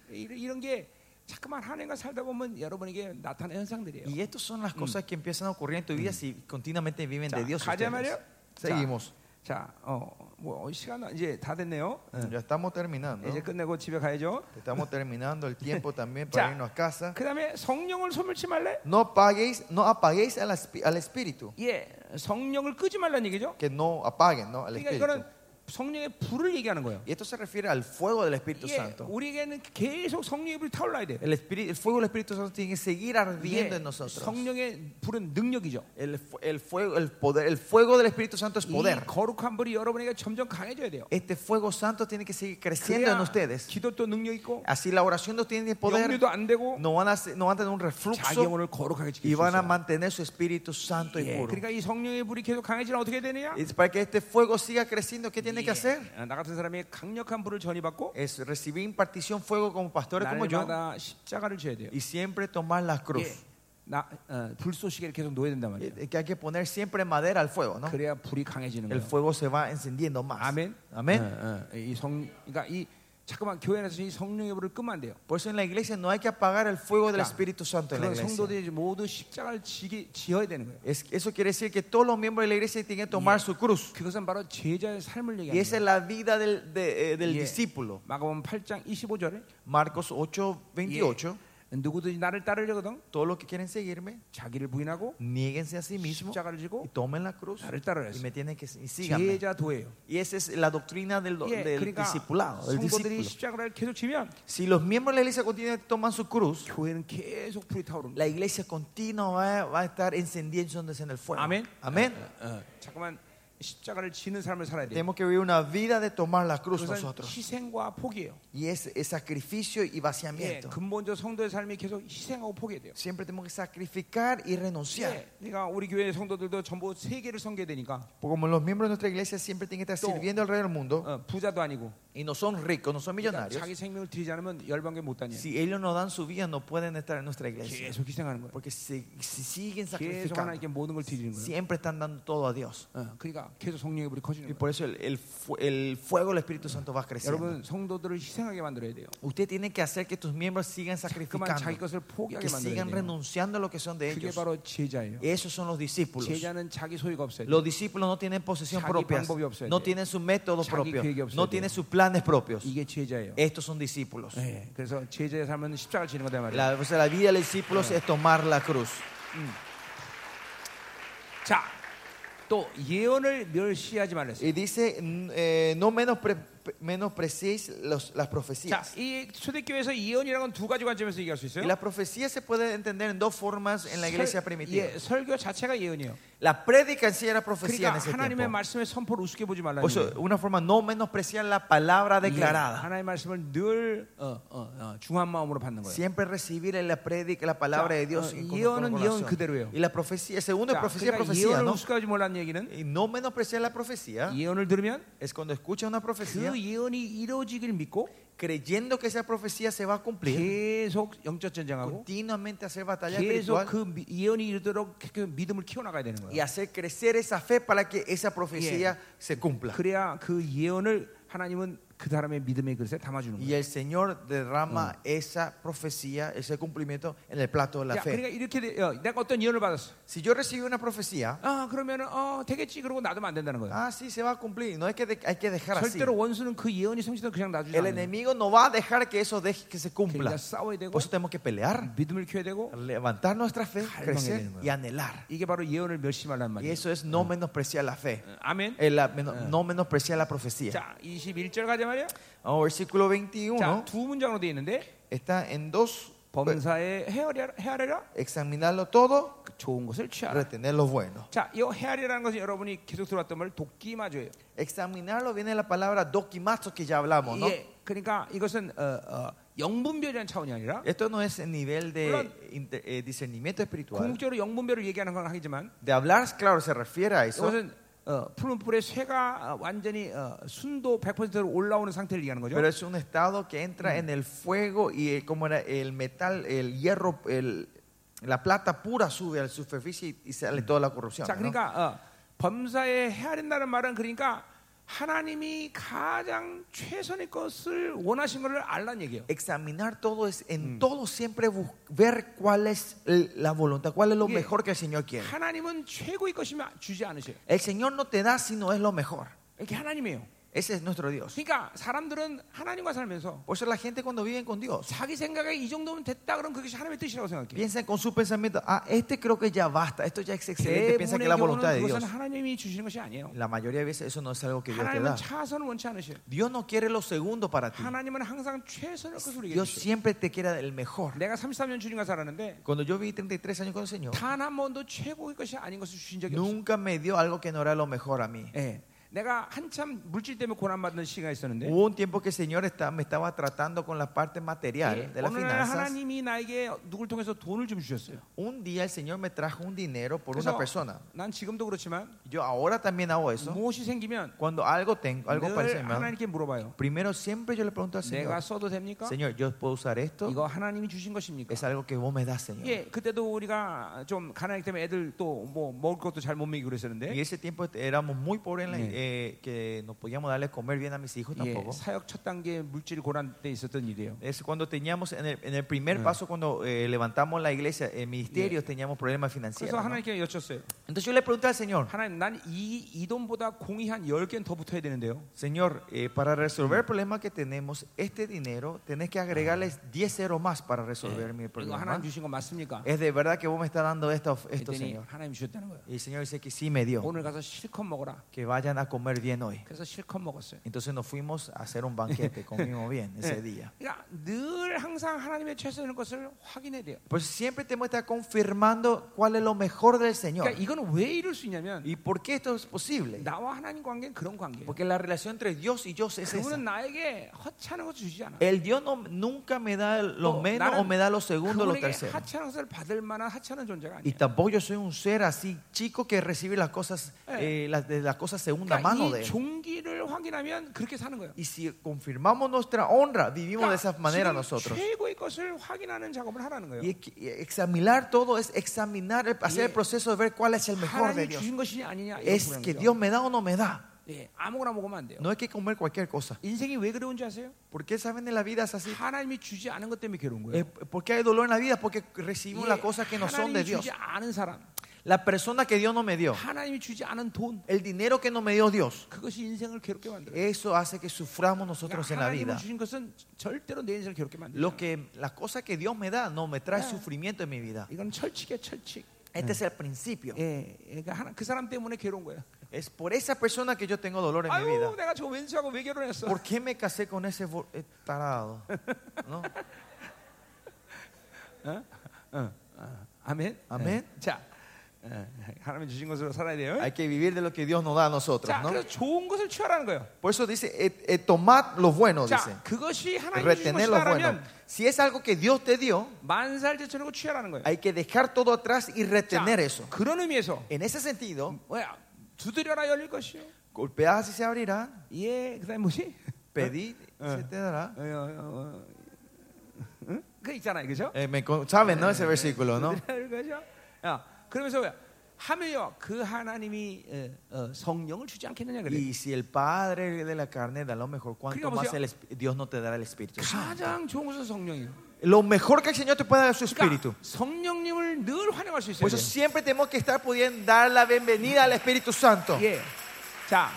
이런, 이런 게 자꾸만 하나님과 살다 보면 여러분에게 나타나는 현상들이에요. Y estas son las cosas que empiezan a ocurrir en tu vida si continuamente viven de Ya, Dios. ¿calla, ustedes. Mario? Seguimos. 자, 어, 뭐 시간 이제 다 됐네요. 네, Ya estamos terminando. 이제 끝내고 집에 가야죠. Estamos terminando el tiempo también Ya. para irnos a casa. 그다음에 성령을 소멸치 말래? No paguéis, no apaguéis al, espi- al espíritu. 예, 성령을 끄지 말라는 얘기죠. Que no apaguen, ¿no? Al 그러니까 espíritu. 이거는 성령의 불을 얘기하는 거예요. Y esto se refiere al fuego del Espíritu 예, Santo. 우리에게는 계속 성령의 불이 타올라야 돼. El, espíritu, el fuego del Espíritu Santo tiene que seguir ardiendo 예, en nosotros. 성령의 불은 능력이죠. El, fu- el fuego, el, poder, el fuego del Espíritu Santo es 이 poder. 거룩한 불이 여러분에게 점점 강해져야 돼요. Este fuego santo tiene que seguir creciendo en 그래야 ustedes. 기도도 능력 있고 Así la oración no tiene poder, 영류도 안 되고 no van a, se- no van a tener un 자기 refluxo 영혼을 거룩하게 y 지킬 수 van a 있어요. mantener su Espíritu Santo y 예, puro. 그러니까 이 성령의 불이 계속 강해지면 어떻게 되느냐? Y para que este fuego siga creciendo, ¿qué tiene que hacer? 예, 나 같은 사람이 강력한 불을 전입받고 Es recibir impartición fuego como pastores como yo 날마다 십자가를 져야 돼요. y siempre tomar la cruz. 예, 나 어, 불쏘시개를 계속 놓아야 된단 말이에요. Eh, Que hay que poner siempre madera al fuego, ¿no? 그래야 불이 강해지는 El 거예요. fuego se va encendiendo más. 아멘. 어, Amén. 이성 그러니까 이 잠깐만 교회 안에서 이 성령의 불을 끄면 안 돼요. Por eso en la iglesia no hay que apagar el fuego del Ya. Espíritu Santo en la 그런 iglesia. 성도들이 모두 십자가를 지게, 지어야 되는 거예요. Es- eso quiere decir que todos los miembros de la iglesia tienen que tomar su cruz. 그것은 바로 제자의 삶을 Y 얘기하는 esa es 거예요. la vida del, de- eh, del Yeah. discípulo. 마가복음 8장 25절에 Marcos 8, 28. 누구든지 나를 따르려거든 Todos los que quieren seguirme, 자기를 부인하고 nieguense a sí mismos 십자가를 y 지고 tomen la cruz 나를 따르라 y 했어요. me tienen que y síganme. 제자 도예요. Y esa es la doctrina del, do- 예, del 그러니까 discipulado. del 성도들이 discípulo. 십자가를 계속 지면 Si los miembros de la iglesia continuamente toman su cruz, 교회는 계속 불이 타오르는 거예요. la iglesia continua va, va a estar encendiéndose en el fuego. 아멘. Amén. Ah, 어, 어, 잠깐만 십자가를 지는 삶을 살아야 돼요. Tenemos que vivir una vida de tomar la ah, cruz 그것은 nosotros. 희생과 포기예요. Y es, es 사crificio y 예, vaciamiento. 근본적 성도의 삶이 계속 희생하고 포기해야 돼요. Siempre tenemos que sacrificar y renunciar. 예, 그러니까 우리 교회 성도들도 전부 세계를 섬겨야 되니까 Porque Como los miembros de nuestra iglesia siempre tienen que estar No. sirviendo alrededor del mundo 어, 부자도 아니고 y no son ricos, no son 그러니까 millonarios. 자기 생명을 드리지 않으면 열방에 못 다녀요. Si ellos no dan su vida, no pueden estar en nuestra iglesia. 계속 희생하는 거예요. Porque si, si siguen 계속 sacrificando, 하나님께 모든 걸 드리는 거예요. siempre están dando todo a Dios. 어, 그러니까 계속 성령의 불이 Y 커지는 거예요. por eso el, el fu- el fuego del Espíritu Santo va creciendo. 여러분 성도들을 희생하게 만들어야 돼요. Usted tiene que hacer que tus miembros sigan 그만 자기 sacrificando, 것을 포기하게 que sigan 만들어야 돼요. renunciando a lo que son de 그게 ellos. 바로 제자예요. Esos son los discípulos. 제자는 자기 소유가 없어요. Los discípulos no tienen posesión 자기 propia, 방법이 없어야 no 돼요. tienen sus métodos 자기 propios, 계획이 없어야 no 돼요. tienen sus planes propios. 이게 제자예요. Estos son discípulos. 예, 그래서 제자의 삶은 십자가를 지는 거다 말이에요. La, o sea, la vida de los discípulos es tomar la cruz. 자, 또 예언을 멸시하지 말랬어요. Y dice, n- eh, no menospre- menospreciéis los- las 자, profecías. 이 초대교회에서 예언이라는 건 두 가지 관점에서 얘기할 수 Y 있어요. las profecías se pueden entender en dos formas en la iglesia 설, primitiva. 예, 설교 자체가 예언이에요. La prédica en sí era profecía en 그러니까 ese 하나님의 tiempo. 말씀의 선포를 우습게 보지 말라는 Por eso, 거예요. una forma no menospreciar la palabra declarada. 하나님의 말씀을 늘 어, 어, 어, 중한 마음으로 받는 거예요. Siempre recibir en la prédica la palabra 자, de Dios. 어, con- con 예언은 oración. 예언 그대로예요. Y la profecía, segundo es 자, profecía, 그러니까 profecía, 예언을 ¿no? 우습게 몰라는 얘기는 Y no menospreciar la profecía 예언을 들으면 es cuando escucha una profecía, 그 예언이 이루어지길 믿고 creyendo que esa profecía se va a cumplir, 계속 영적 전쟁하고 continuamente hacer batalla 계속 espiritual 그 미- 예언이 이루도록 그 믿음을 키워나가야 되는 y 거예요. hacer crecer esa fe para que esa profecía se cumpla. 그래야 그 예언을 하나님은 그 사람의 믿음의 그릇에 담아주는 Y 거예요. el Señor derrama esa profecía, ese cumplimiento en el plato de la 자, 그러니까 fe. 이렇게 돼- 어, 내가 어떤 예언을 받았어. Si yo recibí una profecía, 아 그러면은 어 되겠지 그러고 놔두면 안 된다는 거예요. ah, sí, se va a cumplir. No hay que, de- hay que dejar así. 절대로 원수는 그 예언이 성취되면 그냥 놔두지 El 않아요. enemigo no va a dejar que eso deje que se 그러니까 cumpla. 싸워야 되고 Por eso tenemos que pelear, 믿음을 키워야 되고 levantar nuestra fe, Calma, crecer querido. y anhelar. 이게 바로 예언을 멸심하란 Y 말이에요. eso es no menospreciar la fe, 어, 아멘. Eh, la- meno- no menospreciar la profecía. 자 21절 가자 말이야. Vamos, versículo 21 자두 문장으로 돼 있는데 está en dos: pues, 범사에 헤아려 헤아려라 examinarlo todo, 그 좋은 것을 취하라. retener lo bueno. 자, 이 헤아리라는 것은 여러분이 계속 들어왔던 말 도끼마저예요. Examinarlo viene la palabra dokimatsu que ya hablamos, ¿no? 예, 그러니까 이것은 어, 어, 영분별이라는 차원이 아니라 Esto no es el nivel de Claro. inter- eh, discernimiento espiritual. 궁극적으로 영분별을 얘기하는 건 아니지만 De hablar, claro, se refiere a eso. 이것은 어, 푸른 풀의 쇠가 어, 완전히 어, 순도 100%로 올라오는 상태를 얘기하는 거죠. Pero es un estado que entra en el fuego y eh, como era el metal, el hierro, el- la plata pura sube a la superficie y- y sale toda la corrupción. 자, ¿no? 그러니까 어, 범사에 헤아린다는 말은 그러니까 하나님이 가장 최선의 것을 원하신 것을 알란 얘기예요. Examinar todo es en todo siempre bus- ver cuál es el- la voluntad, cuál es lo Yeah. mejor que el Señor quiere. 하나님은 최고의 것이면 주지 않으셔요. El Señor no te da si no es lo mejor. 이게 하나님이에요. Ese es nuestro Dios. 그러니까 사람들은 하나님과 살면서 Por eso la gente cuando viven con Dios 자기 생각에 이 정도면 됐다 그럼 그것이 하나님의 뜻이라고 생각해. piensa con su pensamiento, ah, este creo que ya basta, esto ya es excelente, piensa que es 대부분의 la voluntad 경우는 de 그것은 Dios. 하나님이 주시는 것이 아니에요. La mayoría de veces eso no es algo que Dios te 하나님은 da. 차선을 원치 않으셔요. Dios no quiere lo segundo para ti. 하나님은 항상 최선의 것을 우리에게 Dios 주셔요. siempre te quiere el mejor. 내가 33년 주님과 살았는데 Cuando yo viví 33 años con el Señor, 단 한 번도 최고의 것이 아닌 것을 주신 적이 없어요. nunca me dio algo que no era lo mejor a mí. 예. 내가 한참 물질 때문에 고난받는 시기가 있었는데 Hubo un tiempo que el Señor está- me estaba tratando con la parte 예. material de las 어느 날 finanzas. 하나님이 나에게 누굴 통해서 돈을 좀 주셨어요. Un día el Señor me trajo un dinero por una 그래서 persona. 난 지금도 그렇지만 Yo ahora también hago eso. 무엇이 생기면 Cuando algo tengo, algo parece 늘 mal, 하나님께 물어봐요. primero siempre yo le pregunto al 내가 Señor, 써도 됩니까? Señor, ¿yo puedo usar esto? 이거 하나님이 주신 것입니까? Es algo que vos me das, Señor. 예, 그때도 우리가 좀 가난하기 때문에 애들 또 뭐 먹을 것도 잘 못 먹이고 Y 그랬었는데 ese tiempo este, éramos muy pobres, en la- Yeah. eh, que no podíamos darle comer bien a mis hijos 예, tampoco. 사역 첫 단계 물질 고난 때 있었던 일이에요. Es cuando teníamos, en el, en el primer Ah. paso, cuando eh, levantamos la iglesia, en ministerios, teníamos problemas 그래서 financieros. ¿no? 하나님께 여쭸어요. Entonces yo le pregunté al Señor, 하나님, 난 이 이 돈보다 공이 한 10개는 더 붙어야 되는데요. Señor, eh, para resolver el problema que tenemos, este dinero, tenés que agregarles 10 ceros más para resolver mi 이거 하나님 problema. 주신 거 맞습니까? Es de verdad que vos me estás dando esto, esto 그랬더니 Señor. 하나님 주셨다는 거예요. Y el Señor dice que sí me dio, 오늘 가서 실컷 먹어라. que vayan a comer bien hoy. 그래서 실컷 먹었어요. Entonces nos fuimos a hacer un banquete, comimos bien Eh. ese día. 그러니까 늘 항상 하나님의 최선의 것을 확인해야 돼요. Pues siempre te está confirmando cuál es lo mejor del Señor. 그러니까 이건 왜 이럴 수 있냐면 ¿Y por qué esto es posible? 나와 하나님 관계는 그런 관계예요. Porque la relación entre Dios y yo es esa. 그분은 나에게 허찮은 것을 주지 않아. El Dios no- nunca me da No, lo menos 나는 o me da lo segundo o lo 예, 그분에게 tercero. 하찮은 것을 받을 만한 하찮은 존재가 Y 아니에요. tampoco yo soy un ser así chico que recibe las cosas, eh, Eh. las, de las cosas segunda 그러니까 mano de 이 él. 종기를 확인하면 그렇게 사는 거예요. 그러니까 Y si confirmamos nuestra honra, vivimos de esa manera 지금 nosotros. 최고의 것을 확인하는 작업을 하라는 Y 거예요. ex- y examinar todo es examinar, el- hacer Yeah. el proceso de ver cuál es el mejor de 하나님이 Dios. 주신 것이냐 아니냐 이거 Es 보라는 que 거죠. Dios me da o no me da. 예, 아무거나 먹으면 안 돼요. No hay que comer cualquier cosa. 인생이 왜 그러는지 아세요? ¿Por qué saben en la vida es así? 하나님이 주지 않은 것 때문에 괴로운 Eh, 거예요. ¿Por qué hay dolor en la vida? Porque recibimos 예, las cosas que no son de 하나님이 Dios. 주지 않은 사람, La persona que Dios no me 어. dio, 하나님이 주지 않은 돈, el dinero que no me dio Dios, 그것이 인생을 괴롭게 만들어요. 그러니까 eso hace que suframos nosotros en la 예, 하나님이 vida. 주신 것은 절대로 내 인생을 괴롭게 만들어요. Lo que, las cosas que Dios me da no me trae sufrimiento en mi vida. 이건 철칙이야 철칙. Este es el principio. 예, 그러니까 하나, 그 사람 때문에 괴로운 거예요. Es por esa persona que yo tengo dolor en mi vida. 아유, 내가 저 왼수하고 왜 결혼했어? ¿Por qué me casé con ese vo- eh, tarado? ¿No? 어? 어, 어. 아멘. 아멘. 예. 자, 어, 예, 하나님 주신 것으로 살아야 돼요. Hay que vivir de lo que Dios nos da a nosotros, 자, ¿no? 그래서 좋은 것을 취하라는 거예요. Por eso dice, eh, eh, tomad lo bueno, dice. 자, 그것이 하나님 주신 Retener lo bueno. 것이라면 Si es algo que Dios te dio, 만살 제쳐놓고 취하라는 거예요. hay que dejar todo atrás y 자, retener eso. 그런 의미에서 En ese sentido, 뭐야 두드려라 열릴 것이요. golpead y se abrirá, 예, 그다음 뭐지? pedid y se te dará. 어, 어, 어, 응? 그 있잖아요, 그죠? Eh, me con- saben, ¿no? Ese versículo, ¿no? 두드려라 네, 그죠? 야, 그러면서 뭐야? 하면요 그 하나님이 어, 어, 성령을 주지 않겠느냐 그래. Y si el Padre de la carne da lo mejor, ¿cuánto Digamos, más ya- el esp- Dios no te dará el Espíritu? Santo? 가장 좋은 것은 성령이에요. Lo mejor que el Señor te puede dar es su Espíritu. 그러니까 성령님을 늘 환영할 수 있어요. Por eso siempre tenemos que estar pudiendo dar la bienvenida al Espíritu Santo. 예. 자,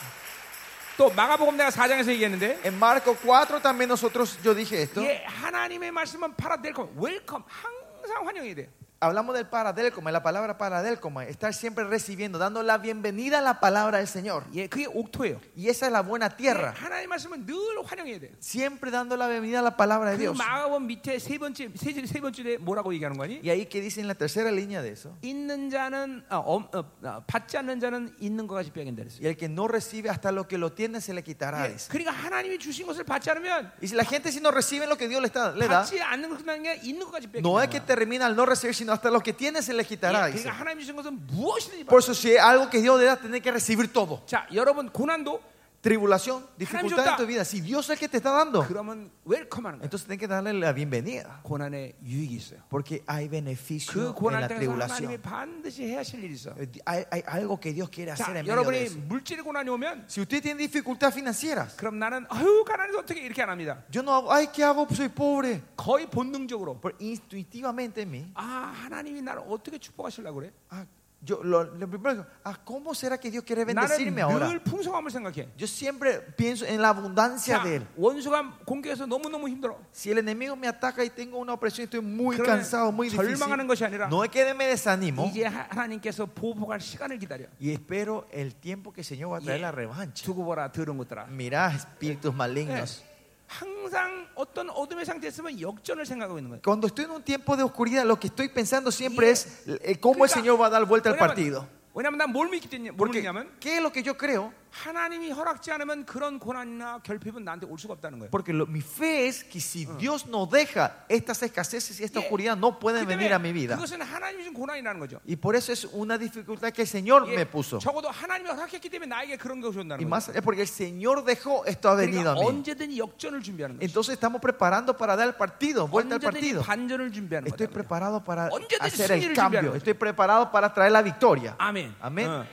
또 마가복음 내가 4장에서 얘기했는데 En Marco 4 también nosotros, yo dije esto, 예, 하나님의 말씀은 파라델컴, 웰컴, 항상 환영이 돼요. hablamos del paradelcoma, la palabra paradelcoma, estar siempre recibiendo, dando la bienvenida a la palabra del Señor. 예, 그게 옥토예요. Y esa es la buena 예, tierra, 하나님 말씀은 늘 환영해야 돼요. siempre dando la bienvenida a la palabra de 그 Dios. 마가복음 밑에 세 번째 세, 줄- 세 번째 줄에 뭐라고 얘기하는 거니? Y ahí que dice en la tercera línea de eso, 있는 자는 아, 엄- 어, 아, 받지 않는 자는 있는 것까지 빼앗긴다 그랬어요. y el que no recibe hasta lo que lo tiene se le quitará. 예, dice. 그러니까 하나님이 주신 것을 받지 않으면 Y si la gente si no recibe lo que Dios le, está- le da, 받지 않는 것뿐 아니라 있는 것까지 빼앗긴다. no es que termina al no recibir, sino hasta lo que tiene se le quitará. 예, dice. 그러니까 하나님이 주신 것은 무엇이든지 Por 받. eso si es algo que Dios le da, tenés que recibir todo. 자, 여러분 고난도 Tribulación, dificultad en tu vida. Si Dios es el que te está dando, 그러면 웰컴하는 거예요. entonces tenés que darle la bienvenida. 고난의 유익이 있어요. Porque hay 그 beneficio en 고난 la 땅에서 하나님이 tribulación. 반드시 해야 하실 일이 있어. Eh, Hay, hay algo que Dios quiere hacer 자, en medio de 여러분이 eso. 물질의 고난이 오면 Si usted tiene dificultades financieras, 그럼 나는 아유 가난해서 어떻게 이렇게 안 합니다. yo no hago, ay, ¿qué hago? Pues Soy pobre. 거의 본능적으로 Pero intuitivamente en mí, 아 하나님이 나를 어떻게 축복하시려고 그래? ah, yo lo, lo primero, ah, ¿cómo será que Dios quiere 나는 bendecirme ahora? 늘 풍성함을 생각해. Yo siempre pienso en la abundancia 자, de Él. 원수가 공격해서 너무 너무 힘들어. Si el enemigo me ataca y tengo una opresión, estoy muy 그러면 cansado, muy difícil. 절망하는 것이 아니라 No es que me desanimo 이제 하- 하나님께서 보복할 시간을 기다려. y espero el tiempo que el Señor va a traer 예. la revancha. 두고 보라 들은 것들아. Mirá, espíritus 예. malignos. 음. 항상 어떤 어둠의 상태에 있으면 역전을 생각하고 있는 거예요. Cuando estoy en un tiempo de oscuridad, lo que estoy pensando siempre 예. es eh, cómo el 그러니까 Señor va a dar vuelta al partido. 왜냐면, 왜냐면 난뭘 믿기 때문에 뭘 Porque, 믿냐면 ¿qué es lo que yo creo? 하나님이 허락지 않으면 그런 고난이나 결핍은 나한테 올 수가 없다는 거예요. Porque lo- mi fe es que si Dios no deja estas escaseces y esta 예. oscuridad, no 그 pueden venir a mi 때문에 vida. 그것은 하나님이 준 고난이라는 거죠. Y por eso es una dificultad que el Señor 예, me puso. 적어도 하나님이 허락했기 때문에 나에게 그런 것이 Y 온다는 거예요. más es porque el Señor dejó esto ha venido 그러니까 a mí. 언제든지 역전을 준비하는 거예요. Entonces estamos preparados para dar el partido, vuelta al 언제든지 partido. 반전을 준비하는 Estoy 거예요. preparado para 언제든지 hacer 승리를 el 준비하는 cambio. 거죠. Estoy preparado para traer la victoria. 아멘. 아멘. 어.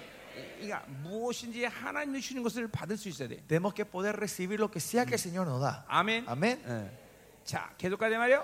그러니까 무엇인지 하나님이 주시는 것을 받을 수 있어야 돼. Tenemos que poder recibir lo que sea que el Señor nos da. 아멘. 아멘. 예. 자, 계속 가자 말이요.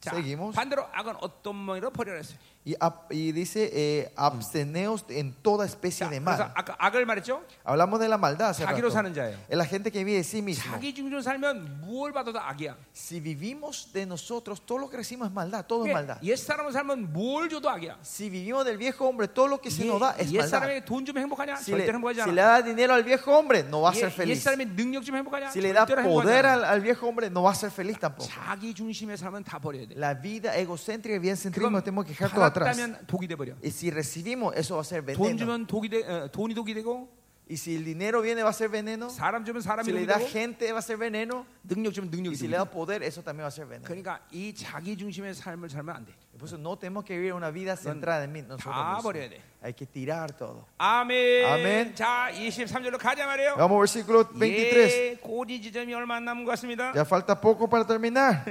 자, Seguimos. 반대로 악은 어떤 모양으로 버려라 했어요. Y, ab- y dice, eh, absteneos en toda especie 자, de 그래서 mal. 아까 악을 말했죠. Hablamos de la maldad. hace 자기로 rato. 사는 자예요. Es la gente que vive de sí mismo. 자기 중심 살면 무얼 받아도 악이야. Si vivimos de nosotros, todo lo que recibimos es maldad, todo es maldad. 그러니까 옛 사람은 살면 뭘 줘도 악이야. 예, Si vivimos del viejo hombre, todo lo que se nos da es 옛 maldad. 사람에게 돈 좀 행복하냐? Si le, 절대로 행복하지 si 않아. le da dinero al viejo hombre, no va a ser 옛 feliz. 사람의 능력 좀 행복하냐? Si le da 절대로 행복하지 poder 않아. al, al viejo hombre, no va a ser feliz tampoco. 자기 중심의 삶은 다 버려야 돼. La vida egocéntrica y bien 그건 centrismo 뭐 tenemos que dejar todo atrás. 받았다면 독이 돼 버려. Y si recibimos, eso va a ser veneno. 돈 주면 독이 돼, 어, 돈이 독이 되고 Y si el dinero viene, va a ser veneno. 사람 주면 사람이 Si le 독이 da 되고 gente, va a ser veneno. 능력 주면 Y 능력이 si 독이 le 돼. da poder, eso también va a ser veneno. 그러니까 이 자기 중심의 삶을 살면 안 돼. Por eso no tenemos que vivir una vida centrada en mí. nosotros 다 mismos. 버려야 돼. Hay que tirar todo. 아멘. 아멘. 자, 23절로 가자 말이에요. Vamos, versículo 23. 예, 꼬리 지점이 얼마 안 남은 것 같습니다. Ya falta poco para terminar.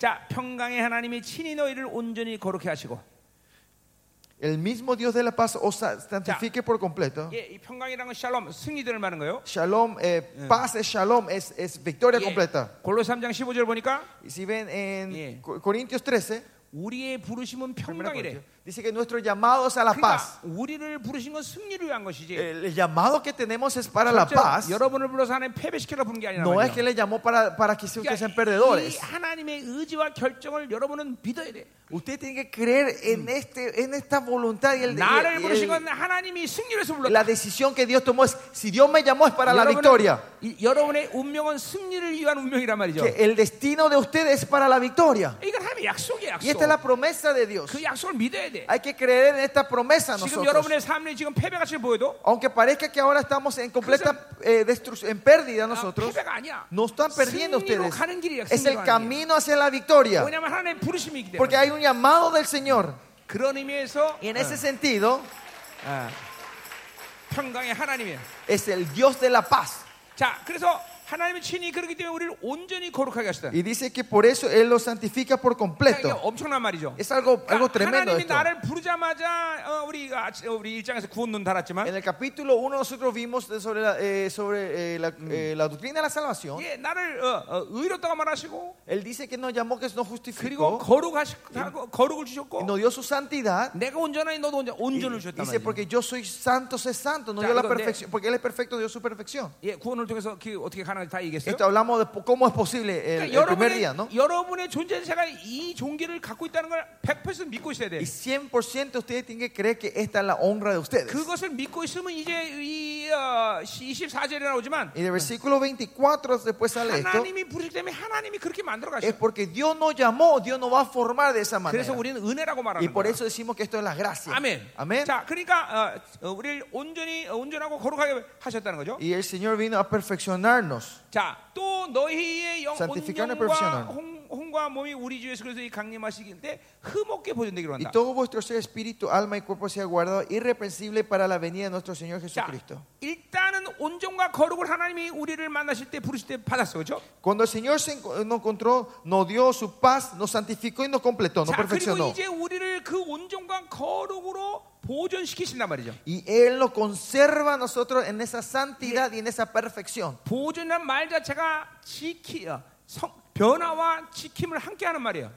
자, 평강의 하나님이 친히 너희를 온전히 거룩해 하시고. El mismo Dios de la paz os santifique por completo. 예, 이 평강이라는 건 샬롬, 승리들을 말하는 거예요. Shalom, eh, paz es shalom, es, es victoria 예, completa. 골로새 3장 15절 보니까 Y si ven en Yeah. Co- Corintios 13, 우리의 부르심은 primera 평강이래. Corintios, dice que nuestro llamado es a la 그러니까 paz. 우리를 부르신 건 승리를 위한 것이지. El llamado que tenemos es para la 실제로 paz. 여러분을 불러서 하나님 패배시키려 부른 게 아니라 No es 말이에요. que le llamó para, para que ustedes sean 그러니까 이 perdedores. 하나님의 의지와 결정을 여러분은 믿어야 돼. Usted tiene que creer en, este, en esta voluntad y el, y el- 나를 y 부르신 el- 건 하나님이 승리해서 예, la 불렀다. decisión que Dios tomó es, si Dios me llamó es para la 여러분은, victoria. 이- 여러분의 운명은 승리를 위한 운명이란 말이죠. Que el destino de ustedes es para la victoria. 이건 하나님의 약속이에요. Y esta 약속. es la promesa de Dios. 그 약속을 믿어야 돼. 돼. Hay que creer en esta promesa 지금 nosotros. 여러분의 삶이 지금 패배같이 보여도 Aunque parezca que ahora estamos en completa eh, destru- en pérdida 아, nosotros, 패배가 아니야. no están perdiendo 승리로 ustedes. 가는 길이야. Es el 승리로 가는 길. camino hacia la victoria. 왜냐하면 하나님의 부르심이기 때문에. Porque hay un llamado del Señor. 그런 의미에서 Y en ese sentido, 평강의 하나님이에요. es el Dios de la paz. 자, 그래서 하나님의 친히 그렇기 때문에 우리를 온전히 거룩하게 하시다. Y dice que por eso Él lo santifica por 이게 completo. 엄청난 말이죠. Es algo, algo 그러니까 tremendo 하나님이 esto. 나를 부르자마자 어, 우리 아, 우리 일장에서 구원론 달았지만 En el capítulo 1 nosotros vimos de- sobre, la, eh, sobre eh, la, eh, la doctrina de la salvación. 예, 나를 어, 어, 의롭다고 말하시고 Él dice que nos llamó, que nos 그리고 justificó, 거룩하시 거룩을 y 주셨고 nos dio su santidad. 내가 온전하니 너도 온전 온전을 주셨단 Dice, 말이에요. porque yo soy santo, sé santo, no Ya, dio la digo, de- perfección, porque Él es perfecto, dio su perfección. 예, 구원을 통해서 그 어떻게 가능한지 다 얘기했어요. Esto hablamos de po- cómo es posible el, 그러니까 el primer 여러분의, día, ¿no? 여러분의 존재 자체가 이 종기를 갖고 있다는 걸 100% 믿고 있어야 돼. Y 100% ustedes tienen que creer que esta es la honra de ustedes. 그것을 믿고 있으면 이제 이 어, 24절에 나오지만 Y del versículo 24 después sale esto. 하나님이 부르기 때문에 하나님이 예, 그렇게 만들어 Es 가셔. porque Dios nos llamó, Dios nos va a formar de esa manera. 그래서 우리는 은혜라고 Y 말하는 por 거예요. eso decimos que esto es la gracia. 아멘. Amén. 자, 그러니까 어, 어, 우리를 온전히 어, 온전하고 거룩하게 하셨다는 거죠. Y el Señor vino a perfeccionarnos. 자, 또 너희의 영 Santificarne 온전과 perfeccionarne. 홍, 홍과 몸이 우리 주 예수 그리스도의 강림하시길 때 흠없게 보존되기로 Y 한다. todo vuestro ser, espíritu, alma y cuerpo sea guardado irreprensible para la venida de nuestro Señor 자, Jesucristo. 일단은 온전과 거룩을 하나님이 우리를 만나실 때 부르실 때 받았어, 그렇죠? Cuando el Señor se enco- nos encontró, nos dio su paz, nos santificó y nos completó, nos 자, 그리고 perfeccionó. 이제 우리를 그 온전과 거룩으로 보존시키신단 말이죠. Y Él nos conserva a nosotros en esa santidad y en esa perfección. 보존이란 말 자체가 지키 어, 성, 변화와 지킴을 함께하는 말이에요.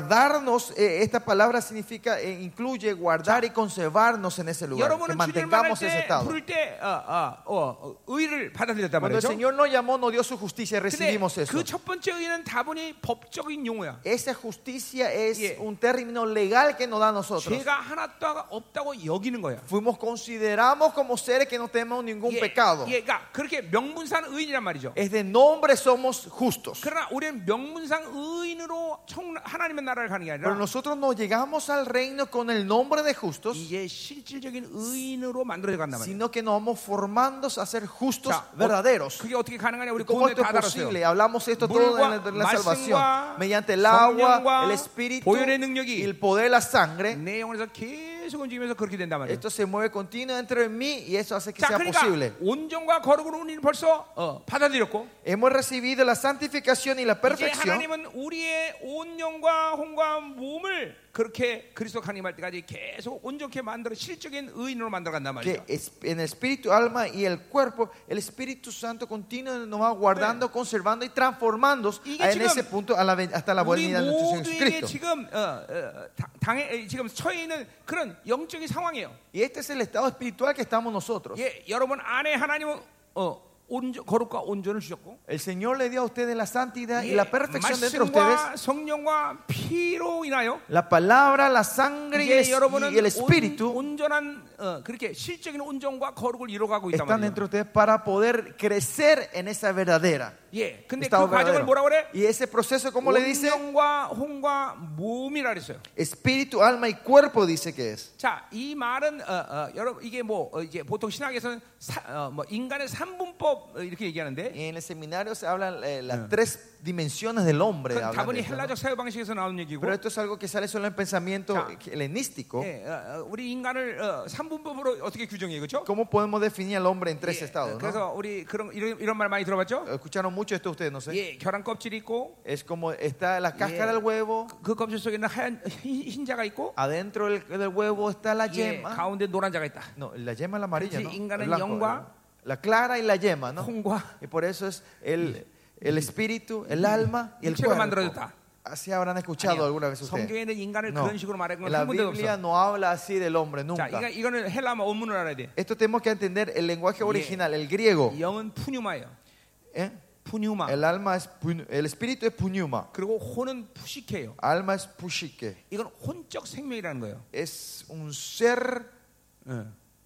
Guardarnos, eh, esta palabra significa, eh, incluye guardar y conservarnos en este ese lugar. Que 여러분은 주님을 만날 mantengamos ese 때 estado. 부를 때 어, 어, 어, 어, 의를 받아들였단 Cuando el 말이죠. Señor nos llamó, nos dio su justicia y 근데 recibimos eso. 그 첫 번째 의는 다분히 법적인 용어야. Esa justicia es Yeah. un término legal que nos da a nosotros. 죄가 하나도 없다고 여기는 거야. Fuimos consideramos como seres que no tenemos ningún 예, pecado. 예, 그러니까 그렇게 명분상 의인이란 말이죠. Es de nombre somos justos. 그러나 우리는 명분상 의인으로 청- 하나님의 나라를 가는 게 Pero 아니라 nosotros no llegamos al reino con el nombre de justos, 이제 실질적인 의인으로 만들어져 간단 말이에요. sino que nos vamos formando a ser justos 자, 어, verdaderos. 그게 어떻게 가능하냐 우리 ¿Cómo 구원에 esto 다 es 다뤘어요. posible? Hablamos esto todo en la, en la Mul과, salvación. 말씀과, Mediante el agua, 성령과, el espíritu 보혈의 능력이. y el poder de la sangre. 내 영혼에서 계속 움직이면서 그렇게 된단 말이에요. Esto se mueve continuo dentro de mí y eso hace que 자, sea 그러니까 posible. 온전과 거룩으로 우리는 벌써 어, 받아들였고 Hemos recibido la santificación y la 이제 perfección. 하나님은 우리의 온 영과 혼과 몸을 그렇게 그리스도 강림할 때까지 계속 온전케 만들어 실적인 의인으로 만들어 간단 Que 말이죠. es- en el espíritu, alma y el cuerpo, el Espíritu Santo continuo nos va guardando, conservando y transformando 이게 en ese 지금 punto a la ven- hasta la 우리 venida de nuestro Señor 모두에게 Jesucristo. 지금 어, 어, 당- 당해 에, 지금 처해 있는 그런 영적인 상황이에요. Y este es el estado espiritual que estamos nosotros. 예, 여러분 안에 하나님은 어, 온전, 거룩과 온전을 주셨고 El Señor le dio a ustedes la santidad y 예, la perfección dentro de ustedes. 말씀과 성령과 피로 인하여 La palabra, la sangre y el, 그러니까 이제 여러분은 y el 온, espíritu 온전한 어, 그렇게 실적인 온전과 거룩을 이루어가고 있단 están 말이에요. dentro de ustedes para poder crecer en esa verdadera. 예, 근데 그 estado 과정을 verdadero. 뭐라 그래? Y ese proceso, ¿cómo le dice? 온영과 홍과 몸이라 그랬어요. Espíritu, alma y cuerpo dice que es. 자, 이 말은 어, 어, 여러분 이게 뭐 어, 이제 보통 신학에서는 사- 어, 뭐 인간의 삼분법 어, 이렇게 얘기하는데 Y en el seminario se hablan eh, las tres dimensiones del hombre. 그건 hablan de 다분히 esto, ¿no? 헬라적 사회 방식에서 나온 얘기고 Pero esto es algo que sale solo en pensamiento Ya. helenístico. 예, 어, 어, 우리 인간을 어, 삼분법으로 어떻게 규정해 그렇죠? 예, 어, ¿Cómo podemos definir al hombre en tres estados? no? 그래서 우리 그런 이런, 이런 말 많이 들어봤죠? Escucharon mucho esto ustedes, no sé. 예, 결함 껍질이 있고 Es como está la cáscara Yeah. del huevo, 그 껍질 속에는 하얀 흰, 흰자가 있고 adentro del, del huevo está la 예, yema. 가운데 노란 자가 있다. No, la yema es la amarilla, Sí, ¿no? inganan El blanco, yongwa. ¿no? La clara y la yema, ¿no? 홍과 Y por eso es el, el espíritu, el alma y el Chero cuerpo. mandrota. Así habrán escuchado alguna vez ustedes. 성경에는 인간을 No. 그런 식으로 말하는 La 건한 군데도 Biblia 없어. no habla así del hombre 자, nunca. 이거, 이거는 헬라 원문을 알아야 돼. Esto tenemos que entender el lenguaje original, el griego. 영은 푸뉴마예요. ¿eh? 푸뉴마. El alma es pu- el espíritu es puñuma, 그리고 혼은 푸시케예요. alma es pushike. 이건 혼적 생명이라는 거예요. Es un ser,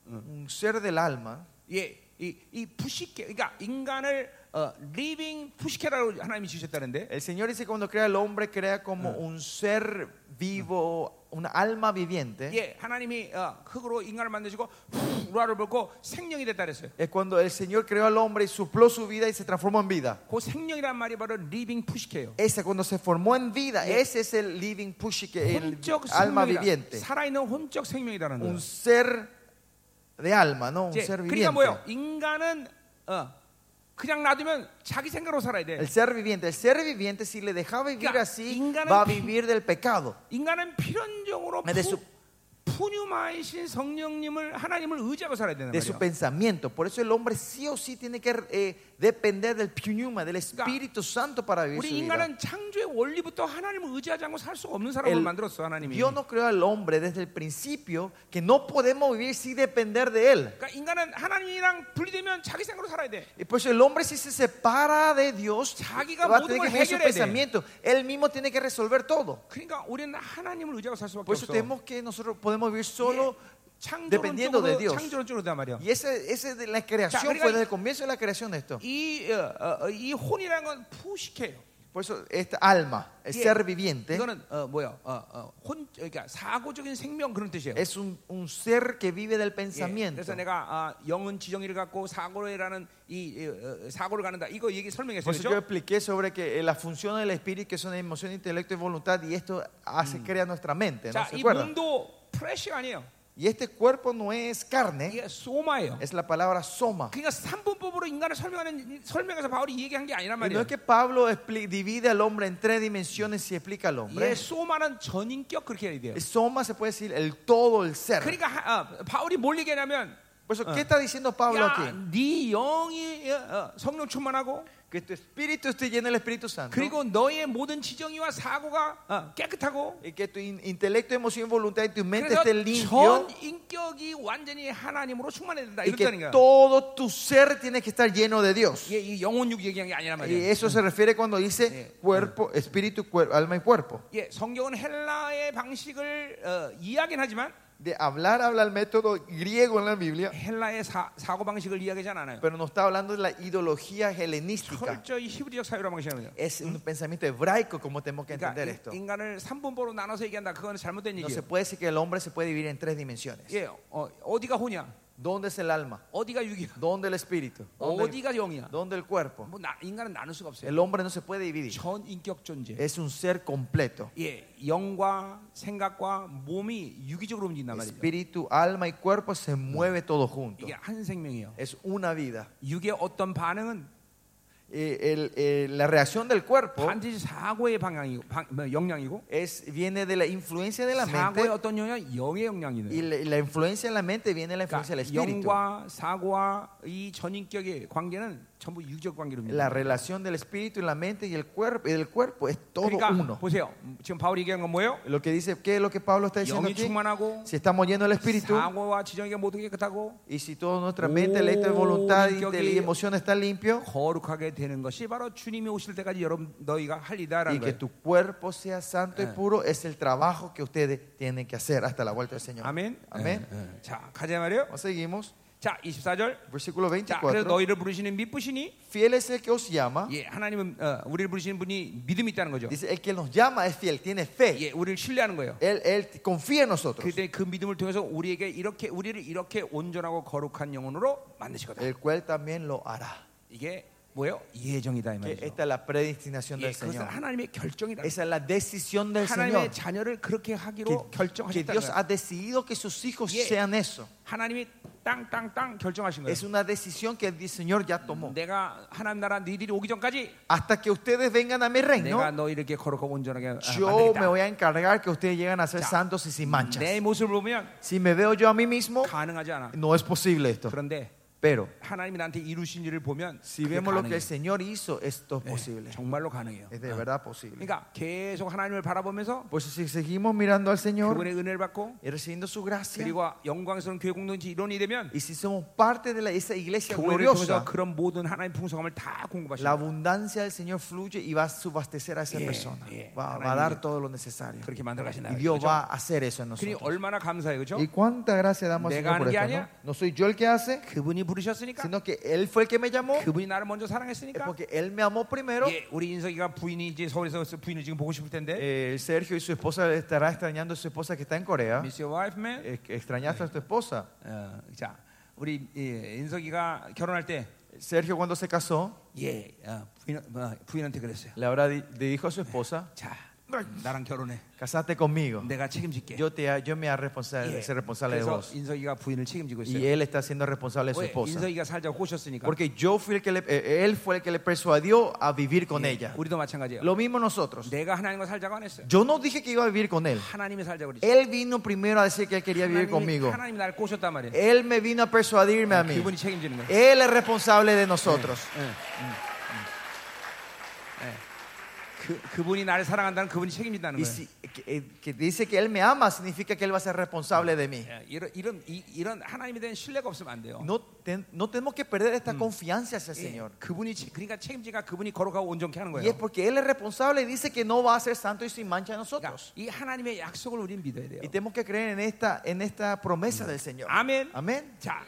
un ser del alma. 예, 이, 이 푸시케, 그러니까 인간을 어, living 푸시케라고 하나님이 주셨다는데 El Señor dice que cuando crea al hombre crea como un ser vivo, una alma viviente 예, 하나님이 어, 흙으로 인간을 만드시고 후, 우라를 불고 생명이 됐다 그랬어요. es cuando el Señor creó al hombre y sopló su vida y se transformó en vida. 그 생명이란 말이 바로 리빙 푸시케예요. Ese cuando se formó en vida, ese es el living push, que el 혼적 alma 생명이다. viviente. 살아있는 혼적 생명이라는 거예요. Un ser de alma, ¿no? Un 이제 ser 그러니까 viviente. 뭐요? 인간은 어, 그냥 놔두면 자기 생각으로 살아야 돼. El ser viviente, el ser viviente si le deja vivir Claro, así, 인간은 va a 피- vivir del pecado. 인간은 필연적으로 네, 네, 수- 푸뉴마이신 성령님을 하나님을 의지하고 살아야 되는 de su 거예요. pensamiento. Por eso el hombre sí o sí tiene que eh, depender del pneuma, del Espíritu Santo para vivir su 우리 vida. 인간은 창조의 원리부터 하나님을 의지하지 않고 살 수가 없는 사람을 El- 만들었어 하나님이. Dios nos creó al hombre desde el principio que no podemos vivir sin depender de él. 그러니까 인간은 하나님이랑 분리되면 자기 생각으로 살아야 돼. Y por eso el hombre si se separa de Dios, 자기가 va a 모든 tener que 걸 vivir su 해결해야 돼. pensamiento. Él mismo tiene que resolver todo. 그러니까 우리는 하나님을 의지하고 살 수밖에 Por eso 없어. 예, tenemos que nosotros podemos vivir solo. dependiendo de 창조론적으로 Dios. 창조론적으로다 말이야. Y ese, ese de la creación 그러니까 fue 이- desde el comienzo de la creación de esto. 이, 어, 어, 어, 이 혼이라는 건 푸시케요. Por eso esta alma, el 예. ser viviente, 이거는 어, 뭐야? 어, 어, 혼 그러니까 사고적인 생명 그런 뜻이에요. es un, un ser que vive del 예, pensamiento. 그래서 내가 아, 영은 지정이를 갖고 사고라는 이, 이 어, 사고를 갖는다. 이거 얘기 설명했어요. Por eso yo 그렇죠? expliqué sobre que eh, las funciones del espíritu que son emoción, intelecto y voluntad y esto hace crea nuestra mente, ¿no? 자, ¿Se 이 acuerdan? 몸도 프레시가 아니에요. Y este cuerpo no es carne, 이게 소마예요. es la palabra soma. 그러니까 삼분법으로 인간을 설명하는 설명해서 바울이 얘기한 게 아니란 Y no 말이에요. es que Pablo expli- divide al hombre en tres dimensiones y explica al hombre. 예, 소마는 전인격 그렇게 해야 돼요. El soma se puede decir el todo, el ser. 그러니까 하- 아, 바울이 뭘 얘기하냐면 Por eso, ¿qué está diciendo Pablo 야, aquí? 네 영이 어, 어, 성령 충만하고 Que tu espíritu esté lleno del Espíritu Santo. 그리고 너의 모든 지정이와 사고가 어, 깨끗하고 Y que tu in- intelecto, emoción, voluntad y tu mente 그래서 esté limpio. 전 인격이 완전히 하나님으로 충만해야 된다 Y que 이랬다니까. todo tu ser tiene que estar lleno de Dios. 예, 이 영혼육 얘기한 게 아니란 Y 말이에요. eso se refiere cuando dice Sí. cuerpo, espíritu, cuer- alma y cuerpo. 예, 성경은 헬라의 방식을 어, 이해하긴 하지만 De hablar habla el método griego en la Biblia, 헬라의 사, 사고 방식을 이해하지 않아요. pero no está hablando de la ideología helenística. 철저히 히브리적 사유라 방식이에요. Es un pensamiento hebraico como tenemos que 그러니까 entender 인- esto. 인간을 삼분보로 나눠서 얘기한다. 그건 잘못된 No se 얘기예요. puede decir que el hombre se puede dividir en tres dimensiones. 예, 어, 어디가 혼이야? ¿Dónde es el alma? 어디가 육이야? ¿Dónde el espíritu? Oh, ¿Dónde el, 어디가 영이야? dónde el cuerpo? 뭐 나- 인간은 나눌 수가 없어요. El hombre no se puede dividir. 전 인격 존재. Es un ser completo. 예, 영과 생각과 몸이 유기적으로 움직인단 말이죠. Espíritu, alma y cuerpo se mueve todo junto. 이게 한 생명이에요. Es una vida. 육의 어떤 반응은 Eh, el- eh, la reacción del cuerpo 반드시 사고의 방향이고 방- 뭐, 영향이고 es, viene de la influencia de la 사고의 mente 어떤 영향 영의 영향이네요. y la, y la influencia de la mente viene de la influencia del 그러니까 espíritu. 영과 사고와 이 전인격의 관계는 전부 유적 La 관계입니다. relación del espíritu y la mente y el cuerpo y del cuerpo es todo 그러니까 uno. 보세요. 지금 바울이 얘기한 건 뭐예요? Lo que dice, ¿qué es lo que Pablo está diciendo 영이 aquí? 충만하고 Si estamos llenos del espíritu 사고와 지정이 모두 깨끗하고 y si toda nuestra mente, intelecto, voluntad y, inte- y emoción está limpio 거룩하게 되는 것이 바로 주님이 오실 때까지 여러분 너희가 할 y 일이다라는 que 거예요. tu cuerpo sea santo y Eh. puro es el trabajo que ustedes tienen que hacer hasta la vuelta del Señor. 아멘. 아멘. 예, 예. 자, 가자 말이에요. Seguimos. 자, 24절. Versículo 자, 24. 그래서 너희를 부르시는 믿으시니 Fiel es el que os llama. 예, 하나님은 어, 우리를 부르시는 분이 믿음이 있다는 거죠. Dice, el que nos llama es fiel, tiene fe. 예, 우리를 신뢰하는 거예요. Él, él confía en nosotros. 그때 그 믿음을 통해서 우리에게 이렇게 우리를 이렇게 온전하고 거룩한 영혼으로 만드시거든. El cual también lo hará. 이게 뭐예요? 예정이다 이 Que 말이죠. esta es la predestinación 예, del 그것은 Señor. 하나님의 결정이다. Esa es la decisión del Señor. 하나님의 자녀를 그렇게 하기로 Que, que 결정하셨다. Dios ha decidido que sus hijos Yeah. sean eso. 하나님이 땅땅땅 결정하신 거예요. Es una decisión que el Señor ya tomó. 내가 하나님 나라 너희들이 오기 전까지 Hasta que ustedes vengan a mi 내가 reino, 너희를 이렇게 거룩하고 온전하게 아, yo me voy 만들겠다. a encargar que ustedes lleguen a ser Ya. santos y sin manchas. 내 모습을 보면 Si me veo yo a mí mismo, 가능하지 않아. no es posible esto. 그런데 Pero 하나님이 나한테 이루신 일을 보면 si 그게 vemos lo que 가능해요. el Señor hizo, esto es 예, posible. 정말로 가능해요. Es de verdad posible. 그러니까 계속 하나님을 바라보면서 Pues si seguimos mirando al Señor 그분의 은혜를 받고 y recibiendo su gracia, 그리고 영광스러운 교회 공동체 이론이 되면 y si somos parte de la- esa iglesia 교회를 통해서 gloriosa, 그런 모든 하나님 풍성함을 la 다 공급하시고 abundancia del Señor fluye y va a subastecer a esa Yeah, persona. yeah. Va, va a dar todo lo necesario. 그렇게 만들어 가신다. Y Dios 그죠? va a hacer eso en 그니 nosotros. 얼마나 감사해요, 그렇죠? ¿Y cuánta gracia damos al 내가 Señor por 하는 게 esto? ¿no? 아니야? no soy yo el que hace, 그분이 부르셨으니까 sino que Él fue el que me llamó, 그분이 나를 먼저 es 사랑했으니까 porque Él me amó primero. 예, 우리 인석이가 부인이 이제 서울에서 부인을 지금 보고 싶을 텐데 Eh, Sergio y su esposa estará extrañando a su esposa que está en Corea. 미스 와이프 맨 Eh, Extrañaste a tu esposa. 어, 자, 우리 예, 인석이가 결혼할 때 Sergio cuando se casó, 예, 어, 부인, 어, 부인한테 그랬어요. le habrá di- le dijo a su esposa, 자, 나랑 결혼해. casate conmigo. 내가 책임질게. Yo, te, yo me haré responsable, 예. ser responsable de 그래서 vos. 인석이가 부인을 책임지고 Y 있어요. él está siendo responsable de su 왜? esposa. 인석이가 살자 고 꼬셨으니까. Porque yo fui el que le, eh, él fue el que le persuadió a vivir con 예, ella. 우리도 마찬가지예요. Lo mismo nosotros. 내가 하나님과 살자고 안 했어요. Yo no dije que iba a vivir con él. 하나님이 살자고 그랬죠. Él vino primero a decir que él quería vivir 하나님이, conmigo. 하나님이 나를 꼬셨단 말이에요. Él me vino a persuadirme a mí. 그분이 책임지는 거예요. Él es responsable de nosotros. 예, 음, 음. 예. 그, 그분이 나를 사랑한다는 그분이 책임진다는 Y 거예요. si, que, eh, que dice que él me ama, significa que él va a ser responsable de mí. 예, 이런 이런 이, 런 하나님에 대한 신뢰가 없으면 안 돼요. No, ten- no tenemos que perder esta confianza hacia el 예, Señor. 그분이 책- 그러니까 책임지가 그분이 걸어가고 온전케 하는 Y 거예요. es porque él es responsable y dice que no va a ser santo y sin mancha de 그러니까 nosotros. 이 하나님의 약속을 우리는 믿어야 돼요. Y tenemos que creer en esta, en esta promesa del Señor. 아멘. Amén. 자,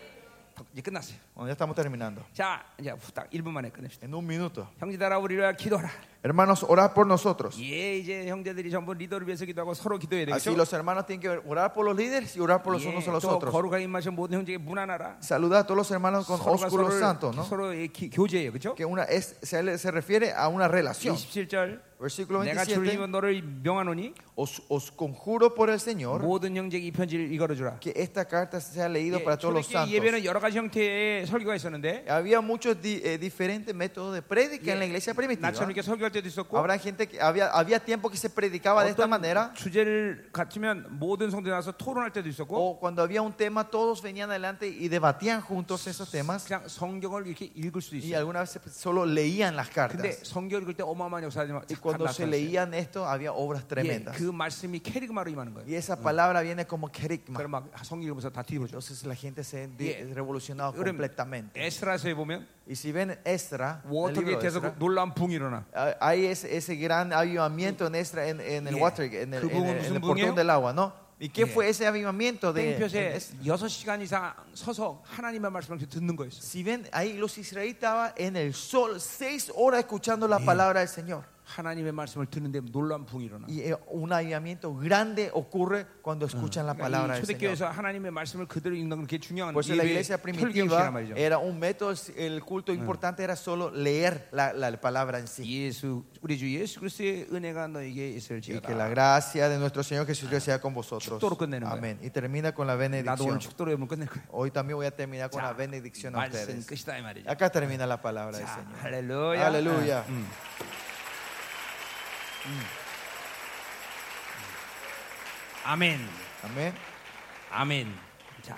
이제 끝났어요. Bueno, ya estamos terminando. 자, 이제 후딱 1분 만에 끝냅시다. En un minuto. 형제들아 우리를 기도하라. Hermanos, orad por nosotros. 예, 이제 형제들이 전부 리더를 위해서 기도하고 서로 기도해야 Así 되겠죠. los hermanos tienen que orar por los líderes y orar por los 예, unos a los 또 otros. 거룩한 입맛이 모든 형제에게 무난하라. Saludad a todos los hermanos con 서로가 ósculo santo, 서로를 ¿no? 서로의 기- 교제예요, 그렇죠? Que una es, se, le- se refiere a una relación. 27절 Versículo 내가 27. 주님은 너를 명하노니 Os, os conjuro por el Señor 모든 형제에게 이 편지를 읽어주라. 예, que esta carta sea leída para todos los 초대교회 santos. 예배는 여러 가지 형태의 설교가 있었는데 Había muchos di- eh, diferentes métodos de prédica en la iglesia primitiva. 예, 나처럼 이렇게 설교할 때도 있었고 Habrá gente que había, había tiempo que se predicaba de esta manera. 어떤 주제를 갖추면 모든 성도에 나와서 토론할 때도 있었고 O cuando había un tema, todos venían adelante y debatían juntos esos temas. 그냥 성경을 이렇게 읽을 수도 Y 있어요. algunas veces solo leían las 근데 cartas. 성경 읽을 때 어마어마한 역사가 나- Y cuando se 나타났어요. leían esto, había obras 예, tremendas. 그 말씀이 캐리그마로 임하는 거예요. Y esa palabra viene como kerigma. 그럼 막 성경 읽으면서 다 뒤집어져. Entonces la gente se di- Yeah. revolucionó 그럼 completamente. 에스라서에 보면 Y si ven Estra, en el libro de 워터게이트에서 그 Esdra, 놀라운 붕이 일어나. ah, hay ese, ese gran avivamiento en Estra, en, en el Yeah. Watergate, en el, 그 en el- 붕은 en el 무슨 portón 붕이에요? del agua, ¿no? ¿Y qué Yeah. fue ese avivamiento de en 땡볕에 Esdra? 6시간 이상 서서 하나님의 말씀을 이렇게 듣는 거였어요. Si ven, ahí los israelíes estaban en el sol seis horas escuchando la palabra del Señor. 하나님의 말씀을 듣는데 놀라운 붕이 일어나. Y eh, un avivamiento grande ocurre cuando escuchan la palabra 그러니까 이 del Señor. 초대교회에서 하나님의 말씀을 그대로 읽는 게 중요한 Por eso Pues la 예배의 iglesia 설교식이란 primitiva 말이죠. era un método, el culto importante era solo leer la, la palabra en sí. 예수 우리 주 예수 그리스도의 은혜가 너에게 Y que la 있을지어다. gracia de nuestro Señor Jesucristo sea con vosotros. 축도로 끝내는 Amén. Y termina con la 네, 나도 benedicción. 오늘 축도로 여러분 끝낼 거예요. Hoy también voy a terminar con 자, la benedicción a 말씀 ustedes. 끝이다 이 말이죠. Acá termina la palabra del 자, Señor. 할렐루야. 할렐루야. 음. 음. 아멘. Amén. 아멘. 자,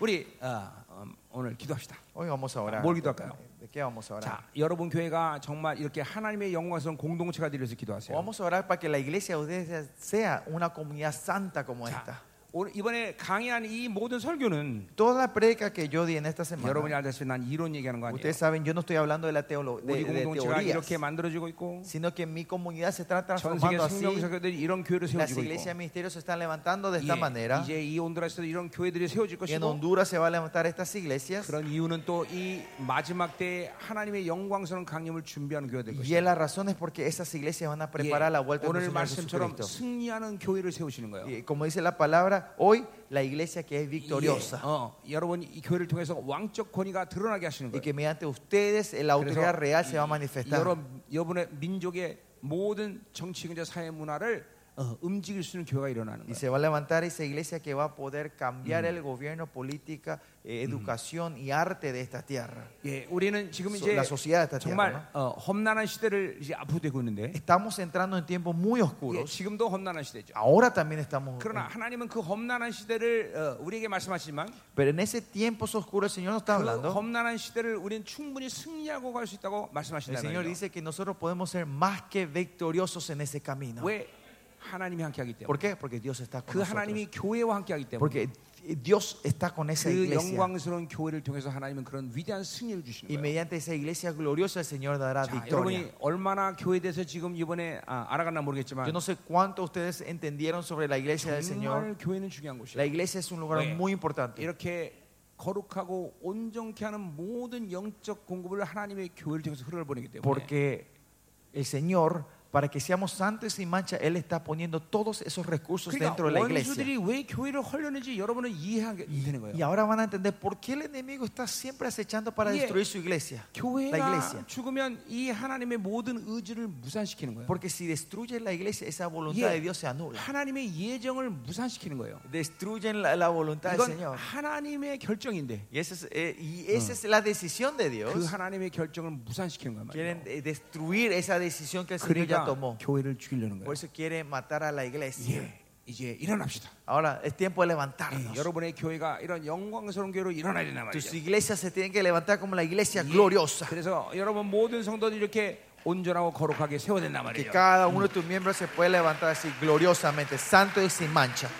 우리 어, 음, 오늘 기도합시다. Hoy vamos a orar. 뭘 기도할까요? ¿De qué vamos a orar? 자, 여러분 교회가 정말 이렇게 하나님의 영광스러운 공동체가 되려서 기도하세요. Vamos a orar para que la iglesia de ustedes sea una comunidad santa como 자, esta. 오늘 이번에 강의한 이 모든 설교는 Toda la predica que yo di en esta 여러분이 semana, 알다시피 난 이론 얘기하는 거 아니에요. ustedes saben, yo no estoy hablando de la teolo- de, 우리 네, de 공동체가 teorías, 이렇게 만들어지고 있고 sino que mi comunidad se está 전 세계 transformando así. 성경사교들이 이런 교회를 Las 세워지고 있고 iglesias ministerios se están levantando de esta 예, manera. 이제 이 온두라스도 이런 교회들이 세워질 Y en 것이고 Honduras se van a levantar estas iglesias. 그런 이유는 또 이 마지막 때 하나님의 영광스러운 강림을 준비하는 교회 될 Y 것이고 es la razón es porque esas iglesias van a preparar la vuelta de 오늘 nuestro Señor 말씀처럼 Jesucristo. 승리하는 교회를 세우시는 거예요. Y como dice la palabra, hoy la iglesia que es 예, victoriosa. 어, 여러분 이 교회를 통해서 왕적 권위가 드러나게 하시는 Y 거예요. que mediante ustedes la autoridad 그래서 real se va a manifestar. 여러분 여러분의 민족의 모든 정치, 경제, 사회 문화를 어, 움직일 수 있는 교회가 일어나는 Y 거예요. se va a levantar esa iglesia que va a poder cambiar el gobierno, política, eh, educación y arte de esta tierra. 예, 우리는 지금 So- 이제 la sociedad está 정말 어, 험난한 시대를 이제 앞으로 되고 있는데 Estamos entrando en tiempos muy 예, oscuros. 지금도 험난한 시대죠. Ahora también estamos. 그러나 하나님은 그 험난한 시대를 어, 우리에게 말씀하시지만 Pero en ese tiempos oscuros el Señor nos está 그 hablando. 험난한 시대를 우리는 충분히 승리하고 갈 수 있다고 El 말씀하신다는 Señor 거예요. dice que nosotros podemos ser más que victoriosos en ese camino. 왜 하나님이 함께하기 때문에 ¿Por qué? Porque Dios está con 그 nosotros. 하나님이 교회와 함께하기 때문에 Porque Dios está con esa 그 iglesia. 영광스러운 교회를 통해서 하나님은 그런 위대한 승리를 주시는 Y 거예요. mediante esa iglesia gloriosa el Señor dará 자, victoria. 여러분이 얼마나 교회에 대해서 지금 이번에 아, 알아갔나 Yo 모르겠지만 no sé cuánto ustedes entendieron sobre la iglesia del Señor. 정말 교회는 중요한 곳이에요. La iglesia es un lugar Oye, muy importante. 이렇게 거룩하고 온전케 하는 모든 영적 공급을 하나님의 교회를 통해서 흘러보내기 때문에 Porque el Señor, para que seamos santos y sin mancha, Él está poniendo todos esos recursos 그러니까 dentro de la iglesia. 원수들이 왜 교회를 헐려는지 여러분은 이해하게 되는 Y 거예요. ahora van a entender por qué el enemigo está siempre acechando para Yeah. destruir su iglesia. La 교회가 iglesia. 죽으면 이 하나님의 모든 의지를 무산시키는 거예요. Porque si destruyen la iglesia, esa voluntad Yeah. de Dios se anula. 하나님의 예정을 무산시키는 거예요. Destruyen la, la voluntad del 이건 Señor. 하나님의 결정인데 Y esa es, eh, y esa es la decisión de 그 Dios. 하나님의 결정을 무산시키는 거란 Quieren 말이에요. eh, destruir esa decisión que el Señor ya 그러니까 tomó. 교회를 죽이려는 Por 거예요. eso quieren matar a la iglesia. 예, 이제 일어납시다. Ahora es tiempo de 예, levantarnos. 여러분의 교회가 이런 영광스러운 교회로 일어나야 된단 Tus 말이에요. iglesias se tienen que levantar como la iglesia 예, gloriosa. 그래서 여러분 모든 성도들이 이렇게 온전하고 거룩하게 세워야 된단 Que 말이에요. cada uno de tus miembros se puede levantar así gloriosamente, santo y sin mancha.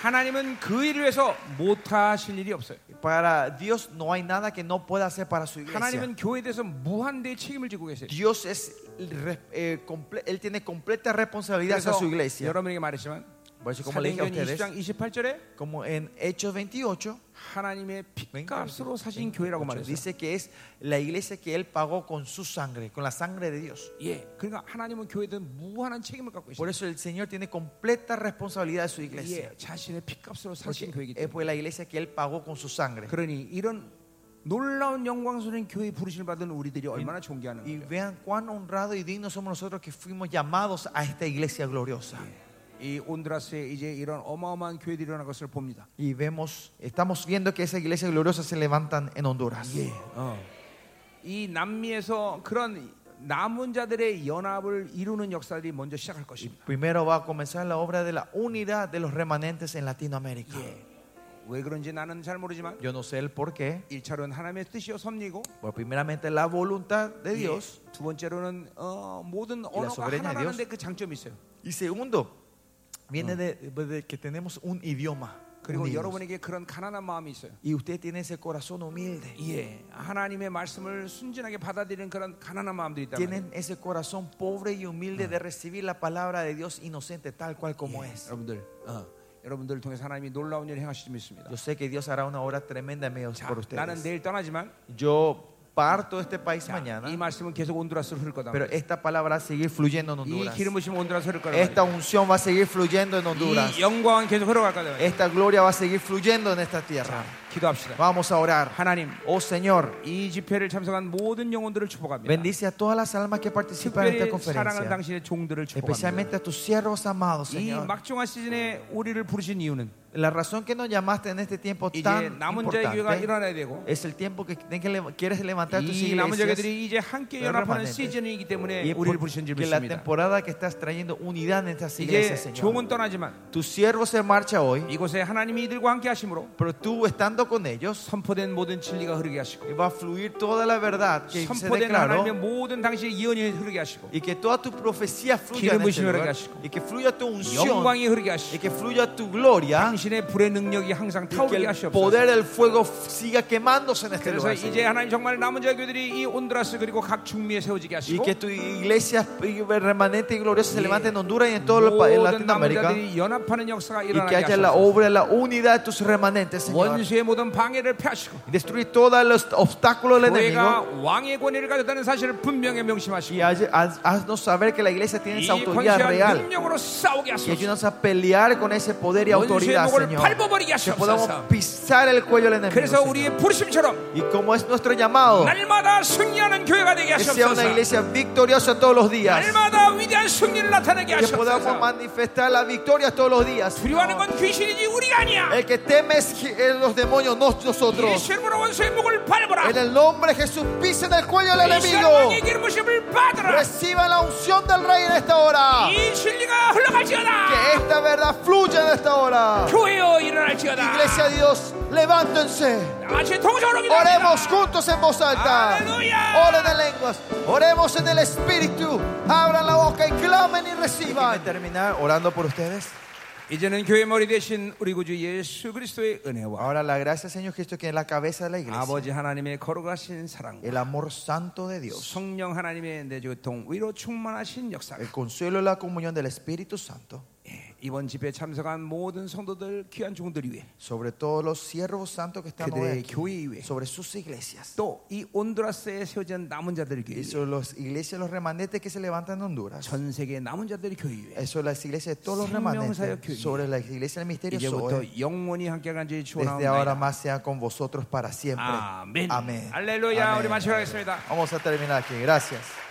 하나님은 그 일을 위해서 못하실 일이 없어요. Para Dios no hay nada que no pueda hacer para su iglesia. 하나님은 교회에 대해서 무한대의 책임을 지고 계세요. Dios es, re- eh, comple- Él tiene completa responsabilidad hacia su iglesia. 네, 여러분에게 말했지만 Por eso, como le dije a 사도행전 ustedes, 20장 28절에 como en Hechos 28, 하나님의 핏값으로 사신 교회라고 28, 말했어요. dice que es la iglesia que Él pagó con su sangre, con la sangre de Dios. 예, 그러니까 하나님은 교회에 대한 무한한 책임을 갖고 Por 있어요. eso el Señor tiene completa responsabilidad de su iglesia. 예, 자신의 핏값으로 Porque 사신 교회이기 es 때문에. pues la iglesia que Él pagó con su sangre. 예, 그러니 이런 놀라운 영광스러운 교회 부르심을 받은 우리들이 얼마나 존귀하는 Y 거예요. vean cuán honrados y dignos somos nosotros que fuimos llamados a esta iglesia gloriosa. 이 온드라스에 이제 이런 어마어마한 교회들이 일어난 것을 봅니다. Y vemos, estamos viendo que esa iglesia gloriosa se levantan en Honduras. 어. 이 남미에서 그런 남은 자들의 연합을 이루는 역사들이 먼저 시작할 것입니다. Primero va a comenzar la obra de la unidad de los remanentes en Latinoamérica. 예. 왜 그런지 나는 잘 모르지만 Yo no sé el por qué. 일차로는 하나님의 뜻이요 섭리고 Bueno, primeramente la voluntad de Dios. 예. 두 번째로는 어, 모든 언어가 soberanía de 하나라는데 그 장점이 있어요. Y segundo, viene de, pues, de que tenemos un idioma. 그리고 unidos. 여러분에게 그런 가난한 마음이 있어요. Y usted tiene ese corazón humilde. 예, 하나님의 말씀을 순진하게 받아들이는 그런 가난한 마음들이 있다. Tienen ese corazón pobre y humilde de recibir la palabra de Dios inocente tal cual como es. 여러분들, 어, 여러분들을 통해서 하나님이 놀라운 일을 행하실 줄 믿습니다. Yo sé que Dios hará una obra tremenda en medio 자, por 나는 ustedes. 내일 떠나지만 Yo parto de este país 자, mañana, 이 말씀은 계속 온두라스로 흐를 거다. pero esta palabra va a seguir fluyendo en 이 Honduras. 기름 부심 온두라스 흐를 거다. Esta unción va a seguir fluyendo en Honduras. 이 영광은 계속 흘러갈 거다. Esta gloria va a seguir fluyendo en esta 자, tierra. 예, 기도합시다. Vamos a orar. 하나님, Oh Señor, 이 집회를 참석한 모든 영혼들을 축복합니다. bendice a todas las almas que participan en esta 특별히 사랑하는 conferencia, 당신의 종들을 축복합니다. especialmente a tus siervos amados, 이 Señor. 막중한 시즌에 우리를 부르신 이유는 La razón que nos llamaste en este tiempo tan 이제 예, 남은 자의 교회가 importante 일어나야 되고 es el tiempo que tienes que le- quieres levantar tus 이 남은 iglesias. 자들이 이제 함께 연합하는 Y 시즌이기 때문에 es 우리를 부르신 줄 porque la 믿습니다. temporada Eh, que estás trayendo unidad en estas 이제 iglesias, Señor. 종은 떠나지만 Tu siervo se marcha hoy, 이곳에 하나님이 이들과 함께 하심으로 pero tú estando con ellos, 선포된 모든 진리가 흐르게 하시고 va a fluir toda la verdad que se 선포된 declaró 하나님의 모든 당신의 예언이 흐르게 하시고 y que toda tu profecía fluya 기름 en este 부심을 lugar, 하시고 y que fluya tu unción 영광이 흐르게 y 하시고 que fluya tu gloria 당신의 불의 능력이 항상 y que 타오르게 el 하시옵소서 poder del fuego siga quemándose en este 그래서 lugar 이제 Señor. 하나님 정말 남은 자의 교들이 이 온드라스 그리고 각 중미에 세워지게 y 하시고 que tu iglesia remanente y gloriosa se levante en Honduras y en todo el país 모든 남은 Latinoamérica 자들이 연합하는 역사가 y que 일어나게 haya la 하시고 obra la unidad de tus remanentes Señor 원수의 모든 방해를 패하시고 y destruir todos los obstáculos del 교회가 enemigo 왕의 권위를 가졌다는 사실을 분명히 명심하시고 y haz- haz- haznos saber que la iglesia tiene 이 esa autoridad 권세한 real 능력으로 싸우게 y 하소서 ayúdanos a pelear con ese poder y 원수의 autoridad 목을 Señor 뭐 밟아버리게 que podamos 하소서 pisar el cuello del enemigo 그래서 Señor. 우리의 부르심처럼 y como es nuestro 어. llamado 날마다 승리하는 교회가 되게 que sea una 하소서 iglesia victoriosa todos los días 날마다 위대한 승리를 나타내게 뭐 que podamos 하소서 manifestar la victoria todos los días 두려워하는 건 귀신이지 우리가 아니야 el que teme es que- es los demonios no nosotros 예수님으로 원수의 목을 밟아라 en el nombre de Jesús pisen el cuello del 이 enemigo 사랑의 기름부심을 받으라 reciban la unción del rey en esta hora 이 진리가 Que 흘러갈지어다 esta verdad fluya en esta hora. 교회여 일어날지어다 Iglesia de Dios, levántense. 같이 동서로 기도합니다 Oremos juntos en voz alta. Aleluya. Oren en lenguas. Oremos en el Espíritu. Abran la boca y clamen y reciban. terminar orando por ustedes. 이제는 교회 머리 대신 우리 구주 예수 그리스도의 은혜와 Ahora la gracia, Señor Cristo, que es la cabeza de la iglesia. 아버지 하나님의 거룩하신 사랑과 El amor santo de Dios. 성령 하나님의 내조통 위로 충만하신 역사가 El consuelo y la comunión del Espíritu Santo. 예, 이번 집회에 참석한 모든 성도들 귀한 종들 위해 sobre todos los siervos santos que están 그들의 hoy 교회 aquí, 위에. sobre sus iglesias 또 이 온두라스에 세워진 남은 자들 교회 y sobre las iglesias los remanentes que se levantan en Honduras 전 세계 남은 자들 교회 위에 Eh, sobre las iglesias de todos los 생명사역 remanentes 교회. sobre la iglesia del misterio 이제부터 Zoe, 영원히 함께 간지 desde ahora 추원하옵나이다 más sea con vosotros para siempre 아멘 amén 할렐루야 우리 Amén. 마치겠습니다 vamos a terminar aquí gracias